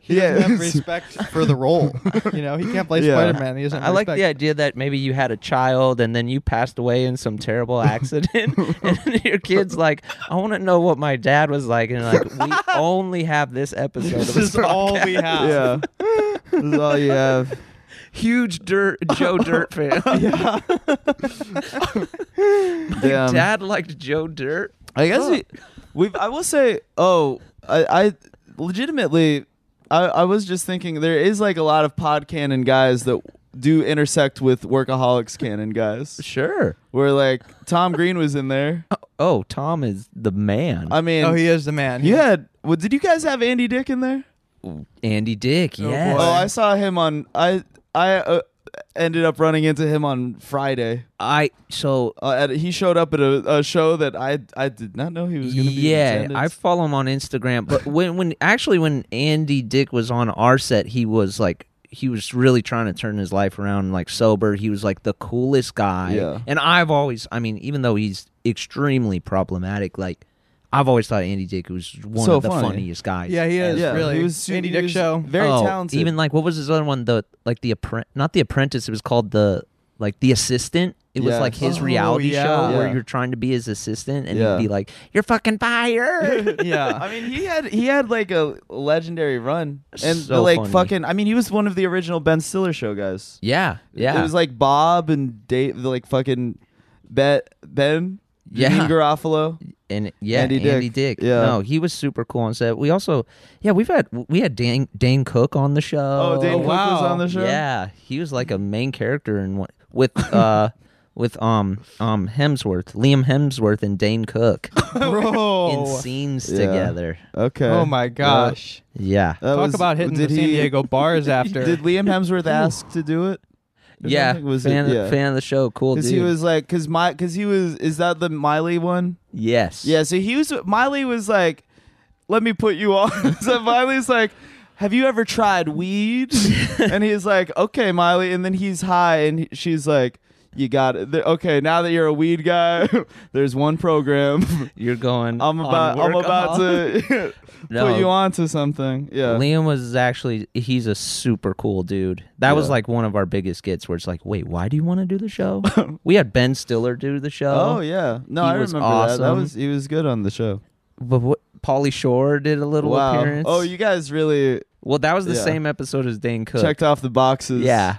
B: yeah,
A: respect for the role. You know, he can't play
B: Yeah.
A: Spider Man. He doesn't. Have
C: I like the
A: respect.
C: idea that maybe you had a child and then you passed away in some terrible accident, <laughs> and your kid's like, "I want to know what my dad was like," and you're like, "We only have this episode of
A: This
C: this
A: is all we have.
C: podcast."
B: <laughs> yeah. <laughs> This is all
A: <laughs>
B: you have.
C: <laughs> Huge dirt Joe Dirt fan.
B: <laughs> Damn.
C: Dad liked Joe Dirt.
B: I guess we, we've. I will say, oh, I, I legitimately, I, I was just thinking there is like a lot of pod canon guys that do intersect with workaholics canon guys.
C: Sure.
B: Where like Tom Green was in there.
C: Oh, Tom is the man.
B: I mean,
A: Oh, he is the man. <laughs>
B: you had. Well, did you guys have Andy Dick in there?
C: Andy Dick. Yes.
B: Oh, I saw him on. I I uh, ended up running into him on Friday.
C: I so
B: Uh, at, he showed up at a, a show that I I did not know he was going to be. in
C: yeah i
B: attendance.
C: follow him on instagram but when when actually when andy dick was on our set he was like he was really trying to turn his life around like sober he was like the coolest guy
B: Yeah.
C: and i've always i mean even though he's extremely problematic like i've always thought andy dick was one
B: So
C: of the
B: funny.
C: funniest guys
A: Yeah, he is
B: Yeah,
A: really.
B: he was
A: Andy
B: he
A: Dick
B: was
A: show.
B: Very
C: Oh,
B: talented.
C: even like what was his other one the like the apprentice not the apprentice it was called the like the assistant it was
B: Yeah.
C: like his
A: Oh,
C: reality
A: yeah.
C: show where
B: Yeah.
C: you're trying to be his assistant and
B: Yeah.
C: he'd be like you're
B: <laughs>
C: fucking fired <laughs>
A: yeah.
B: I mean, he had he had like a legendary run, and
C: So
B: like
C: funny.
B: fucking. I mean, he was one of the original Ben Stiller show guys.
C: yeah yeah
B: it was like Bob and Dave, like fucking Bet Ben,
C: Yeah.
B: Dean Garofalo.
C: and yeah,
B: Andy
C: Andy
B: Dick.
C: Dick.
B: Yeah.
C: no, he was super cool on set. We also, yeah, we've had we had Dan Dane Cook on the show.
B: Oh, Dane Cook was
A: wow.
B: on the show.
C: Yeah, he was like a main character in one with uh <laughs> with um um Hemsworth, Liam Hemsworth, and Dane Cook
B: <laughs>
C: in
A: Bro.
C: scenes
B: Oh. Yeah.
C: together.
B: Okay.
A: Oh my gosh.
C: Yeah,
B: That
A: Talk
B: was-
A: about hitting the
B: did
A: San
B: he- <laughs>
A: Diego <laughs> bars after.
B: Did Liam Hemsworth ask to do it? Or
C: yeah,
B: something? Was
C: fan
B: it, yeah.
C: fan of the show, cool dude.
B: Because he was like, because my, because he was, is that the Miley one?
C: yes,
B: Yeah, so he was Miley was like, "Let me put you on." <laughs> so Miley's like, "Have you ever tried
C: <laughs>
B: weed?" and he's like, "Okay, Miley." And then he's high, and he- she's like, "You got it. There- Okay, now that you're a weed guy, <laughs> there's one program. <laughs>
C: you're going.
B: I'm
C: on
B: about, I'm
C: work
B: about
C: off.
B: to
C: <laughs> No.
B: put you on to something." Yeah,
C: Liam was actually he's a super cool dude. That was
B: Yeah.
C: like one of our biggest gets where it's like, wait, why do you want to do
B: <laughs>
C: the show? we had Ben Stiller do the show.
B: Oh yeah, no,
C: He
B: I
C: was
B: remember that. That
C: awesome.
B: was he was good on the show.
C: But what Pauly Shore did a little
B: wow.
C: appearance.
B: Oh, you guys really
C: well, that was the
B: yeah.
C: same episode as Dane Cook.
B: checked off the boxes.
C: yeah.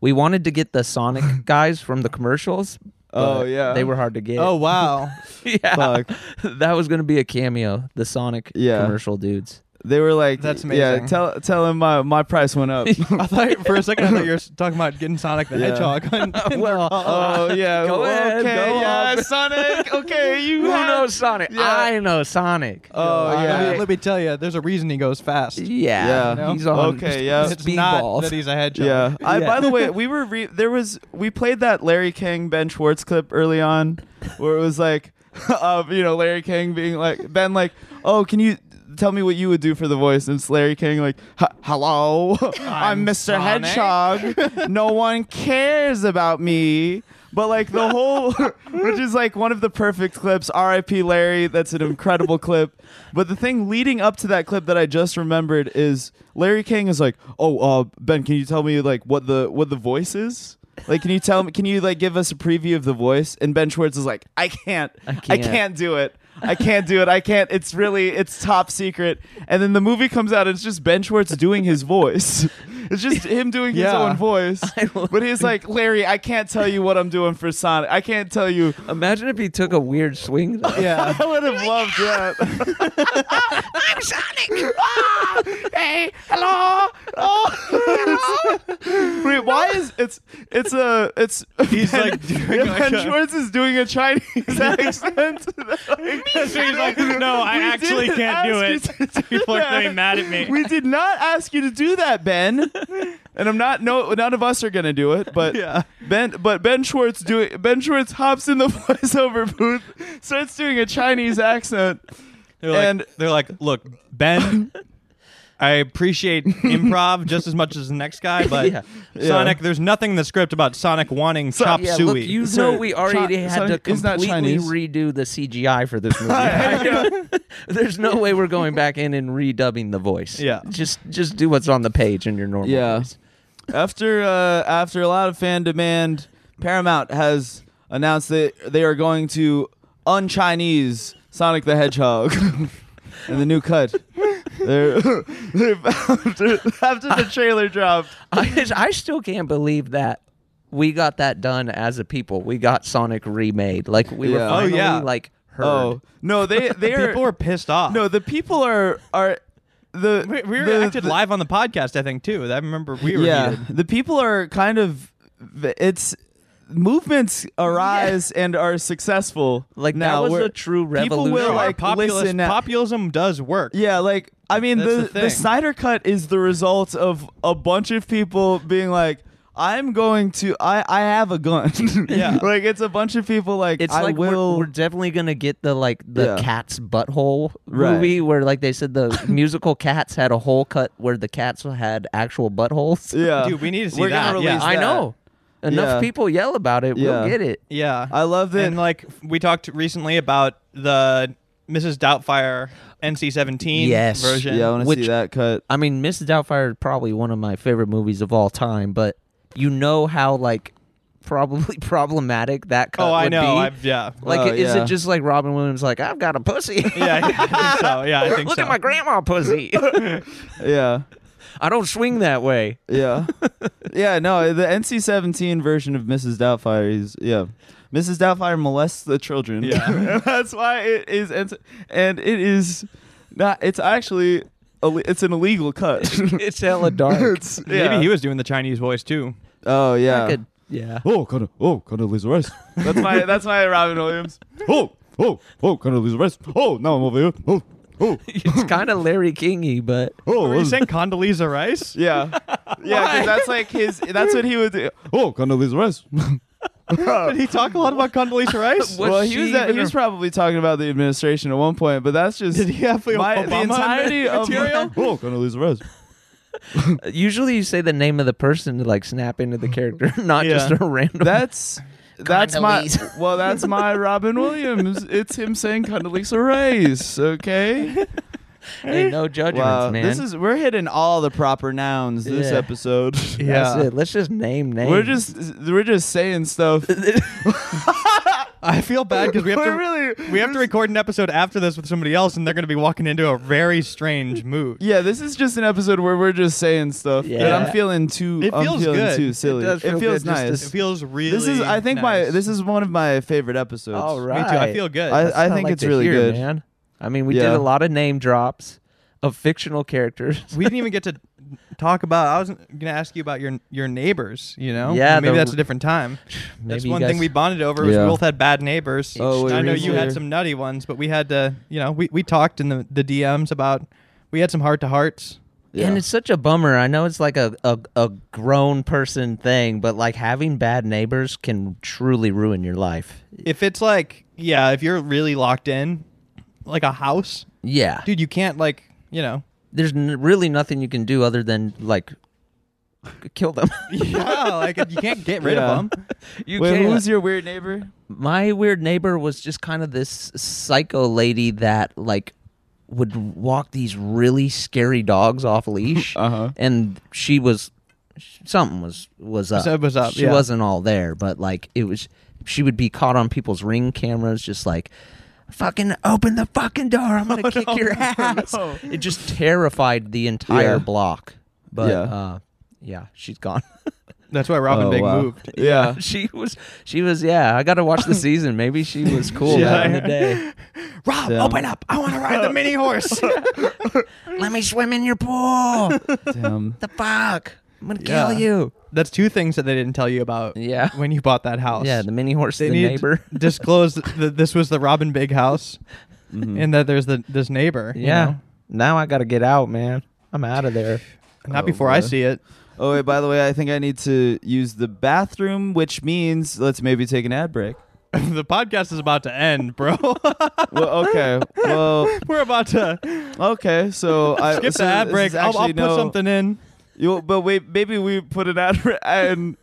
C: We wanted to get
B: <laughs>
C: the Sonic guys from the commercials.
B: Oh,
C: but
B: yeah.
C: They were hard to get.
A: oh wow.
C: <laughs> yeah.
B: Fuck.
C: <laughs> that was gonna be a cameo, the Sonic
B: Yeah.
C: commercial dudes.
B: They were like,
A: That's
B: Yeah,
A: amazing.
B: tell tell him my my price went up.
A: I thought for a second I thought you were talking about getting Sonic the
B: Yeah.
A: Hedgehog.
B: <laughs>
A: On, <laughs>
C: <laughs> Well,
B: Oh yeah.
C: Go ahead,
B: Okay.
C: go
B: yeah, <laughs>
C: off.
B: Sonic. Okay, you.
C: who
B: have-
C: knows Sonic?
B: Yeah.
C: I know Sonic.
B: Oh
A: Let,
B: yeah.
A: me, let me tell you, there's a reason he goes fast.
C: Yeah,
B: Yeah.
C: he's on.
B: Okay,
C: <laughs>
B: yeah.
A: It's not
C: balls.
A: that he's a hedgehog.
B: Yeah. I,
C: Yeah.
B: By the way, we were re- there was we played that Larry King Ben Schwartz clip early on, where it was like, <laughs> um, you know, Larry King being like Ben like, oh, can you tell me what you would do for the voice? And it's Larry King like, "H- hello, <laughs> I'm,
A: I'm
B: Mr.
A: Sonic."
B: Hedgehog. no one cares about me. But like the whole, <laughs> which is like one of the perfect clips. R.I.P. Larry. That's an incredible clip. But the thing leading up to that clip that I just remembered is Larry King is like, "Oh, uh, Ben, can you tell me like what the what the voice is? Like, can you tell me? Can you like give us a preview of the voice?" And Ben Schwartz is like, "I can't. I can't,
C: can't."
B: do it. I can't do it. I can't. It's really it's top secret. And then the movie comes out. And it's just Ben Schwartz doing his voice. <laughs> It's just him doing his
A: Yeah.
B: own voice.
C: I love
B: But he's like Larry. I can't tell you what I'm doing for Sonic. I can't tell you.
C: Imagine if he took a weird swing. Though.
A: Yeah.
B: <laughs> I would have loved that.
C: I'm Sonic. Ah!
B: hey, hello. Oh. <laughs> Wait, why is it's it's a it's
A: He's like doing
B: Ben
A: like a-
B: Schwartz is doing
E: <laughs>
B: a Chinese accent.
E: So he's like, no, I
B: We
E: actually
B: didn't
E: can't do
B: ask
E: it.
B: you to do
E: People are
B: that.
E: gonna be mad at me.
B: We did not ask you to do that, Ben. And I'm not. No, none of us are gonna do it. But
A: Yeah.
B: Ben. But Ben Schwartz doing. Ben Schwartz hops in the <laughs> voiceover booth, starts doing a Chinese accent.
A: They're like,
B: And-
A: they're like, look, Ben, I appreciate improv just as much as the next guy, but
C: Yeah.
A: Sonic, there's nothing in the script about Sonic wanting chop
C: yeah,
A: suey.
C: look, you know we already
B: Chi-
C: had
B: Sonic
C: to
B: is not
C: completely
B: Chinese.
C: redo the CGI
B: <laughs>
C: for this <laughs> movie. There's no way we're going back in and redubbing the voice.
A: Yeah.
C: just just do what's on the page in your normal.
B: Yeah.
C: voice.
B: after uh, after a lot of fan demand, Paramount has announced that they are going to un-Chinese Sonic the Hedgehog <laughs> in the new cut. They're, <laughs> they're- after, after the trailer dropped,
C: I, <laughs> I still can't believe that we got that done as a people. We got Sonic remade. Like we were
B: Yeah. Oh,
C: finally
A: yeah.
C: like heard.
B: oh no,
C: <laughs>
B: they they are
A: People are pissed off.
B: no the people are are the
A: we, we
B: the-
A: acted
B: the-
A: live on the podcast, I think, too. I remember we were
B: yeah,
A: heated.
B: the people are kind of it's movements arise and are successful.
C: Like, that
B: now,
C: was
B: where
C: a true
B: People
C: revolution.
B: will
A: Sure,
B: like
A: populist-
B: listen. now-
A: populism does work.
B: yeah, like I mean,
A: That's
B: the
A: the
B: the,
A: thing.
B: Snyder cut is the result of a bunch of people being like. I'm going to. I I have a gun.
A: <laughs> Yeah.
B: <laughs> like it's a bunch of people. Like
C: It's
B: I
C: like we're-
B: will.
C: we're, definitely gonna get the like the
B: Yeah.
C: cat's butthole
B: Right.
C: movie where like they
B: <laughs>
C: said the musical cats had a whole cut where the cats had actual buttholes.
B: <laughs> yeah,
A: Dude, we need to see
B: We're
A: that,
B: Gonna
A: yeah.
B: release
C: I
B: that.
C: know. Enough
B: Yeah.
C: people yell about it.
B: Yeah.
C: We'll get it.
A: Yeah.
B: I love it.
A: And like we talked recently about the Mrs. Doubtfire NC-17
C: Yes.
A: version.
B: Yeah, I want to see
C: Which-
B: that cut.
C: I mean, Mrs. Doubtfire is probably one of my favorite movies of all time, but you know how like probably <laughs> problematic that cut
A: oh, I
C: would be.
A: know. I've, yeah.
C: Like,
B: Oh,
C: is
B: yeah.
C: it just like Robin Williams? Like, I've got a pussy. <laughs>
A: yeah, I think so. Yeah, I think
C: Look
A: so.
C: at my
A: <laughs>
C: grandma pussy.
B: Yeah.
C: I don't swing
B: <laughs>
C: that way.
A: <laughs>
B: Yeah. yeah, no, the NC-17 version of Mrs. Doubtfire is yeah. Mrs. Doubtfire molests the children.
A: Yeah.
B: And <laughs> that's why it is NC and it is not it's actually ill- it's an illegal cut.
A: <laughs>
C: It's hella dark.
B: It's-
A: Maybe
B: yeah.
A: he was doing the Chinese voice too.
B: Oh yeah.
C: I could- yeah.
B: Oh, gonna oh, gonna lose rice. <laughs> That's my that's my Robin Williams. Oh, oh, oh, gonna lose rice. Oh, now I'm over here. Oh, oh,
C: <laughs> It's kind of Larry Kingy, but
B: oh.
A: Were you saying Condoleezza <laughs> Rice?
B: Yeah, yeah, 'cause that's like his. That's what he would do. Oh, Condoleezza Rice.
A: <laughs> Did he talk a lot about
B: <laughs>
A: Condoleezza Rice?
C: Was
B: well, he
C: she
B: was at,
C: even
B: he was
C: a-
B: probably talking about the administration at one point, but that's just
A: Did he have the
B: my, the
A: Obama
B: entirety of
A: material?
B: oh, Condoleezza Rice.
C: usually you say the name of the person to like snap into the character, <laughs> not
A: Yeah.
C: just a
B: <laughs>
C: random.
B: That's that's my
C: Condoleezza.
B: well, that's
A: <laughs>
B: my Robin Williams. It's him saying Condoleezza Rice.
A: <laughs>
B: Okay,
C: hey, no judgments,
B: wow,
C: man.
B: this is we're hitting all the proper nouns this
A: <laughs>
C: Yeah.
B: episode.
C: That's
A: Yeah.
C: it. Let's just name names.
B: We're just we're just saying stuff.
A: I feel bad because we <laughs> have
C: <laughs>
A: to
B: We're really
A: we have to record an episode after this with somebody else, and they're going to be walking into a very strange mood.
B: Yeah, this is just an episode where we're just saying stuff, and
C: Yeah.
B: I'm feeling too.
A: It
B: I'm
A: feels
B: feeling
A: good.
B: too
A: It
B: silly.
C: does feel
B: feels
C: good just to
A: It
B: nice.
A: feels really.
B: This is, I think, my.
A: nice.
B: This is one of my favorite episodes.
C: all
A: me
C: right.
A: too. I feel good.
B: I-
C: That's what
B: think
C: like
B: it's
C: to
B: really
C: hear,
B: good.
C: man. I mean, we
B: Yeah.
C: did a lot of name drops of fictional characters. <laughs>
A: we didn't even get to talk about. I was going to ask you about your your neighbors. You know,
C: Yeah,
A: maybe
C: the-
A: that's a different <sighs> time. that's
C: Maybe you
A: one
C: guys-
A: thing we bonded over. Was
B: Yeah.
A: we both had bad neighbors.
B: Oh, wait,
A: I know
B: really?
A: you had some nutty ones, but we had to. You know, we we talked in the the DMs about. We had some heart to hearts.
B: Yeah.
C: And it's such a bummer. I know it's like a, a, a grown person thing, but like having bad neighbors can truly ruin your life.
A: If it's like, yeah, if you're really locked in, like a house,
C: Yeah.
A: dude, you can't like, you
B: <laughs>
A: know.
C: There's n- really nothing you can do other than like kill them.
A: Yeah, like you can't get rid
B: Yeah.
A: of them.
C: you
B: Wait,
C: can't.
B: who's your weird neighbor?
C: my weird neighbor was just kind of this psycho lady that like would walk these really scary dogs off leash
B: Uh-huh.
C: and she was something was was up
A: Something was up,
C: she
A: yeah.
C: wasn't all there but like it was she would be caught on people's ring cameras just like fucking open the fucking door. I'm gonna kick your ass. It just terrified the entire
B: Yeah.
C: block. But
B: Yeah.
C: yeah. uh yeah, she's gone. <laughs>
A: That's why Robin
B: Oh,
A: Big
B: wow.
A: moved.
B: Yeah.
C: she was she was yeah, I gotta watch the season. Maybe she
A: <laughs>
C: was cool
A: Yeah.
C: back in the day.
A: <laughs> Rob,
B: Damn.
A: open up! I want to
C: <laughs>
A: ride the mini horse.
C: Let me swim in your pool.
B: Damn.
C: the fuck? I'm gonna
A: Yeah.
C: kill you.
A: That's two things that they didn't tell you about.
C: <laughs> Yeah.
A: when you bought that house.
C: Yeah, the mini horse,
A: they
C: the
A: need
C: neighbor.
A: to <laughs> disclose that this was the Robin Big house,
B: Mm-hmm.
A: and that there's the this neighbor. you
C: Yeah.
A: know?
C: Now I gotta get out, man. I'm out of there.
A: not
B: Oh,
A: before I
B: boy.
A: see it. <laughs>
B: Oh wait, by the way, I think I need to use the bathroom, which means let's maybe take an ad break.
A: the podcast is about to end, bro. <laughs>
B: Well, okay. Well,
A: We're about
B: <laughs>
A: to
B: okay. So I
A: skip
B: so
A: the ad
B: this
A: break.
B: is
A: I'll, I'll
B: actually
A: put
B: no-
A: something in.
B: You, but wait, maybe we put an ad re- and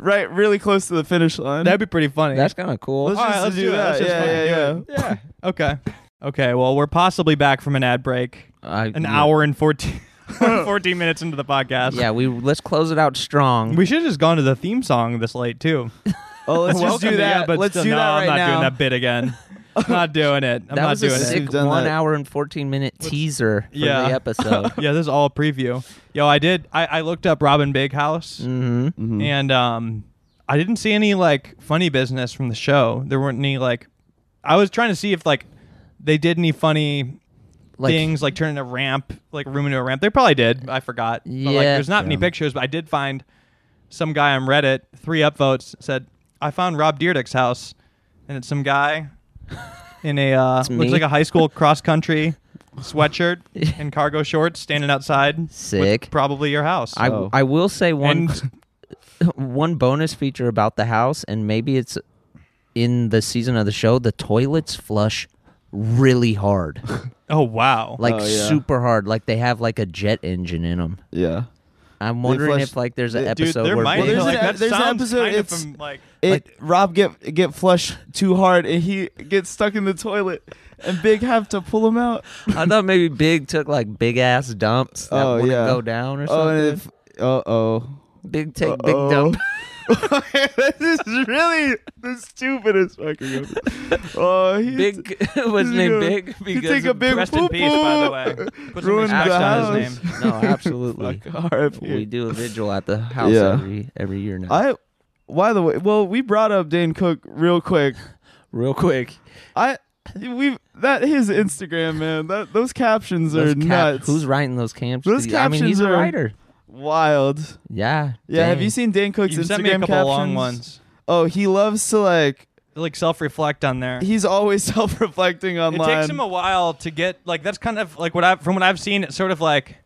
B: right really close to the finish line.
A: That'd be pretty funny.
C: That's kinda cool.
B: Let's
A: All
B: just
A: right, let's
B: do
A: do that.
B: that.
A: Let's just
B: Yeah,
A: fucking
B: yeah,
A: do it. Yeah. Okay. Okay. Well, we're possibly back from an ad break.
C: I,
A: An
C: yeah.
A: hour and <laughs> 14, 14 minutes into the podcast.
C: Yeah, we let's close it out strong.
A: We should have just gone to the theme song this late too.
B: oh, let's
A: <laughs>
B: just
A: Welcome
B: do
A: to-
B: that.
A: yeah, but
B: let's
A: still,
B: do
A: no,
B: that right
A: I'm not
B: now.
A: doing that bit
C: <laughs>
A: again. I'm not doing it. I'm
C: that
A: not
C: was
A: doing
C: a
A: it.
C: sick
B: We've done
C: one
B: that.
C: hour and fourteen minute teaser for
A: Yeah. <laughs>
C: the episode.
A: yeah, this is all preview. Yo, I did. I, I looked up Robin Big House,
C: hmm
A: and um, I didn't see any like funny business from the show. There weren't any like. I was trying to see if like they did any funny
C: Like,
A: things like turning a ramp, like room into a ramp. They probably did. I forgot. But, like,
C: Yeah.
A: there's not many
B: Yeah.
A: pictures, but I did find some guy on Reddit, three upvotes, said, I found Rob Deerdick's house. And it's some guy in a, uh, looks
C: me.
A: like a high
C: <laughs>
A: school cross country sweatshirt and cargo shorts standing outside. with
C: Sick.
A: probably your house.
C: I
B: Oh.
C: I will say one <laughs>
A: And-
C: one bonus feature about the house, and maybe it's in the season of the show. The toilets flush really
B: <laughs>
C: hard,
A: oh, wow.
C: like
B: Oh, yeah.
C: super hard, like they have like a jet engine in them.
B: Yeah.
C: I'm wondering
B: flush-
C: if like there's an
B: Dude,
A: Dude,
C: episode
A: there
C: where
A: might
B: Well,
A: be.
B: there's
A: like,
B: an-
A: that
B: there's an
A: sounds
B: episode,
A: kind of
B: it's-
A: from,
B: <laughs>
A: like,
B: It Rob get get flushed too hard and he gets stuck in the toilet and Big have to pull him out.
C: I thought maybe Big took like big ass dumps that
B: Oh,
C: wouldn't
B: yeah.
C: go down or
B: Oh,
C: something.
B: and if, uh oh.
C: big take big dump.
B: <laughs>
C: <laughs>
B: this is really the stupidest fucking. episode.
C: <laughs>
B: Oh, he
C: Big <laughs> was named
B: Yeah.
C: Big
B: You
C: because
B: take a
C: of-
B: big
A: rest in peace, by the way.
B: poo-poo.
A: Put some
C: <laughs>
B: Ruined
A: respect
B: the
A: on his
B: house.
A: name.
C: No,
B: <laughs>
C: absolutely.
B: Fuck, RIP.
C: we do a vigil at
B: <laughs>
C: the house
B: Yeah.
C: every every year now.
B: I, by the way, well, we brought up Dane Cook real quick.
C: <laughs> Real quick,
B: I, we have that his Instagram man. That those captions
C: those
B: are
C: cap-
B: nuts.
C: Who's writing those camps?
B: Those
C: I mean, he's
B: captions
C: a
B: are-
C: writer.
B: wild?
C: Yeah.
B: Yeah, have
C: dang.
B: you seen Dane Cook's
A: You
B: Instagram
A: sent me a couple
B: captions?
A: long ones.
B: Oh, he loves to like.
A: Like self reflect on there.
B: He's always <laughs> self-reflecting
A: It
B: online.
A: takes him a while to get like that's kind of like what I've from what I've seen. It's sort of like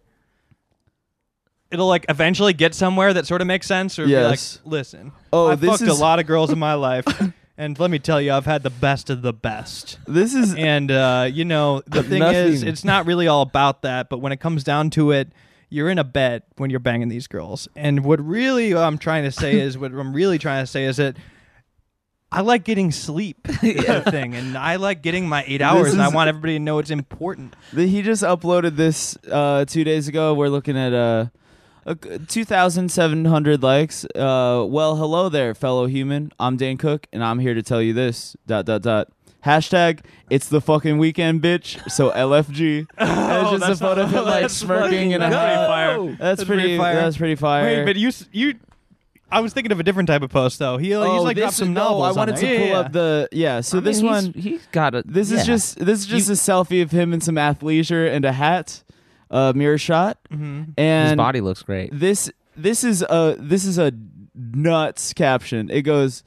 A: it'll like eventually get somewhere that sort of makes sense. Or
B: Yes.
A: be like, listen,
B: Oh,
A: I
B: this
A: fucked a
B: is-
A: lot of girls in my life, <laughs> and let me tell you, I've had the best of the best.
B: this is
A: And uh, you know, the thing is,
C: Nothing.
A: it's not really all about that. But when it comes down to it. You're in a bed when you're banging these girls, and what really I'm trying to
B: <laughs>
A: say is what I'm really trying to say is that I like getting
B: <laughs>
A: sleep is the thing, and I like getting my eight hours, and I
B: is-
A: want everybody to know it's important.
B: The- He just uploaded this uh, two days ago. We're looking at uh, a g- 2,700 likes. Uh, well, hello there, fellow human. I'm Dan Cook, and I'm here to tell you this. Dot dot dot. Hashtag it's the fucking weekend, bitch.
A: <laughs>
B: So LFG. And it's just a photo of him <laughs> like smirking and a
A: Oh, that's pretty fire.
B: hat. That's pretty.
A: fire.
B: That's pretty fire.
A: Wait, but you s- you, I was thinking of a different type of post though. He uh,
B: oh,
A: he's like dropped
B: this
A: some
B: no,
A: novels.
B: I
A: on
B: wanted to
A: there.
B: pull
A: Yeah, yeah,
B: up the yeah. So
C: I mean,
B: this
C: he's-
B: one,
C: he's got a.
B: This
C: yeah.
B: is just this is just a selfie of him in some athleisure and a hat, a mirror shot,
A: Mm-hmm.
B: and
C: His body looks great.
B: This this is a this is a nuts caption. It goes,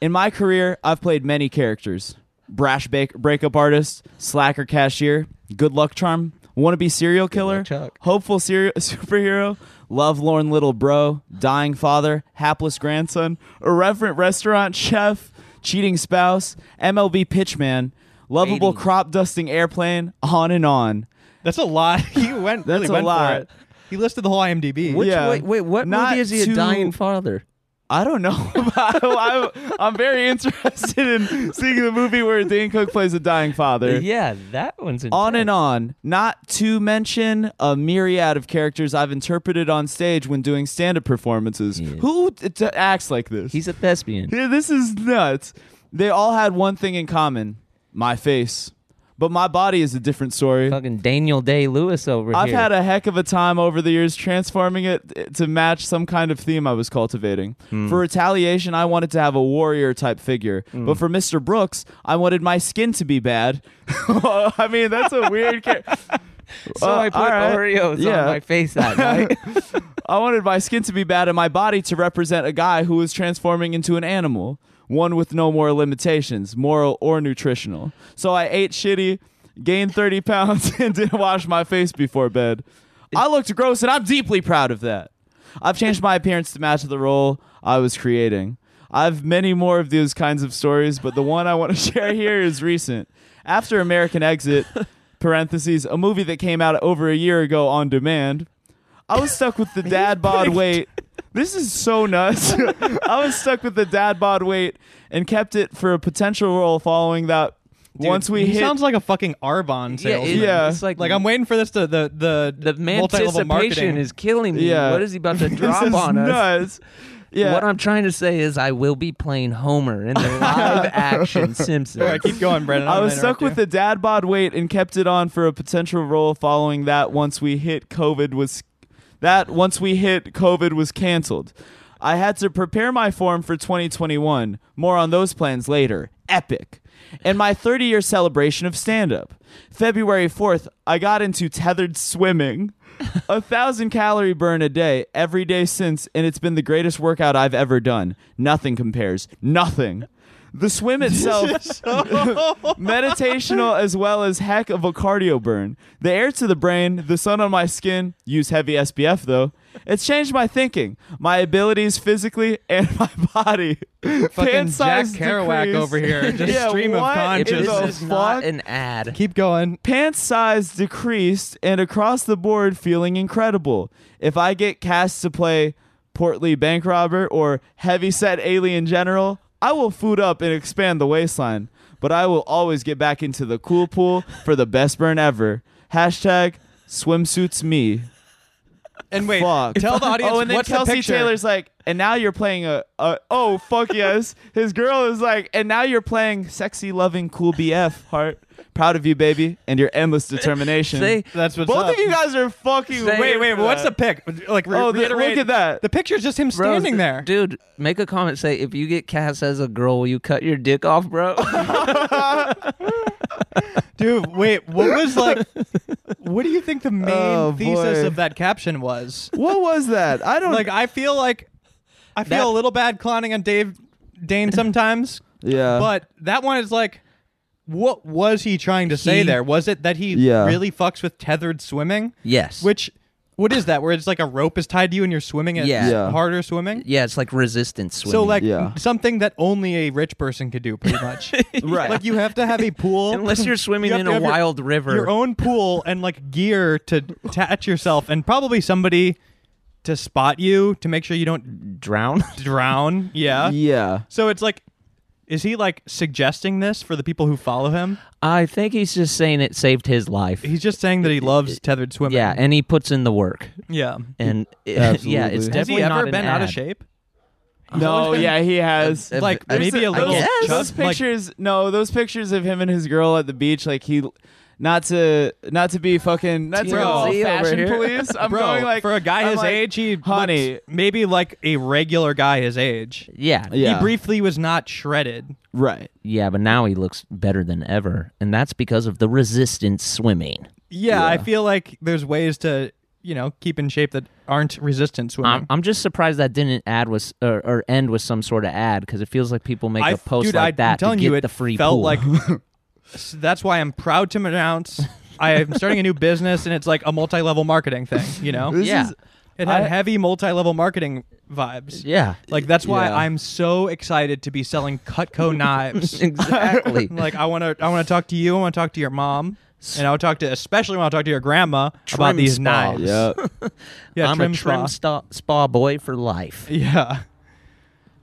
B: in my career, I've played many characters: brash ba- breakup artist, slacker cashier, good luck charm, wannabe serial killer,
C: luck, Chuck.
B: hopeful serial <laughs> superhero, lovelorn little bro, dying father, hapless grandson, irreverent restaurant chef, cheating spouse, MLB pitchman, lovable
C: Eighty.
B: crop dusting airplane, on and on.
A: That's a lot. <laughs> He went.
B: That's
A: really
B: a
A: went
B: lot.
A: For it. He listed the whole IMDb.
C: Which
B: yeah.
C: wait, wait, what
B: Not
C: movie is he
B: too-
C: a dying father?
B: I don't know. <laughs> I'm, I'm very interested in seeing the movie where Dane Cook plays a dying father.
C: Yeah, that one's intense.
B: On and on, not to mention a myriad of characters I've interpreted on stage when doing stand-up performances.
C: Yeah.
B: Who t- t- acts like this?
C: He's a thespian.
B: Yeah, this is nuts. They all had one thing in common. my face. But my body is a different story.
F: Fucking Daniel Day Lewis over
B: I've
F: here.
B: had a heck of a time over the years transforming it to match some kind of theme I was cultivating. For retaliation, I wanted to have a warrior type figure, but for Mr. Brooks, I wanted my skin to be bad. <laughs> I mean, that's a weird. Char-
F: so
B: Uh,
F: I put
B: all right.
F: Oreos
B: Yeah.
F: on my face that
B: <laughs>
F: night.
B: I wanted my skin to be bad and my body to represent a guy who was transforming into an animal, one with no moral limitations, moral or nutritional. So I ate shitty, gained 30 pounds, <laughs> and didn't wash my face before bed. I looked gross, and I'm deeply proud of that. I've changed my appearance to match the role I was creating. I've many more of those kinds of stories, but the one I want to <laughs> share here is recent. After American
F: <laughs>
B: Exit, parentheses, a movie that came out over a year ago on demand, I was stuck
F: <laughs>
B: with the dad bod weight. This is so nuts. <laughs> I was stuck with the dad bod weight and kept it for a potential role following that. Once we
A: he
B: hit,
A: sounds like a fucking Arbonne salesman.
B: it- Yeah.
F: It's like,
A: Like I'm waiting for this to the the
F: the
A: multi-level marketing
F: anticipation is killing me.
B: Yeah.
F: What is he about
B: <laughs>
F: to
B: this
F: drop
B: is
F: on us?
B: nuts. Yeah,
F: What I'm trying to say is I will be playing Homer in the
B: <laughs>
F: live action Simpsons.
A: All right, keep going, Brendan.
B: I was stuck with the dad bod weight and kept it on for a potential role following that once we hit COVID was that once we hit COVID was canceled. I had to prepare my form for 2021. More on those plans later. Epic. And my 30 year celebration of stand up. February 4th, I got into tethered swimming. a thousand calorie burn a day, every day since, and it's been the greatest workout I've ever done. Nothing compares. Nothing. The swim itself meditational as well as heck of a cardio burn. The air to the brain, the sun on my skin, use heavy SPF though. It's changed my thinking, my abilities physically, and my body.
A: fucking
B: Pant
A: Jack
B: size
A: Kerouac
B: decreased.
A: over here. Just
B: <laughs> Yeah,
A: stream of
B: what
F: If this
B: the
A: consciousness.
F: is not
B: fuck?
F: an ad.
A: Keep going.
B: Pants size decreased and across the board feeling incredible. If I get cast to play portly bank robber or heavyset alien general, I will food up and expand the waistline, but I will always get back into the cool pool for the best burn ever. Hashtag swimsuits me.
A: And wait,
B: Fuck.
A: tell the audience
B: Oh, and then
A: what's
B: Kelsey
A: the picture.
B: Taylor's like, and now you're playing a, a oh fuck yes. <laughs> His girl is like, and now you're playing sexy loving cool BF heart. Proud of you, baby, and your
A: <laughs>
B: endless determination.
F: Say,
A: That's what's
B: Both
A: up.
B: of you guys are fucking.
F: Say-
A: Wait, wait.
B: weird for
A: What's the
B: that.
A: pic? Like, re-
B: Oh, the-
A: reiterate-
B: look at that.
A: The picture's just him
F: bro,
A: standing there.
F: Dude, make a comment. Say, if you get cast as a girl, will you cut your dick off, bro? <laughs>
A: Dude, wait, what was <laughs> like? what do you think the main
B: Oh,
A: thesis
B: boy.
A: of that caption was?
B: <laughs> What was that? I don't.
A: Like, I feel like I feel
F: That-
A: a little bad clowning on Dave Dane
F: <laughs>
A: sometimes,
F: Uh.
B: yeah.
A: but that one is like, what was he trying to say
F: He-
A: there? Was it that he
B: Yeah.
A: really fucks with tethered swimming?
F: yes.
A: Which, what is that? Where it's like a rope is tied to you and you're swimming it
F: Yeah.
B: Yeah.
A: harder swimming.
F: yeah, it's like resistance swimming.
A: So
F: <laughs>
A: like
B: Yeah.
A: something that only a rich person could do, pretty much.
B: Right.
A: Like you have to have a pool.
F: <laughs> unless you're swimming
A: You have
F: in
A: to
F: a
A: have your-
F: wild river,
A: <laughs> your own pool and like gear to attach yourself and probably somebody to spot you to make sure you don't
F: drown. <laughs>
A: drown. Yeah. <laughs>
B: yeah.
A: So it's like is he like suggesting this for the people who follow him?
F: I think he's just saying it saved his life.
A: He's just saying that he loves tethered swimming.
F: yeah, and he puts in the work.
A: Yeah.
F: And <laughs> yeah,
B: Absolutely.
F: it's
B: Has
F: definitely
A: Has he ever
F: not an
A: been out of
F: ad.
A: shape?
B: <laughs> No. Yeah, he has.
F: Uh,
A: Like,
F: I-
A: maybe a
F: I
A: little
F: guess.
A: chub-
B: those
A: like-
B: pictures no those pictures of him and his girl at the beach like he not to not to be fucking not to
F: Bro.
B: go all
F: See over
B: fashion
F: here.
B: police i'm
A: Bro,
B: going like
A: for a guy
B: I'm
A: his
B: like,
A: age, he looks
B: honey
A: maybe like a regular guy his age.
F: Yeah,
B: Yeah.
A: He briefly was not shredded.
B: right
F: yeah, but now he looks better than ever, and that's because of the resistance swimming.
A: Yeah, I feel like there's ways to, you know, keep in shape that aren't resistant swimming.
F: I'm, I'm just surprised that didn't add was or, or end with some sort of ad because it feels like people make a
A: f-
F: post
A: dude,
F: like
A: I'm
F: that to
A: telling
F: get
A: you, it
F: the free
A: felt
F: pool. <laughs>
A: like s- that's why I'm proud to announce I am starting a new business and it's like a multi-level marketing thing, you know?
B: This
F: yeah,
B: is-
A: It had
B: I-
A: heavy multi-level marketing vibes.
F: yeah,
A: Like that's why
B: Yeah.
A: I'm so excited to be selling
F: <laughs>
A: Cutco knives.
F: exactly.
A: <laughs> Like I want to I want to talk to you, I want to talk to your mom, and I want to talk to especially when I talk to your grandma about
F: Trim
A: these
F: spa.
A: knives.
B: yeah
A: Yeah,
F: I'm
A: trim
F: a trim
A: spa.
F: spa. spa boy for life.
A: <laughs> Yeah.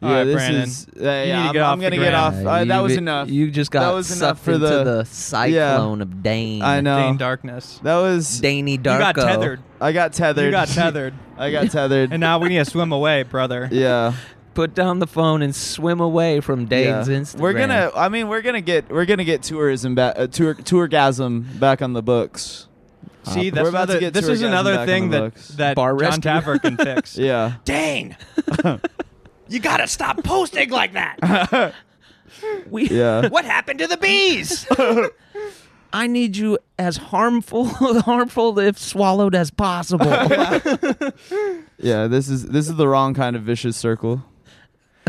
A: All right,
B: this
A: Brandon.
B: is uh, yeah,
A: need to
B: I'm,
A: get off
B: I'm
A: the
B: gonna get
A: gram.
B: off uh, that
F: You-
B: was enough
F: You just got
B: That was enough
F: sucked
B: for
F: into
B: the-
F: the, cyclone of Dane.
B: i know
A: Dane Darkness.
B: that was
F: Danny Darko.
A: You got tethered.
B: i got tethered <laughs>
A: You got tethered.
B: i got tethered
A: and now we need to swim away, brother.
B: yeah
C: put down the phone and swim away from Dane's
B: Yeah.
C: Instagram.
B: We're gonna. I mean, we're gonna get. We're gonna get tourism back. Uh, tour tourgasm back on the books.
A: See,
B: Uh,
A: that's
B: we're about to
A: another-
B: get
A: this
B: tour
A: is
B: guys back
A: another
B: on
A: thing
B: the
A: that
B: books.
A: that
C: Bar
A: John
C: rescue.
A: Taffer can fix.
B: <laughs> Yeah.
A: Dane, you gotta stop posting like that.
C: We,
B: Yeah.
A: What happened to the bees?
C: I need you as
F: <laughs>
C: harmful, harmful if swallowed as possible.
B: Yeah. This is this is the wrong kind of vicious circle.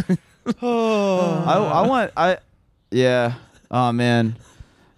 B: <sighs> I I want I. Yeah. Oh man.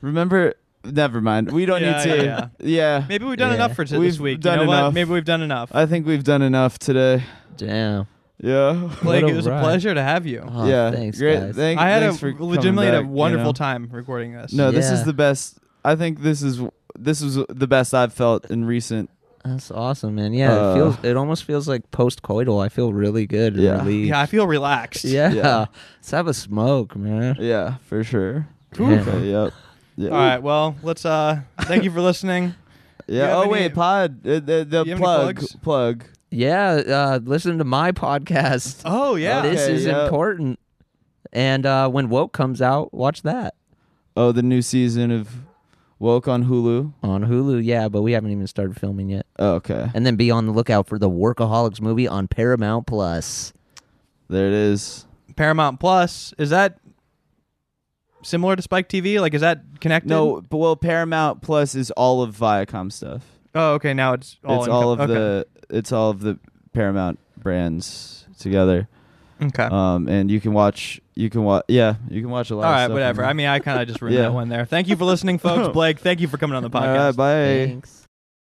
B: Remember. Never mind. We don't
A: Yeah,
B: need to.
A: yeah,
B: yeah.
A: Maybe we've done
C: Yeah.
A: enough for t- this
B: We've
A: week.
B: done
A: you know what?
B: enough.
A: Maybe we've done enough.
B: I think we've done enough today.
C: Damn.
B: Yeah.
A: Blake,
C: What a
A: it was a
C: ride.
A: pleasure to have you.
C: Oh,
B: yeah.
C: Thanks,
B: Great.
C: guys.
B: Thank,
A: I had
B: thanks
A: a
B: for coming
A: legitimately had
B: back,
A: a
B: you
A: wonderful
B: know?
A: time recording this.
B: No, this
C: Yeah.
B: is the best. I think this is this was the best I've felt in recent.
C: That's awesome, man. Yeah,
B: Uh,
C: it feels. It almost feels like post-coital. I feel really good. and
B: Yeah.
C: relieved.
A: Yeah, I feel relaxed.
C: Yeah.
B: Yeah.
C: Let's have a smoke, man.
B: Yeah, for sure.
C: Oof.
B: Okay,
A: <laughs>
B: yep. Yeah.
A: All right. Well, let's. uh Thank you for
B: <laughs>
A: listening. you
B: Yeah.
A: have
B: Oh
A: any-
B: wait, pod. Uh, the the
A: you have any
B: plug
A: plugs?
B: plug.
C: Yeah. Uh, listen to my podcast.
A: Oh yeah.
B: <laughs>
C: This
B: Okay,
C: is
B: yeah.
C: important. And uh, when woke comes out, watch that
B: Oh, the new season of Woke on Hulu.
C: on Hulu. Yeah, but we haven't even started filming yet.
B: Oh, okay,
C: And then be on the lookout for the Workaholics movie on Paramount Plus.
B: there it is.
A: Paramount Plus is that similar to Spike TV? Like, is that connected?
B: No, but well, Paramount Plus is all of Viacom stuff.
A: Oh, okay. Now it's all.
B: it's
A: in-
B: all of
A: okay.
B: the it's all of the Paramount brands together.
A: Okay.
B: Um, and you can watch you can watch yeah you can watch a lot.
A: all
B: of
A: right.
B: stuff on
A: Whatever.
B: there.
A: I mean, I kind of just ruined
B: Yeah. <laughs>
A: that one there. Thank you for listening, folks. Blake, thank you for coming on the podcast.
B: all right, bye.
C: Thanks.